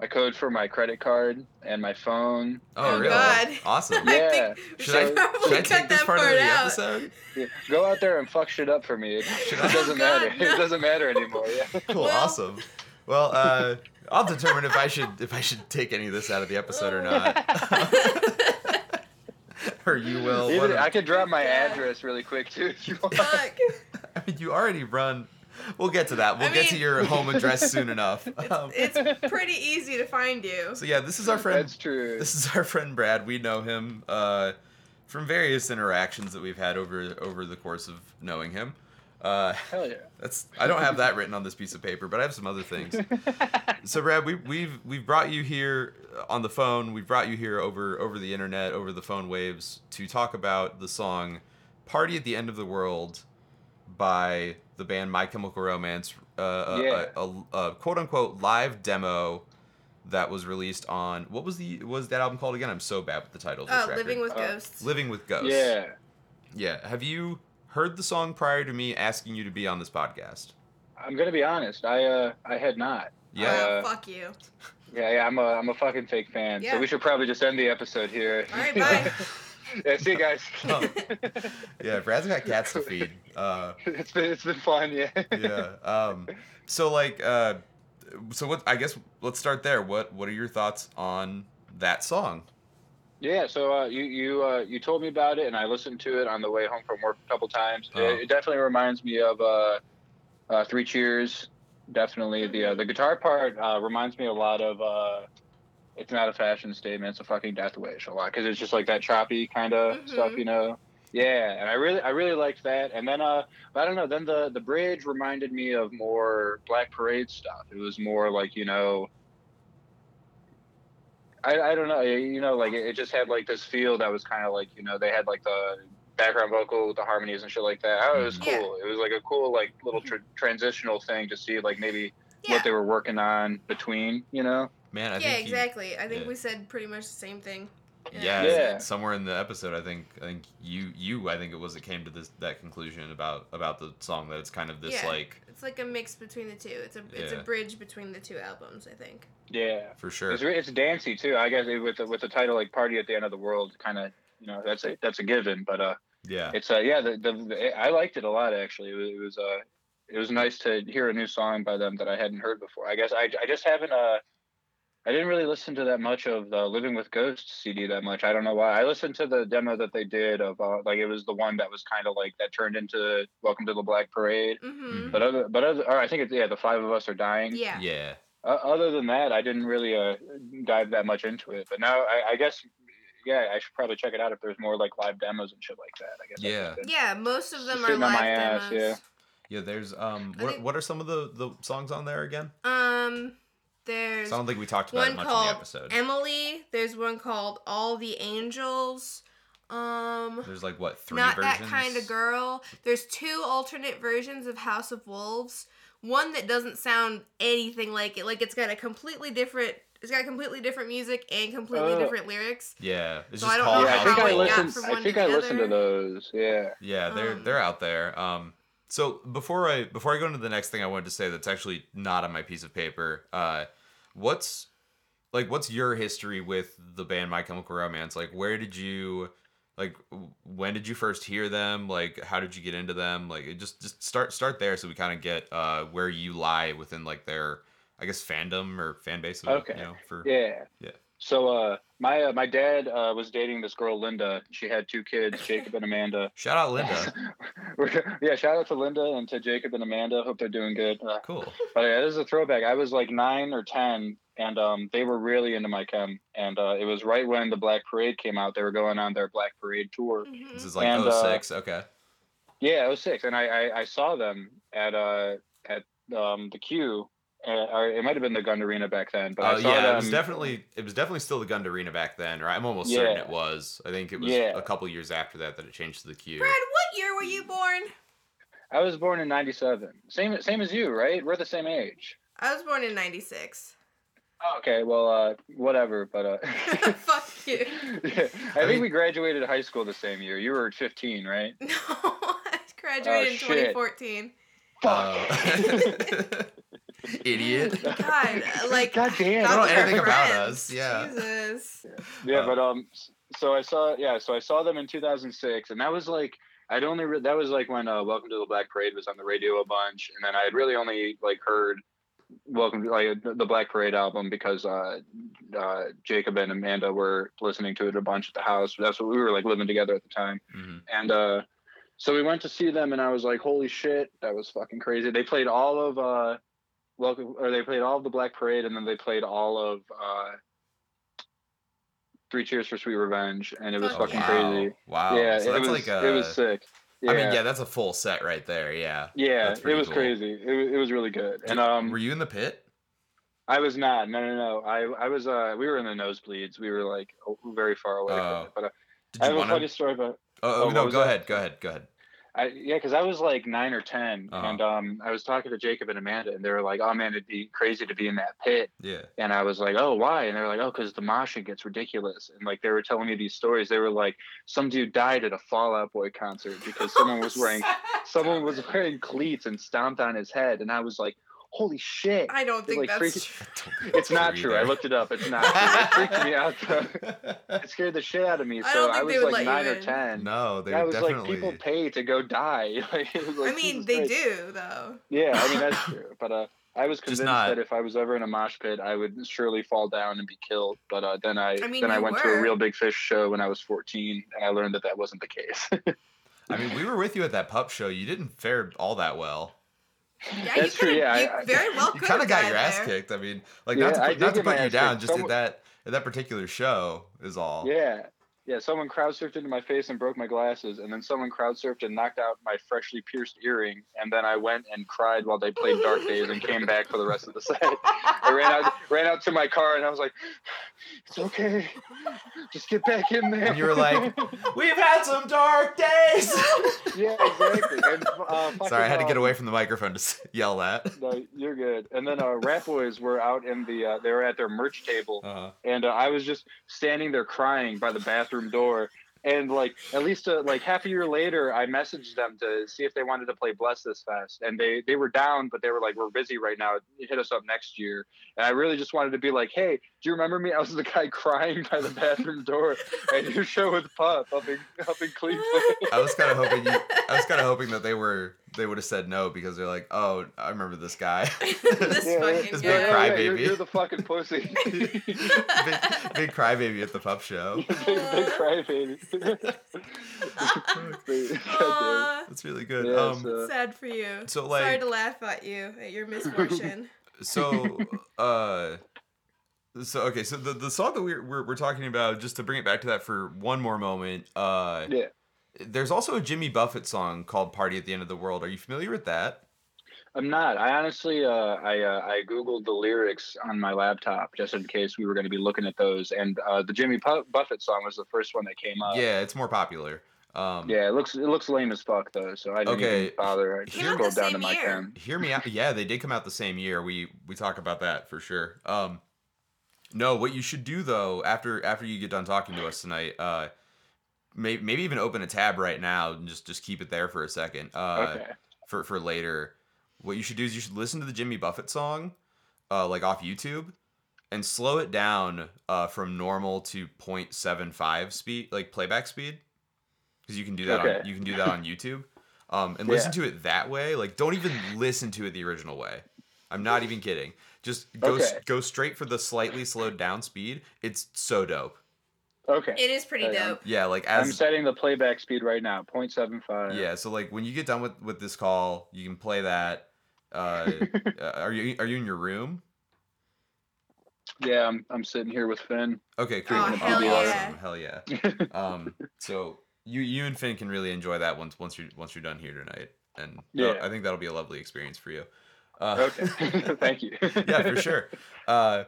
Speaker 9: my code for my credit card and my phone.
Speaker 1: oh
Speaker 2: Oh,
Speaker 1: really?
Speaker 2: God.
Speaker 1: Awesome.
Speaker 9: Yeah.
Speaker 2: I think we
Speaker 1: Should I,
Speaker 2: should probably
Speaker 1: should I
Speaker 2: cut
Speaker 1: take this
Speaker 2: that
Speaker 1: part,
Speaker 2: part,
Speaker 1: of the
Speaker 2: out.
Speaker 1: episode?
Speaker 9: Yeah, Go out there and fuck shit up for me. It, it
Speaker 1: I?
Speaker 9: doesn't
Speaker 2: Oh, God,
Speaker 9: matter.
Speaker 2: no.
Speaker 9: It doesn't matter anymore. Yeah.
Speaker 1: Cool.
Speaker 2: Well-
Speaker 1: awesome. Well, uh, I'll determine if I should if I should take any of this out of the episode or not. or you will.
Speaker 9: Even,
Speaker 1: whatever.
Speaker 9: I could drop my
Speaker 2: God.
Speaker 9: address really quick too if you want.
Speaker 2: Fuck.
Speaker 1: I mean, you already run. We'll get to that. We'll
Speaker 2: I
Speaker 1: get to
Speaker 2: mean-
Speaker 1: your home address soon enough. Um,
Speaker 2: It's pretty easy to find you.
Speaker 1: so yeah, this is our friend.
Speaker 9: That's true.
Speaker 1: This is our friend Brad. We know him uh, from various interactions that we've had over over the course of knowing him. Uh,
Speaker 9: Hell yeah.
Speaker 1: that's I don't have that written on this piece of paper, but I have some other things. so Brad, we, we've we've brought you here on the phone. We've brought you here over over the internet, over the phone waves, to talk about the song "Party at the End of the World" by the band My Chemical Romance, uh, a-
Speaker 9: Yeah.
Speaker 1: a, a- a quote unquote live demo that was released on what was the what was that album called again? I'm so bad with the titles. this
Speaker 2: Oh,
Speaker 1: record.
Speaker 2: living with
Speaker 9: Uh,
Speaker 2: ghosts.
Speaker 1: Living with Ghosts.
Speaker 9: Yeah.
Speaker 1: yeah. Have you heard the song prior to me asking you to be on this podcast?
Speaker 9: I'm gonna be honest. I uh I had not.
Speaker 1: Yeah.
Speaker 9: Uh,
Speaker 2: Oh, fuck you.
Speaker 9: Yeah, yeah. I'm a I'm a fucking fake fan.
Speaker 2: Yeah.
Speaker 9: So we should probably just end the episode here.
Speaker 2: All right, bye.
Speaker 9: yeah. See you guys.
Speaker 1: Oh. Yeah, Brad's got cats to feed. Uh,
Speaker 9: it's been it's been fun. Yeah.
Speaker 1: yeah. Um, so like, uh, so what? I guess let's start there. What What are your thoughts on that song?
Speaker 9: Yeah, so uh, you you uh, you told me about it, and I listened to it on the way home from work a couple times.
Speaker 1: Uh-huh.
Speaker 9: It, it definitely reminds me of uh, uh, Three Cheers. Definitely the uh, the guitar part uh, reminds me a lot of. Uh, it's not a fashion statement; it's a fucking death wish a lot because it's just like that choppy kind of
Speaker 2: Mhm.
Speaker 9: stuff, you know. Yeah, and I really I really liked that. And then uh, I don't know. Then the the bridge reminded me of more Black Parade stuff. It was more like you know. I, I don't know. You know, like it, it just had like this feel that was kind of like you know they had like the background vocal, the harmonies and shit like that. Oh, it was
Speaker 2: Mhm. Yeah. Mm-hmm.
Speaker 9: cool. It was like a cool like little tr transitional thing to see like maybe
Speaker 2: Yeah.
Speaker 9: what they were working on between. You know.
Speaker 1: Man, I
Speaker 2: yeah,
Speaker 1: think he-
Speaker 2: exactly. I think
Speaker 1: yeah.
Speaker 2: we said pretty much the same thing.
Speaker 1: yeah,
Speaker 9: Yeah.
Speaker 1: somewhere in the episode, I think I think you you I think it was that came to this that conclusion about about the song that it's kind of this
Speaker 2: Yeah.
Speaker 1: like
Speaker 2: It's like a mix between the two. It's a it's
Speaker 1: Yeah.
Speaker 2: a bridge between the two albums, I think.
Speaker 9: Yeah.
Speaker 1: for sure.
Speaker 9: It's re- it's dancey too. I guess it- with the, with the title like "Party at the End of the World," kind of you know that's a that's a given. But uh,
Speaker 1: Yeah.
Speaker 9: it's uh yeah the, the, the I liked it a lot actually. It was, it was uh it was nice to hear a new song by them that I hadn't heard before. I guess I I just haven't uh. I didn't really listen to that much of the Living with Ghosts CD that much. I don't know why. I listened to the demo that they did of uh, like it was the one that was kind of like that turned into Welcome to the Black Parade.
Speaker 2: Mm-hmm.
Speaker 9: But other, but other, or I think it's yeah, the Five of Us Are Dying.
Speaker 2: Yeah.
Speaker 1: Yeah.
Speaker 9: Uh, other than that, I didn't really uh, dive that much into it. But now, I, I guess, yeah, I should probably check it out if there's more like live demos and shit like that. I guess. I
Speaker 1: Yeah.
Speaker 9: should.
Speaker 2: Yeah, most of them are
Speaker 9: Shooting on
Speaker 2: live
Speaker 9: my ass,
Speaker 2: demos.
Speaker 1: Yeah. There's um.
Speaker 2: I
Speaker 1: What,
Speaker 2: think-
Speaker 1: what are some of the the songs on there again?
Speaker 2: Um, there's
Speaker 1: 'Cause I don't think we talked about it
Speaker 2: one
Speaker 1: much in the
Speaker 2: called
Speaker 1: episode.
Speaker 2: Emily. There's one called All the Angels. Um,
Speaker 1: there's like what three
Speaker 2: not
Speaker 1: versions.
Speaker 2: that kind of girl. There's two alternate versions of House of Wolves. one that doesn't sound anything like it. Like it's got a completely different. It's got completely different music and completely
Speaker 9: Oh.
Speaker 2: different lyrics.
Speaker 1: Yeah, it's
Speaker 2: So
Speaker 1: just
Speaker 2: I don't
Speaker 1: called
Speaker 2: know
Speaker 9: yeah, I
Speaker 1: House
Speaker 9: think
Speaker 2: how
Speaker 1: of
Speaker 9: I
Speaker 2: it
Speaker 1: Wax.
Speaker 2: got
Speaker 9: listened.
Speaker 2: from
Speaker 9: I
Speaker 2: one
Speaker 9: think
Speaker 2: to
Speaker 9: I
Speaker 2: the
Speaker 9: listened to
Speaker 2: other.
Speaker 9: those. Yeah.
Speaker 1: Yeah, they're
Speaker 2: Um,
Speaker 1: they're out there. Um, so before I before I go into the next thing, I wanted to say that's actually not on my piece of paper. Uh, what's like what's your history with the band My Chemical Romance? Like, where did you like w- when did you first hear them? Like, how did you get into them? Like, it just just start start there so we kind of get uh where you lie within like their I guess fandom or fan base. Of It,
Speaker 9: Okay.
Speaker 1: you know, for
Speaker 9: Yeah.
Speaker 1: Yeah.
Speaker 9: So uh, my uh, my dad uh, was dating this girl Linda. She had two kids, Jacob and Amanda.
Speaker 1: shout out Linda.
Speaker 9: We're- yeah, shout out to Linda and to Jacob and Amanda. Hope they're doing good. Uh,
Speaker 1: cool.
Speaker 9: but yeah, this is a throwback. I was like nine or ten, and um, they were really into my chem, and uh, it was right when the Black Parade came out. They were going on their Black Parade tour.
Speaker 2: Mhm.
Speaker 1: This is like
Speaker 9: And,
Speaker 1: oh
Speaker 9: uh,
Speaker 1: six. Okay.
Speaker 9: Yeah, it was six, and I, I, I saw them at uh at um the Q. Uh, or it might have been the Gund Arena back then, but
Speaker 1: Oh
Speaker 9: I saw
Speaker 1: yeah,
Speaker 9: them.
Speaker 1: it was definitely it was definitely still the Gund Arena back then, right? I'm almost certain
Speaker 9: Yeah.
Speaker 1: it was. I think it was
Speaker 9: Yeah.
Speaker 1: a couple years after that that it changed to the Q.
Speaker 2: Brad, what year were you born?
Speaker 9: I was born in '97. Same same as you, right? We're the same age.
Speaker 2: I was born in '96.
Speaker 9: Oh, okay, well, uh, whatever. But uh,
Speaker 2: Fuck you.
Speaker 9: yeah, I,
Speaker 1: I
Speaker 9: think
Speaker 1: mean-
Speaker 9: we graduated high school the same year. You were 15, right?
Speaker 2: No, I graduated in
Speaker 9: Oh, shit.
Speaker 2: 2014.
Speaker 1: Uh, idiot.
Speaker 2: God, like
Speaker 9: God
Speaker 1: They don't
Speaker 2: God,
Speaker 9: damn.
Speaker 1: know
Speaker 2: we are
Speaker 1: anything about
Speaker 2: friends.
Speaker 1: us, yeah.
Speaker 2: Jesus.
Speaker 9: Yeah,
Speaker 1: Uh,
Speaker 9: but um, s- so I saw yeah, so I saw them in 2006, and that was like I'd only re- that was like when uh, Welcome to the Black Parade was on the radio a bunch, and then I had really only like heard Welcome to like the Black Parade album because uh, uh, Jacob and Amanda were listening to it a bunch at the house. That's what we were like living together at the time,
Speaker 1: mhm.
Speaker 9: and uh, so we went to see them, and I was like, holy shit, that was fucking crazy. They played all of uh, Welcome, or they played all of the Black Parade, and then they played all of. Uh, Three Cheers for Sweet Revenge, and it was
Speaker 2: Oh,
Speaker 9: fucking
Speaker 1: wow.
Speaker 9: crazy.
Speaker 1: Wow.
Speaker 9: yeah,
Speaker 1: so
Speaker 9: it
Speaker 1: that's like
Speaker 9: was
Speaker 1: a.
Speaker 9: it was sick. Yeah,
Speaker 1: I mean, yeah, that's a full set right there. Yeah.
Speaker 9: yeah,
Speaker 1: that's
Speaker 9: it
Speaker 1: pretty
Speaker 9: was
Speaker 1: cool.
Speaker 9: crazy. It, wa- it was really good. And um,
Speaker 1: were you in the pit?
Speaker 9: I was not. No, no, no. I I was. Uh, we were in the nosebleeds. We were like o- very far away.
Speaker 1: Oh.
Speaker 9: from it. But uh,
Speaker 1: Did
Speaker 9: I
Speaker 1: you
Speaker 9: have a
Speaker 1: want
Speaker 9: funny
Speaker 1: to?
Speaker 9: story about
Speaker 1: Oh,
Speaker 9: oh, what
Speaker 1: no,
Speaker 9: was
Speaker 1: go
Speaker 9: that?
Speaker 1: ahead. Go ahead. Go ahead.
Speaker 9: I yeah, because I was like nine or 10
Speaker 1: Uh-huh.
Speaker 9: and um, I was talking to Jacob and Amanda, and they were like, "Oh man, it'd be crazy to be in that pit."
Speaker 1: Yeah.
Speaker 9: And I was like, "Oh, why?" And they were like, "Oh, because the moshing gets ridiculous." And like they were telling me these stories. They were like, "Some dude died at a Fallout Boy concert because someone was wearing someone was wearing cleats and stomped on his head." And I was like, "Holy shit!"
Speaker 2: I don't think
Speaker 9: like
Speaker 2: that's
Speaker 9: freaking-
Speaker 2: true.
Speaker 9: It's not true. I looked it up. It's not true. It freaked me out. Though. It scared the shit out of me.
Speaker 2: I
Speaker 9: So
Speaker 2: don't
Speaker 9: I,
Speaker 2: think they
Speaker 9: was
Speaker 2: would
Speaker 9: like
Speaker 2: let you
Speaker 9: nine or
Speaker 2: in.
Speaker 9: ten.
Speaker 1: No, they
Speaker 9: I
Speaker 1: were
Speaker 9: was like,
Speaker 1: definitely.
Speaker 9: people pay to go die. Like, it was like,
Speaker 2: I mean,
Speaker 9: Jesus
Speaker 2: they
Speaker 9: Christ.
Speaker 2: do though.
Speaker 9: Yeah, I mean that's true. But uh, I was convinced
Speaker 1: not-
Speaker 9: that if I was ever in a mosh pit, I would surely fall down and be killed. But uh, then I,
Speaker 2: I mean,
Speaker 9: then I
Speaker 2: you
Speaker 9: went to
Speaker 2: were.
Speaker 9: a real big fish show when I was 14, and I learned that that wasn't the case.
Speaker 1: I mean, we were with you at that pup show. You didn't fare all that well.
Speaker 2: Yeah, you
Speaker 9: That's true,
Speaker 2: could.
Speaker 9: yeah,
Speaker 2: you
Speaker 9: I- I-
Speaker 2: very well
Speaker 1: you
Speaker 2: could.
Speaker 1: kind of got
Speaker 2: died
Speaker 1: your ass
Speaker 2: there.
Speaker 1: kicked. I mean, like
Speaker 9: Yeah,
Speaker 1: not to
Speaker 9: I
Speaker 1: put,
Speaker 9: did
Speaker 1: not to
Speaker 9: get my
Speaker 1: put you
Speaker 9: ass
Speaker 1: down,
Speaker 9: kicked.
Speaker 1: just at
Speaker 9: Someone-
Speaker 1: that at that particular show is all.
Speaker 9: yeah, yeah. Someone crowd surfed into my face and broke my glasses, and then someone crowd surfed and knocked out my freshly pierced earring, and then I went and cried while they played Dark Days and came back for the rest of the set. I ran out, ran out to my car, and I was like, "It's okay, just get back in there."
Speaker 1: And you were like, "We've had some dark days."
Speaker 9: Yeah, exactly. And, uh, fucking,
Speaker 1: Sorry, I had to get
Speaker 9: uh,
Speaker 1: away from the microphone to s- yell that.
Speaker 9: No, you're good. And then uh, Rat Boys were out in the, uh, they were at their merch table,
Speaker 2: Uh-huh.
Speaker 1: Uh,
Speaker 9: and uh, I was just standing there crying by the bathroom door. And like, at least uh, like half a year later, I messaged them to see if they wanted to play Bless This Fest, and they they were down, but they were like, "We're busy right now. Hit us up next year." And I really just wanted to be like, "Hey, do you remember me? I was the guy crying by the bathroom door at your show with Pup up in up in Cleveland."
Speaker 1: I was kind of hoping you. I was kind of hoping that they were they would have said no because they're like, "Oh, I remember this guy."
Speaker 2: This
Speaker 9: Yeah,
Speaker 2: fucking
Speaker 1: it's
Speaker 2: guy.
Speaker 1: been cry-
Speaker 9: you're,
Speaker 1: crybaby.
Speaker 9: you're the fucking pussy.
Speaker 1: big, big crybaby at the pup show.
Speaker 9: big, big crybaby. Big- goddamn.
Speaker 2: Aw,
Speaker 1: That's really good.
Speaker 9: Yeah,
Speaker 1: um,
Speaker 9: so-
Speaker 2: sad for you.
Speaker 1: So,
Speaker 2: Sorry
Speaker 1: like-
Speaker 2: to laugh at you at your misfortune.
Speaker 1: so uh so okay so the, the song that we're, we're we're talking about just to bring it back to that for one more moment uh
Speaker 9: Yeah.
Speaker 1: there's also a jimmy buffett song called party at the end of the world are you familiar with that
Speaker 9: I'm not. I honestly, uh, I uh, I googled the lyrics on my laptop just in case we were going to be looking at those, and uh, the Jimmy Pu- Buffett song was the first one that came up.
Speaker 1: yeah it's more popular Um,
Speaker 9: Yeah, it looks it looks lame as fuck though. So I didn't
Speaker 1: Okay,
Speaker 9: even bother. I just
Speaker 1: Came out
Speaker 9: scrolled
Speaker 2: the
Speaker 9: down to
Speaker 2: same
Speaker 9: my
Speaker 2: year.
Speaker 9: ten.
Speaker 1: hear me out. Yeah, they did come out the same year. We we talk about that for sure. Um, no, what you should do though after after you get done talking to us tonight, uh, may, maybe even open a tab right now and just just keep it there for a second. Uh,
Speaker 9: okay.
Speaker 1: for for later. What you should do is you should listen to the Jimmy Buffett song, uh, like off YouTube, and slow it down uh, from normal to 0.75 speed, like playback speed, because you can do that. On,
Speaker 9: Okay.
Speaker 1: you can do that on YouTube, um, and
Speaker 9: Yeah.
Speaker 1: listen to it that way. Like, don't even listen to it the original way. I'm not even kidding. Just go s
Speaker 9: Okay.
Speaker 1: go straight for the slightly slowed down speed. It's so dope.
Speaker 9: Okay.
Speaker 2: It is pretty
Speaker 9: Hang on.
Speaker 2: dope.
Speaker 1: Yeah, like
Speaker 9: I'm
Speaker 1: as
Speaker 9: setting the playback speed right now, 0.75.
Speaker 1: yeah. So like when you get done with with this call, you can play that. Uh, uh, are you are you in your room?
Speaker 9: Yeah, I'm I'm sitting here with Finn.
Speaker 1: Okay, cool.
Speaker 2: Aw,
Speaker 1: That'd
Speaker 9: Oh, hell
Speaker 1: be
Speaker 2: yeah.
Speaker 1: awesome. Hell yeah. Um, so you you and Finn can really enjoy that once once you once you're done here tonight, and that-
Speaker 9: Yeah.
Speaker 1: I think that'll be a lovely experience for you. Uh,
Speaker 9: okay. Thank you.
Speaker 1: yeah, for sure. Uh,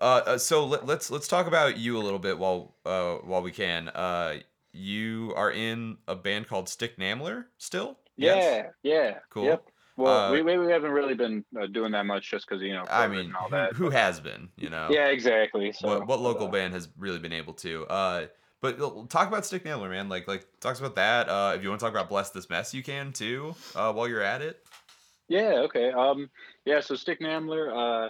Speaker 1: uh, uh, so let, let's let's talk about you a little bit while uh, while we can. Uh, you are in a band called Stick Namler still.
Speaker 9: Yeah.
Speaker 1: Yes?
Speaker 9: Yeah.
Speaker 1: Cool.
Speaker 9: Yep. Well,
Speaker 1: Uh,
Speaker 9: we, we we haven't really been uh, doing that much just because you know
Speaker 1: I
Speaker 9: COVID
Speaker 1: mean,
Speaker 9: and all
Speaker 1: who,
Speaker 9: that.
Speaker 1: who has been? You know.
Speaker 9: Yeah, exactly. So
Speaker 1: what, what local
Speaker 9: uh,
Speaker 1: band has really been able to. Uh, but l- talk about Stick Nailor, man. Like, like talks about that. Uh, if you want to talk about Bless This Mess, you can too. Uh, while you're at it.
Speaker 9: Yeah. Okay. Um. Yeah. So Stick Namler. Uh,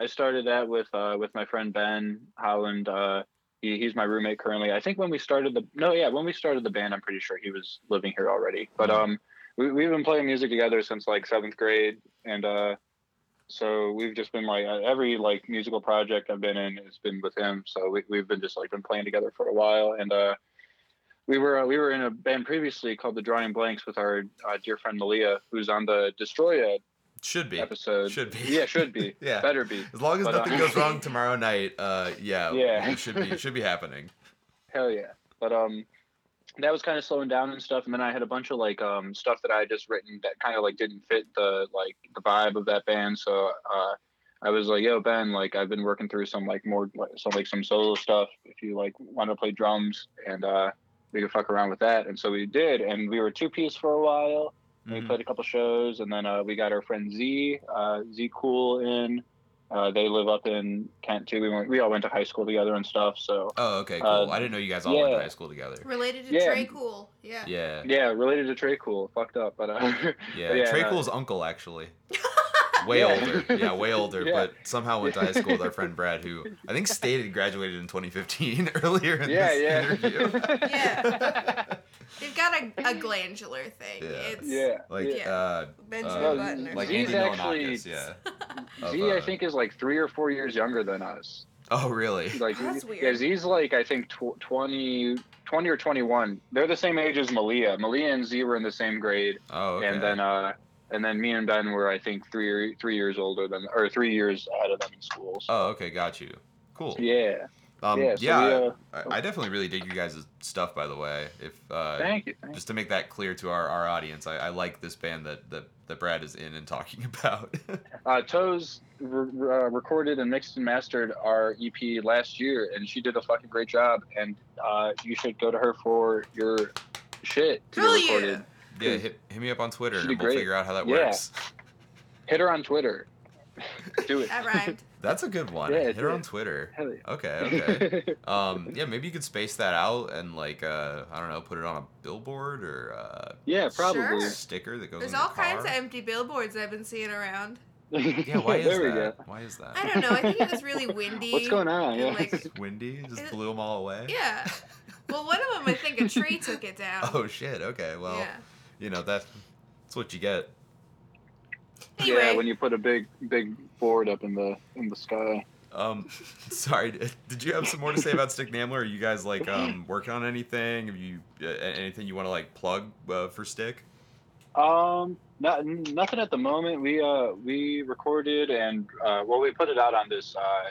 Speaker 9: I started that with uh with my friend Ben Holland. Uh, he, he's my roommate currently. I think when we started the no, yeah, when we started the band, I'm pretty sure he was living here already. But
Speaker 1: Mhm.
Speaker 9: um, we we've been playing music together since like seventh grade, and uh, so we've just been like uh, every like musical project I've been in has been with him. So we we've been just like been playing together for a while, and uh. We were uh, we were in a band previously called the Drawing Blanks with our uh, dear friend Malia, who's on the Destroya
Speaker 1: Should be.
Speaker 9: episode.
Speaker 1: Should be.
Speaker 9: Yeah, should be.
Speaker 1: Yeah.
Speaker 9: Better be.
Speaker 1: As long as
Speaker 9: But, uh,
Speaker 1: nothing goes wrong tomorrow night. Uh, yeah.
Speaker 9: Yeah.
Speaker 1: It should be it should be happening.
Speaker 9: Hell yeah. But um that was kind of slowing down and stuff and then I had a bunch of like um stuff that I had just written that kind of like didn't fit the like the vibe of that band so uh I was like, "Yo, Ben, like I've been working through some like more like, some like some solo stuff. If you like want to play drums and uh we could fuck around with that." And so we did and we were two piece for a while. And We
Speaker 1: Mhm.
Speaker 9: played a couple shows, and then uh, we got our friend Z, uh, Z Cool in. Uh, they live up in Kent too. We went, we all went to high school together and stuff. So
Speaker 1: Oh, okay, cool.
Speaker 9: Uh,
Speaker 1: I didn't know you guys all went to
Speaker 9: yeah.
Speaker 1: high school together.
Speaker 2: Related to
Speaker 9: Yeah.
Speaker 2: Trey Cool. Yeah.
Speaker 1: Yeah.
Speaker 9: yeah, related to Trey Cool, fucked up, but uh,
Speaker 1: Yeah.
Speaker 9: yeah,
Speaker 1: Trey
Speaker 9: no.
Speaker 1: Cool's uncle actually. Way
Speaker 9: Yeah.
Speaker 1: older. Yeah, way older,
Speaker 9: Yeah.
Speaker 1: but somehow went to high school with our friend Brad, who I think stated he graduated in 2015 earlier in
Speaker 9: yeah,
Speaker 1: this
Speaker 9: yeah,
Speaker 1: interview.
Speaker 2: Yeah. They've got a, a glandular thing.
Speaker 1: Yeah.
Speaker 2: It's
Speaker 9: yeah.
Speaker 1: Like
Speaker 2: Yeah.
Speaker 1: uh
Speaker 2: Benjamin
Speaker 1: Uh,
Speaker 2: Button or
Speaker 1: like Andy
Speaker 9: Z's
Speaker 2: something.
Speaker 9: actually-
Speaker 1: Milanakis, yeah. Of,
Speaker 9: Z, I
Speaker 1: uh,
Speaker 9: think, is like three or four years younger than us.
Speaker 1: Oh, really?
Speaker 9: Like,
Speaker 2: That's
Speaker 9: yeah,
Speaker 2: weird.
Speaker 9: Z's like I think tw- 20, 20 or twenty one. They're the same age as Malia. Malia and Z were in the same grade.
Speaker 1: Oh, okay.
Speaker 9: and then uh and then me and Ben were I think three or- three years older than or three years out of them in school. So.
Speaker 1: oh, okay, got you. Cool.
Speaker 9: yeah,
Speaker 1: Oh. um,
Speaker 9: yeah,
Speaker 1: yeah.
Speaker 9: so we, uh,
Speaker 1: I, I definitely really dig you guys' stuff, by the way. If uh,
Speaker 9: thank you. thank
Speaker 1: just to make that clear to our, our audience, I, I like this band that, that that Brad is in and talking about.
Speaker 9: you. Uh, Toes re- re- uh, recorded and mixed and mastered our EP last year, and she did a fucking great job. And uh, you should go to her for your shit to
Speaker 2: Hell
Speaker 9: be
Speaker 2: yeah.
Speaker 9: recorded.
Speaker 1: yeah, hit, hit me up on Twitter
Speaker 9: Should
Speaker 1: and
Speaker 9: be
Speaker 1: we'll
Speaker 9: great.
Speaker 1: figure out how that
Speaker 9: Yeah.
Speaker 1: works.
Speaker 9: Hit her on Twitter. Do it.
Speaker 2: That rhymed.
Speaker 1: That's a good one.
Speaker 9: Yeah,
Speaker 1: Hit her
Speaker 9: dude.
Speaker 1: on Twitter.
Speaker 9: Hell yeah.
Speaker 1: Okay, okay. um, yeah, maybe you could space that out and like uh, I don't know, put it on a billboard or uh,
Speaker 9: yeah, probably.
Speaker 2: Sure.
Speaker 1: sticker that goes.
Speaker 2: There's
Speaker 1: in your
Speaker 2: all kinds of
Speaker 1: car.
Speaker 2: empty billboards I've been seeing around.
Speaker 1: Yeah, why is
Speaker 9: there we go.
Speaker 1: that? Why is that?
Speaker 2: I don't know. I think it was really windy.
Speaker 9: What's going on?
Speaker 2: and,
Speaker 9: Yeah.
Speaker 2: like,
Speaker 1: Windy just
Speaker 2: It-
Speaker 1: blew them all away.
Speaker 2: yeah. Well, one of them, I think a tree took it down.
Speaker 1: Oh shit. Okay. Well,
Speaker 2: yeah.
Speaker 1: you know that that's what you get.
Speaker 2: Anyway,
Speaker 9: Yeah, when you put a big big board up in the in the sky.
Speaker 1: Um, sorry. d- Did you have some more to say about Stick Namler? Are you guys like um working on anything? Have you uh, a- anything you want to like plug uh, for Stick?
Speaker 9: Um, not nothing at the moment. We uh we recorded and uh, well we put it out on this uh,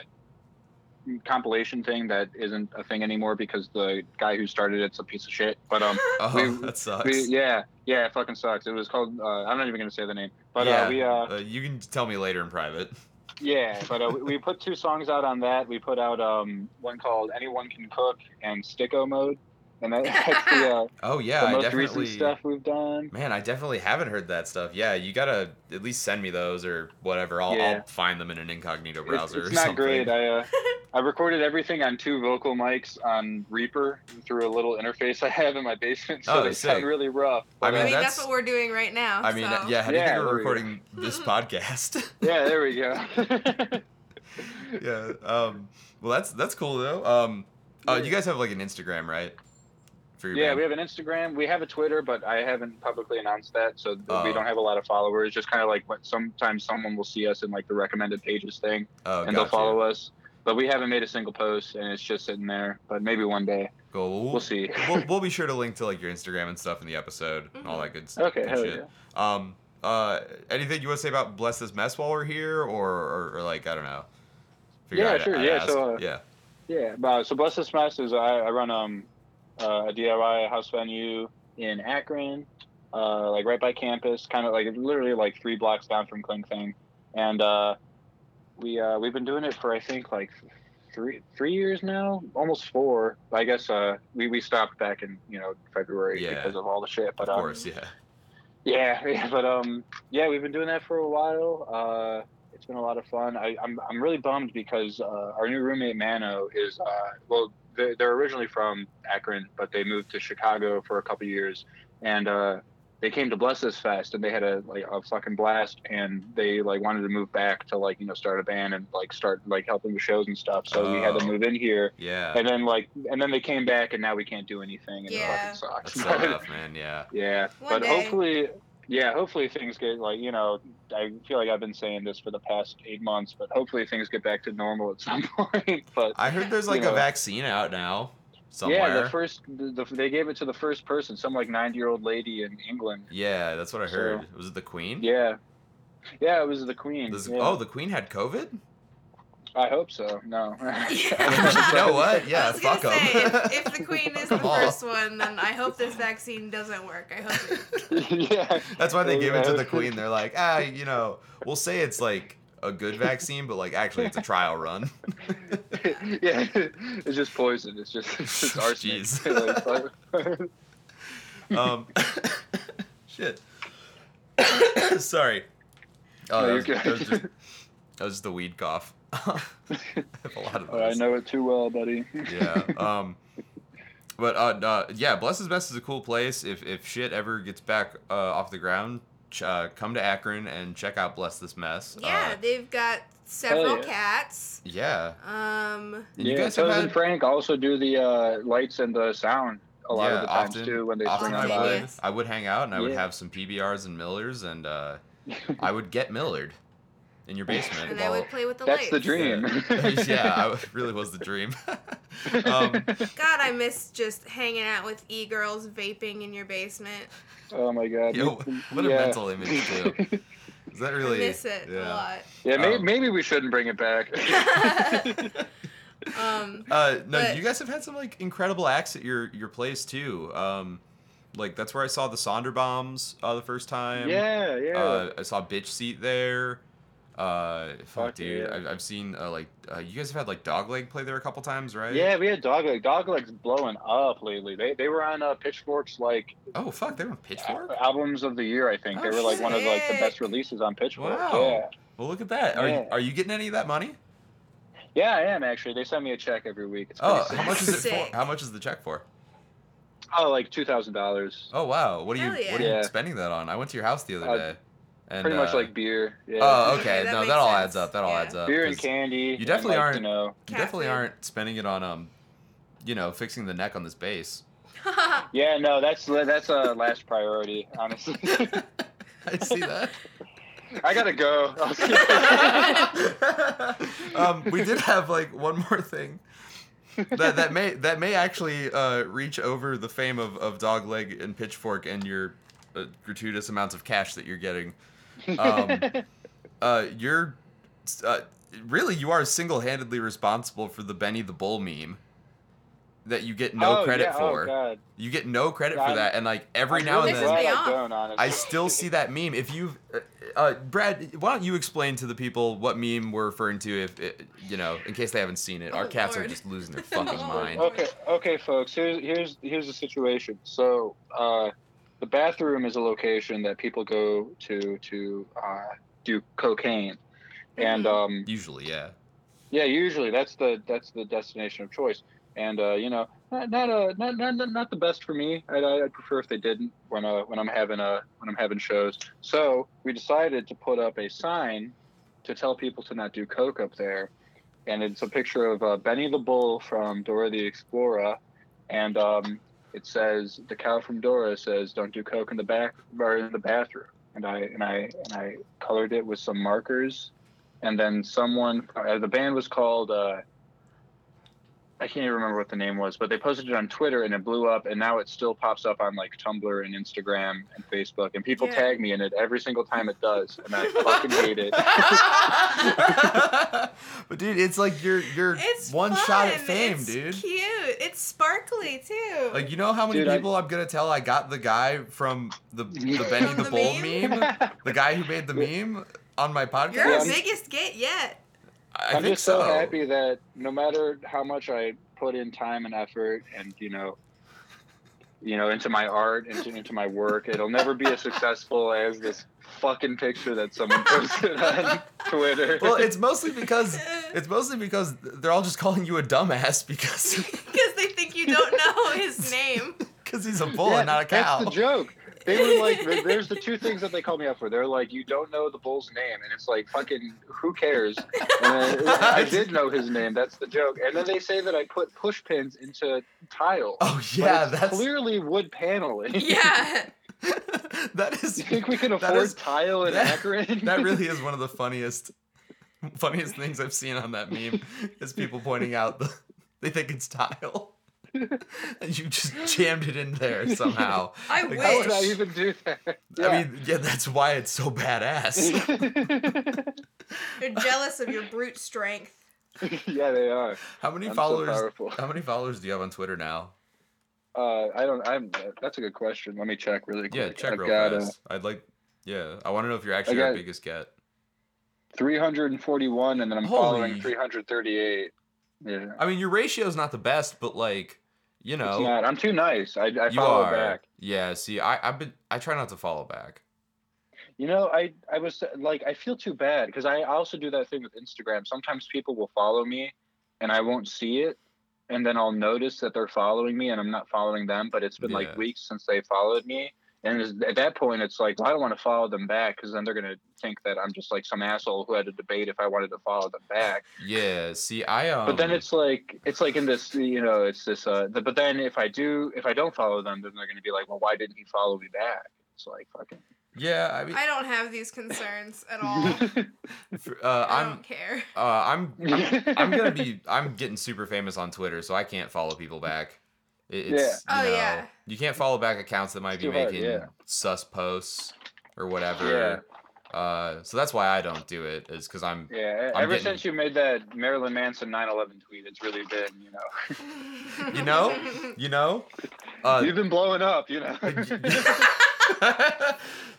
Speaker 9: compilation thing that isn't a thing anymore because the guy who started it's a piece of shit. But um
Speaker 1: Oh,
Speaker 9: We-
Speaker 1: that sucks.
Speaker 9: we, yeah yeah it fucking sucks. It was called uh, I'm not even gonna say the name. But uh, we uh
Speaker 1: you can tell me later in private.
Speaker 9: yeah but uh, we- we put two songs out on that. We put out um one called Anyone Can Cook and Sticko Mode. and I, that's the, uh,
Speaker 1: Oh yeah,
Speaker 9: the
Speaker 1: I
Speaker 9: most
Speaker 1: definitely.
Speaker 9: recent stuff we've done.
Speaker 1: Man, I definitely haven't heard that stuff. Yeah, you gotta at least send me those or whatever. I'll,
Speaker 9: Yeah.
Speaker 1: I'll find them in an incognito
Speaker 9: It's-
Speaker 1: browser.
Speaker 9: It's,
Speaker 1: or
Speaker 9: not
Speaker 1: something.
Speaker 9: great. I uh, I recorded everything on two vocal mics on Reaper through a little interface I have in my basement, so
Speaker 1: Oh,
Speaker 9: they
Speaker 1: sick.
Speaker 9: sound really rough. uh,
Speaker 1: I
Speaker 2: I
Speaker 1: mean,
Speaker 2: mean, that's,
Speaker 1: that's-
Speaker 2: what we're doing right now.
Speaker 1: I mean,
Speaker 2: so.
Speaker 1: yeah. How do you think
Speaker 9: Yeah, there
Speaker 1: we're
Speaker 9: we go.
Speaker 1: recording this podcast?
Speaker 9: yeah, there we go.
Speaker 1: yeah. Um, well, that's that's cool though. Um, uh, you guys have like an Instagram, right? For
Speaker 9: yeah,
Speaker 1: band?
Speaker 9: we have an Instagram, we have a Twitter, but I haven't publicly announced that, so th-
Speaker 1: Oh.
Speaker 9: we don't have a lot of followers. Just kind of like what sometimes someone will see us in like the recommended pages thing,
Speaker 1: Oh,
Speaker 9: and they'll
Speaker 1: gotcha.
Speaker 9: follow us. But we haven't made a single post, and it's just sitting there. But maybe one day
Speaker 1: Cool. Well,
Speaker 9: we'll see.
Speaker 1: we'll, we'll be sure to link to like your Instagram and stuff in the episode and all that good, s-
Speaker 9: Okay,
Speaker 1: good
Speaker 9: hell
Speaker 1: shit. Um, uh, anything you want to say about bless this mess while we're here, or or, or like I don't know.
Speaker 9: Yeah,
Speaker 1: I'd-
Speaker 9: sure,
Speaker 1: I'd
Speaker 9: yeah,
Speaker 1: ask.
Speaker 9: so, uh,
Speaker 1: yeah.
Speaker 9: Yeah, but, so Bless This Mess is I, I run um uh, a DIY house venue in Akron, uh, like right by campus, kind of like literally like three blocks down from Cling Thing, and uh, we uh, we've been doing it for I think like three three years now, almost four. I guess uh, we we stopped back in you know February
Speaker 1: Yeah.
Speaker 9: because of all the shit, but
Speaker 1: of
Speaker 9: um,
Speaker 1: course, yeah.
Speaker 9: yeah, yeah, but um, yeah, we've been doing that for a while. Uh, it's been a lot of fun. I, I'm I'm really bummed because uh, our new roommate Mano is uh, well, they're, they're originally from Akron, but they moved to Chicago for a couple years, and uh, they came to Bless This Fest, and they had a like a fucking blast, and they like wanted to move back to like you know start a band and like start like helping with shows and stuff. So we had to
Speaker 1: Oh.
Speaker 9: move in here,
Speaker 1: Yeah.
Speaker 9: and then like and then they came back, and now we can't do anything, and
Speaker 2: Yeah.
Speaker 9: it fucking sucks.
Speaker 1: That's so rough, man. Yeah.
Speaker 9: Yeah,
Speaker 2: One
Speaker 9: but
Speaker 2: day.
Speaker 9: hopefully, yeah, hopefully things get like you know. I feel like I've been saying this for the past eight months, but hopefully things get back to normal at some point. But
Speaker 1: I heard there's
Speaker 9: You
Speaker 1: like a
Speaker 9: know.
Speaker 1: vaccine out now somewhere.
Speaker 9: yeah, the first the, the, they gave it to the first person, some like ninety year old lady in England.
Speaker 1: Yeah, that's what I
Speaker 9: So-
Speaker 1: heard. Was it the Queen?
Speaker 9: Yeah, yeah, it was the Queen.
Speaker 1: This-
Speaker 9: yeah.
Speaker 1: Oh, the Queen had COVID.
Speaker 9: I hope so. No,
Speaker 1: you know what?
Speaker 2: I
Speaker 1: Yeah,
Speaker 2: was gonna
Speaker 1: fuck 'em.
Speaker 2: say, if, if the queen is the
Speaker 1: Fuck 'em all.
Speaker 2: first one, then I hope this vaccine doesn't work. I hope it.
Speaker 9: yeah,
Speaker 1: That's why they
Speaker 9: Yeah,
Speaker 1: give it to
Speaker 9: yeah.
Speaker 1: the queen. They're like, ah, you know, we'll say it's like a good vaccine, but like actually it's a trial run.
Speaker 9: yeah, it's just poison. It's just it's just arsenic.
Speaker 1: Jeez. Um, shit. Sorry. Oh,
Speaker 9: No,
Speaker 1: that
Speaker 9: you're
Speaker 1: was, that
Speaker 9: good.
Speaker 1: was just that was just the weed cough. I have a lot of
Speaker 9: Oh, I
Speaker 1: those.
Speaker 9: know it too well, buddy.
Speaker 1: yeah. Um, but uh, uh, yeah, Bless His Best is a cool place. If if shit ever gets back uh, off the ground, ch- uh, come to Akron and check out Bless This Mess.
Speaker 2: Yeah,
Speaker 1: Uh,
Speaker 2: they've got several
Speaker 9: yeah.
Speaker 2: cats.
Speaker 1: yeah.
Speaker 2: Um,
Speaker 1: And
Speaker 9: yeah,
Speaker 1: you guys have
Speaker 9: Toes
Speaker 1: had
Speaker 9: and Frank also do the uh, lights and the sound a lot
Speaker 1: yeah,
Speaker 9: of the times
Speaker 1: often,
Speaker 9: too when they
Speaker 1: often
Speaker 9: swing
Speaker 1: I
Speaker 9: on
Speaker 2: Often,
Speaker 1: would,
Speaker 9: by.
Speaker 2: yeah.
Speaker 1: I would hang out and I would
Speaker 9: Yeah.
Speaker 1: have some PBRs and Millers and uh, I would get Millered in your basement.
Speaker 2: and I
Speaker 1: while-
Speaker 2: would play with the
Speaker 9: That's the
Speaker 2: lights.
Speaker 9: dream.
Speaker 1: yeah, I w- really was the dream. um,
Speaker 2: God, I miss just hanging out with e girls vaping in your basement.
Speaker 9: oh my god.
Speaker 1: yo, what a
Speaker 9: Yeah.
Speaker 1: mental image too. Is that really?
Speaker 2: I miss it
Speaker 1: yeah.
Speaker 9: Yeah, may-
Speaker 1: Um,
Speaker 9: maybe we shouldn't bring it back.
Speaker 2: a lot. Um,
Speaker 1: Uh, no,
Speaker 2: But-
Speaker 1: you guys have had some like incredible acts at your your place too. Um, like that's where I saw the Sonderbombs uh, the first time.
Speaker 9: yeah, yeah.
Speaker 1: Uh, I saw bitch seat there. Uh, fuck,
Speaker 9: Fuck
Speaker 1: dude,
Speaker 9: yeah.
Speaker 1: I've, I've seen uh, like uh, you guys have had like Dogleg play there a couple times, right?
Speaker 9: yeah, we had Dogleg. Dogleg's blowing up lately. They they were on uh, Pitchfork's like
Speaker 1: Oh fuck, they were on Pitchfork.
Speaker 9: al- albums of the year. I think they
Speaker 1: Oh,
Speaker 9: were like one of like the
Speaker 2: sick.
Speaker 9: best releases on Pitchfork.
Speaker 1: Wow. Well, look at that. Are you
Speaker 9: Yeah.
Speaker 1: are you getting any of that money?
Speaker 9: Yeah, yeah, I am actually. They send me a check every week. It's
Speaker 1: Oh,
Speaker 9: pretty
Speaker 1: how
Speaker 9: sick.
Speaker 1: much is it
Speaker 2: Sick.
Speaker 1: for? How much is the check for?
Speaker 9: Oh, like two thousand dollars.
Speaker 1: Oh wow, what are you
Speaker 2: Hell yeah.
Speaker 1: what are you
Speaker 9: Yeah.
Speaker 1: spending that on? I went to your house the other
Speaker 9: Uh,
Speaker 1: day. And,
Speaker 9: Pretty much
Speaker 1: uh,
Speaker 9: like beer. Yeah.
Speaker 1: Oh,
Speaker 2: Okay,
Speaker 1: okay.
Speaker 2: that
Speaker 1: no,
Speaker 2: makes
Speaker 1: that all
Speaker 2: sense.
Speaker 1: adds up. That all
Speaker 2: Yeah.
Speaker 1: adds up. uh,
Speaker 9: beer
Speaker 1: 'cause-
Speaker 9: and candy. and,
Speaker 1: definitely
Speaker 9: like,
Speaker 1: aren't-
Speaker 9: You know,
Speaker 1: You definitely
Speaker 2: Cat food.
Speaker 1: aren't spending it on um, you know, fixing the neck on this bass.
Speaker 9: Yeah, no, that's that's a last priority, honestly.
Speaker 1: I see that.
Speaker 9: I gotta go.
Speaker 1: um, we did have like one more thing that that may that may actually uh, reach over the fame of of Dogleg and Pitchfork and your uh, gratuitous amounts of cash that you're getting. Um, uh, you're uh, really you are single handedly responsible for the Benny the Bull meme that you get no
Speaker 9: Oh,
Speaker 1: credit
Speaker 9: yeah,
Speaker 1: for.
Speaker 9: Oh god.
Speaker 1: You get no credit for
Speaker 9: I'm- that, and like every I'm
Speaker 1: now
Speaker 9: really
Speaker 1: and
Speaker 2: Pisses
Speaker 1: then.
Speaker 9: glad
Speaker 2: me
Speaker 9: I
Speaker 2: off.
Speaker 9: don't, honestly.
Speaker 1: I still see that meme. If you've uh, uh, Brad, why don't you explain to the people what meme we're referring to, if it, you know, in case they haven't seen it? Our
Speaker 2: Oh,
Speaker 1: cats are
Speaker 2: Lord.
Speaker 1: just losing their
Speaker 2: Oh,
Speaker 1: fucking
Speaker 2: Lord.
Speaker 1: mind.
Speaker 9: Okay, okay, folks. Here's here's here's the situation. So, uh, the bathroom is a location that people go to to uh, do cocaine, and um,
Speaker 1: Usually, yeah.
Speaker 9: yeah, usually that's the that's the destination of choice. And uh, you know, not not, uh, not not not- not the best for me. I'd, I'd prefer if they didn't when uh, when I'm having uh, when I'm having shows. So we decided to put up a sign to tell people to not do coke up there, and it's a picture of uh, Benny the Bull from Dora the Explorer, and um, it says the cow from Dora says don't do coke in the back or in the bathroom. And I and I and I colored it with some markers and then someone uh, the band was called uh, I can't even remember what the name was, but they posted it on Twitter and it blew up, and now it still pops up on like Tumblr and Instagram and Facebook, and people
Speaker 2: Yeah.
Speaker 9: tag me in it every single time it does, and I fucking hate it.
Speaker 1: but dude, it's like you're you're
Speaker 2: It's
Speaker 1: one shot at
Speaker 2: fun.
Speaker 1: fame,
Speaker 2: It's
Speaker 1: dude.
Speaker 2: Cute. It's sparkly too.
Speaker 1: Like you know how many
Speaker 9: Dude, I-
Speaker 1: people I... am gonna tell I got the guy from the the
Speaker 9: From
Speaker 1: Benny the,
Speaker 2: the
Speaker 1: Bull
Speaker 2: meme?
Speaker 1: meme, the guy who made the meme on my podcast.
Speaker 2: You're our
Speaker 9: I'm-
Speaker 2: biggest get yet.
Speaker 1: I
Speaker 9: I'm
Speaker 1: think
Speaker 9: just so happy that no matter how much I put in time and effort, and you know, you know, into my art, into into my work, it'll never be as successful as this fucking picture that someone posted on Twitter.
Speaker 1: Well, it's mostly because it's mostly because they're all just calling you a dumbass because
Speaker 2: Because they think you don't know his name.
Speaker 1: because he's a bull and not a cow.
Speaker 9: That's the joke. They were like, there- there's the two things that they called me up for. They're like, you don't know the bull's name, and it's like, fucking, who cares? And I, I did know his name. That's the joke. And then they say that I put push pins into tile.
Speaker 1: Oh
Speaker 9: But
Speaker 1: yeah,
Speaker 9: it's
Speaker 1: that's
Speaker 9: clearly wood paneling.
Speaker 2: yeah.
Speaker 1: that is
Speaker 9: You think we can
Speaker 1: That
Speaker 9: afford
Speaker 1: is-
Speaker 9: tile and
Speaker 1: that-
Speaker 9: Akron?
Speaker 1: that really is one of the funniest funniest things I've seen on that meme is people pointing out the, they think it's tile. and you just jammed it in there somehow.
Speaker 2: I
Speaker 1: Like,
Speaker 9: How would I
Speaker 2: wish.
Speaker 9: even do that?
Speaker 1: I mean, yeah, that's why it's so badass.
Speaker 2: They're jealous of your brute strength.
Speaker 9: yeah, they are.
Speaker 1: How many
Speaker 9: I'm so
Speaker 1: followers
Speaker 9: powerful.
Speaker 1: how many followers do you have on Twitter now?
Speaker 9: Uh, I don't. I'm. That's a good question. Let me check really quick.
Speaker 1: Yeah, check
Speaker 9: I've
Speaker 1: real
Speaker 9: got uh,
Speaker 1: fast. I'd like yeah, I want to know if you're actually our
Speaker 9: got-
Speaker 1: biggest cat.
Speaker 9: 341, and then I'm
Speaker 1: Holy-
Speaker 9: following 338. Yeah, it's
Speaker 1: I mean, your ratio's not the best, but like, you know,
Speaker 9: not. I'm too nice. I, I
Speaker 1: Oh. you
Speaker 9: follow
Speaker 1: are.
Speaker 9: back.
Speaker 1: Yeah, see, I I've been I try not to follow back.
Speaker 9: You know, I I was like, I feel too bad because I also do that thing with Instagram. Sometimes people will follow me, and I won't see it, and then I'll notice that they're following me, and I'm not following them. But it's been
Speaker 1: Yeah.
Speaker 9: like weeks since they followed me, and it's, at that point, it's like, well, I don't want to follow them back because then they're gonna think that I'm just like some asshole who had to debate if I wanted to follow them back.
Speaker 1: Yeah, see, I um
Speaker 9: but then it's like it's like in this you know it's this uh the, but then if i do if i don't follow them then they're going to be like well why didn't he follow me back it's like fucking
Speaker 1: yeah, I mean
Speaker 2: I don't have these concerns at all.
Speaker 1: f- uh,
Speaker 2: I
Speaker 1: I'm
Speaker 2: don't care.
Speaker 1: uh, I'm I'm gonna be I'm getting super famous on Twitter, so I can't follow people back. It- It's,
Speaker 2: Yeah.
Speaker 1: you
Speaker 2: Oh,
Speaker 1: know,
Speaker 2: yeah.
Speaker 1: You can't follow back accounts that might
Speaker 9: It's
Speaker 1: be
Speaker 9: too hard,
Speaker 1: making
Speaker 9: yeah.
Speaker 1: sus posts or whatever. Uh, so that's why I don't do it is because I'm
Speaker 9: yeah
Speaker 1: I'm
Speaker 9: ever
Speaker 1: getting-
Speaker 9: since you made that marilyn manson 9-11 tweet it's really been you know
Speaker 1: you know you know uh,
Speaker 9: you've been blowing up you know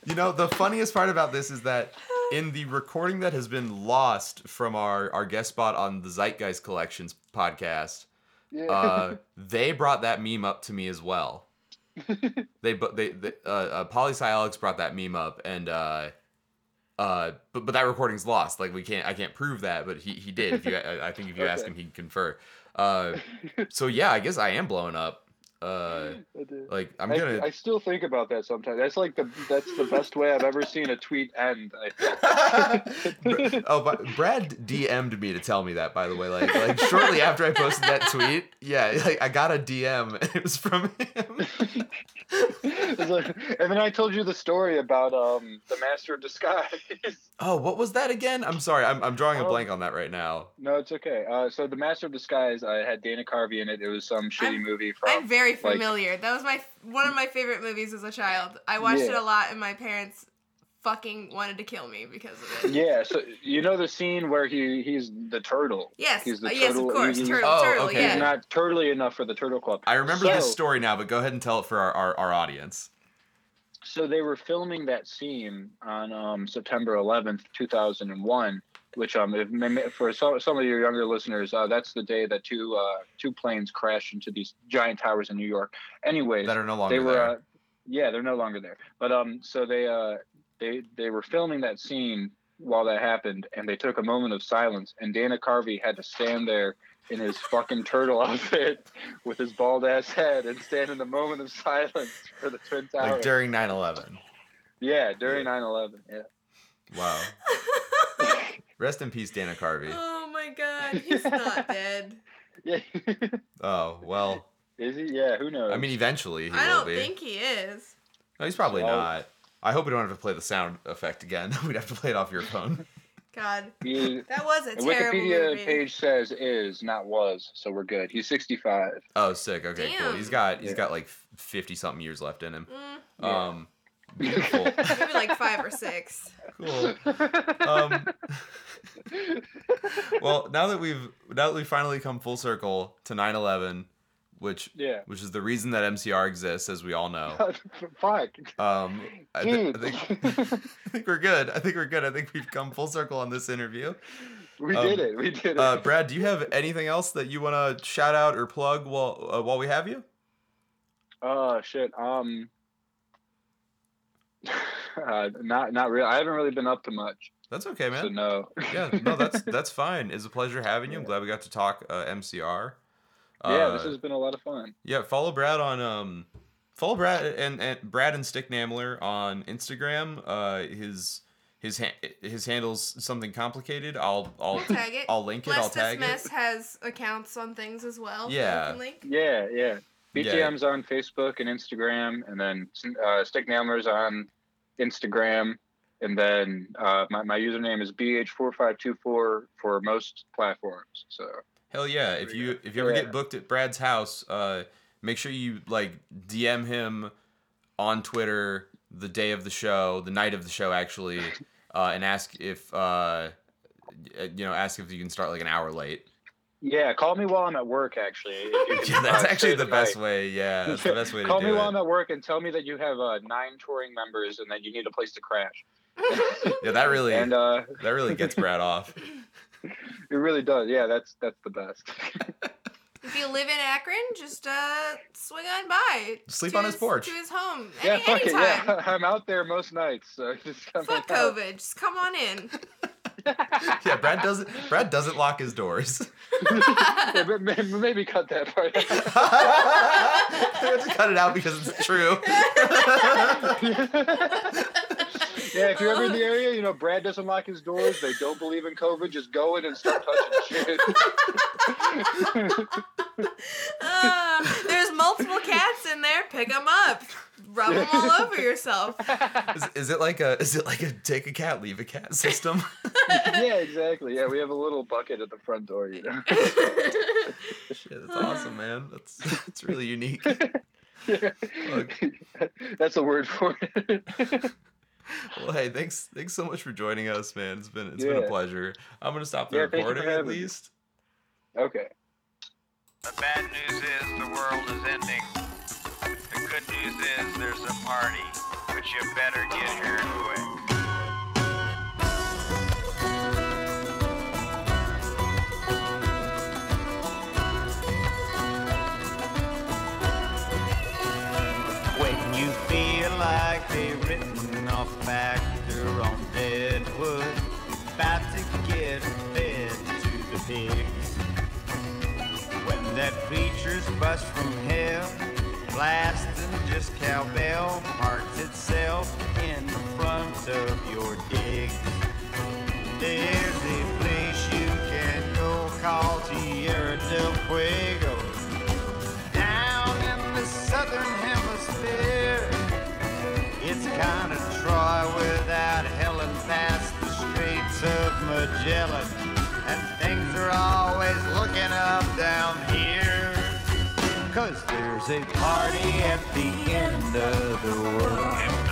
Speaker 1: you know the funniest part about this is that in the recording that has been lost from our our guest spot on the Zeitgeist Collections podcast,
Speaker 9: yeah.
Speaker 1: uh, they brought that meme up to me as well. they but they, they uh, uh Polysci Alex brought that meme up and uh uh but but that recording's lost like we can't I can't prove that but he he did if you I I think if you ask
Speaker 9: Okay.
Speaker 1: him he'd confer. Uh so yeah, I guess I am blowing up. Uh
Speaker 9: I do.
Speaker 1: like I'm
Speaker 9: I-
Speaker 1: going
Speaker 9: I, still think about that sometimes. That's like the that's the best way I've ever seen a tweet end. I think.
Speaker 1: Br- oh, but Brad DM'd me to tell me that. By the way, like like shortly after I posted that tweet, yeah, like I got a DM. And it was from him.
Speaker 9: It's like- and then I told you the story about um the master of disguise.
Speaker 1: Oh, what was that again? I'm sorry, I'm I'm drawing a
Speaker 9: Oh.
Speaker 1: blank on that right now.
Speaker 9: No, it's okay. Uh, so the Master of Disguise uh, had Dana Carvey in it. It was some shitty
Speaker 2: I'm-
Speaker 9: movie from.
Speaker 2: I'm very
Speaker 9: like-
Speaker 2: familiar. that was my one of my favorite movies as a child. I watched it
Speaker 9: Yeah.
Speaker 2: a lot, and my parents fucking wanted to kill me because of it.
Speaker 9: yeah, so you know the scene where he he's the turtle.
Speaker 2: Yes,
Speaker 9: He's
Speaker 2: uh,
Speaker 9: the
Speaker 2: yes, of
Speaker 9: turtle
Speaker 2: course,
Speaker 9: eating-
Speaker 2: turtle,
Speaker 1: Oh,
Speaker 2: turtle,
Speaker 1: okay.
Speaker 9: He's
Speaker 2: yeah.
Speaker 9: not turtly enough for the Turtle Club.
Speaker 1: I remember
Speaker 9: so,
Speaker 1: this story now, but go ahead and tell it for our our, our audience.
Speaker 9: so they were filming that scene on um, September 11th, 2001, which um, if, may- for some, some of your younger listeners, uh, that's the day that two uh, two planes crashed into these giant towers in New York. Anyways,
Speaker 1: that are no longer
Speaker 9: they were
Speaker 1: there.
Speaker 9: Uh, yeah they're no longer there but um so they uh they they were filming that scene while that happened and they took a moment of silence and dana carvey had to stand there in his fucking turtle outfit with his bald ass head and stand in a moment of silence for the twin towers
Speaker 1: like during 9/11.
Speaker 9: yeah during 9-11 yeah
Speaker 1: Wow. Rest in peace, Dana Carvey.
Speaker 2: oh my god, he's not dead.
Speaker 9: yeah
Speaker 1: Oh well.
Speaker 9: is he yeah who knows
Speaker 1: I mean, eventually he
Speaker 2: I
Speaker 1: will
Speaker 2: don't
Speaker 1: be.
Speaker 2: think he is.
Speaker 1: no, he's probably
Speaker 9: Well-
Speaker 1: not. I hope we don't have to play the sound effect again. We'd have to play it off your phone.
Speaker 2: God,
Speaker 9: He-
Speaker 2: that was a
Speaker 9: the
Speaker 2: terrible
Speaker 9: wikipedia
Speaker 2: movie.
Speaker 9: page says is not was so we're good he's 65
Speaker 1: Oh, sick. Okay, cool.
Speaker 2: Damn.
Speaker 1: He's got he's
Speaker 9: Yeah.
Speaker 1: got like fifty something years left in him.
Speaker 2: Mm,
Speaker 9: Yeah.
Speaker 1: Um, beautiful.
Speaker 2: maybe like five or six.
Speaker 1: cool. Um, well, now that we've now that we have finally come full circle to 9/11, which
Speaker 9: yeah
Speaker 1: which is the reason that MCR exists, as we all know.
Speaker 9: fuck
Speaker 1: Um, I, thi- I
Speaker 9: Dude.
Speaker 1: think, I think we're good. I think we're good. I think we've come full circle on this interview.
Speaker 9: We
Speaker 1: Um,
Speaker 9: did it. We did it.
Speaker 1: Uh, Brad, do you have anything else that you want to shout out or plug while uh, while we have you?
Speaker 9: oh shit. Um. uh, not not real. I haven't really been up to much,
Speaker 1: That's okay,
Speaker 9: so
Speaker 1: man.
Speaker 9: no.
Speaker 1: yeah, no, that's that's fine. It's a pleasure having you. I'm
Speaker 9: Yeah.
Speaker 1: glad we got to talk uh, MCR. Uh,
Speaker 9: yeah, this has been a lot of fun.
Speaker 1: Yeah, follow Brad on um follow Brad and, and Brad and Stick Namler on Instagram. Uh his his ha- his handle's something complicated. I'll I'll
Speaker 2: We'll tag it.
Speaker 1: I'll link it.
Speaker 2: Bless
Speaker 1: I'll tag
Speaker 2: this mess
Speaker 1: it.
Speaker 2: has accounts on things as well. that you
Speaker 1: Yeah.
Speaker 2: can link.
Speaker 9: Yeah, yeah.
Speaker 1: Yeah.
Speaker 9: BTM's on Facebook and Instagram, and then uh, Stick Namler's on Instagram, and then uh, my my username is bh4524 for most platforms. So
Speaker 1: Hell yeah! If you if you ever
Speaker 9: Yeah.
Speaker 1: get booked at Brad's house, uh, make sure you like DM him on Twitter the day of the show, the night of the show actually, uh, and ask if uh, y- you know ask if you can start like an hour late.
Speaker 9: yeah, call me while I'm at work. Actually, if you
Speaker 1: Yeah,
Speaker 9: can,
Speaker 1: that's
Speaker 9: uh,
Speaker 1: actually
Speaker 9: stay
Speaker 1: the
Speaker 9: the night.
Speaker 1: best way. Yeah, that's the best way to
Speaker 9: Call
Speaker 1: do
Speaker 9: me
Speaker 1: it.
Speaker 9: while I'm at work and tell me that you have uh, nine touring members and that you need a place to crash.
Speaker 1: Yeah, that really
Speaker 9: And uh,
Speaker 1: that really gets Brad off.
Speaker 9: it really does. Yeah, that's that's the best.
Speaker 2: If you live in Akron, just uh swing on by.
Speaker 1: Sleep
Speaker 2: to
Speaker 1: on his porch.
Speaker 2: To his home.
Speaker 9: yeah,
Speaker 2: Any,
Speaker 9: fuck it.
Speaker 2: anytime.
Speaker 9: Yeah, I'm out there most nights. So just come
Speaker 2: Fuck
Speaker 9: hang out.
Speaker 2: COVID. Just come on in.
Speaker 1: Yeah, Brad doesn't Brad doesn't lock his doors.
Speaker 9: Yeah, but may- maybe cut that part. out.
Speaker 1: I had to cut it out because it's true.
Speaker 9: yeah, if you're ever in the area, you know Brad doesn't lock his doors. They don't believe in COVID. Just go in and start touching shit.
Speaker 2: Uh, there's multiple cats in there. Pick them up. Rub them all over yourself.
Speaker 1: Is, is it like a is it like a take a cat leave a cat system?
Speaker 9: yeah, exactly. Yeah, we have a little bucket at the front door. You know.
Speaker 1: Shit, that's awesome, man. That's that's really unique.
Speaker 9: That's a word for it.
Speaker 1: Well, hey, thanks thanks so much for joining us, man. It's been it's been a
Speaker 9: Yeah.
Speaker 1: pleasure. I'm gonna stop the
Speaker 9: Yeah, thank you for
Speaker 1: recording at
Speaker 9: having me.
Speaker 1: least.
Speaker 9: okay.
Speaker 10: The bad news is the world is ending. The good news is there's a party, but you better get here quick. When you feel like they've written off factor on deadwood, about to get fed to the pigs. When that preacher's bust from hell, blasting just cowbell, parks itself in front of your dig. There's a place you can go called Tierra del Fuego. Down in the southern hemisphere, it's kind of Troy without Helen past the straits of Magellan. And things are always looking up down here. Cause there's a party at the end of the world.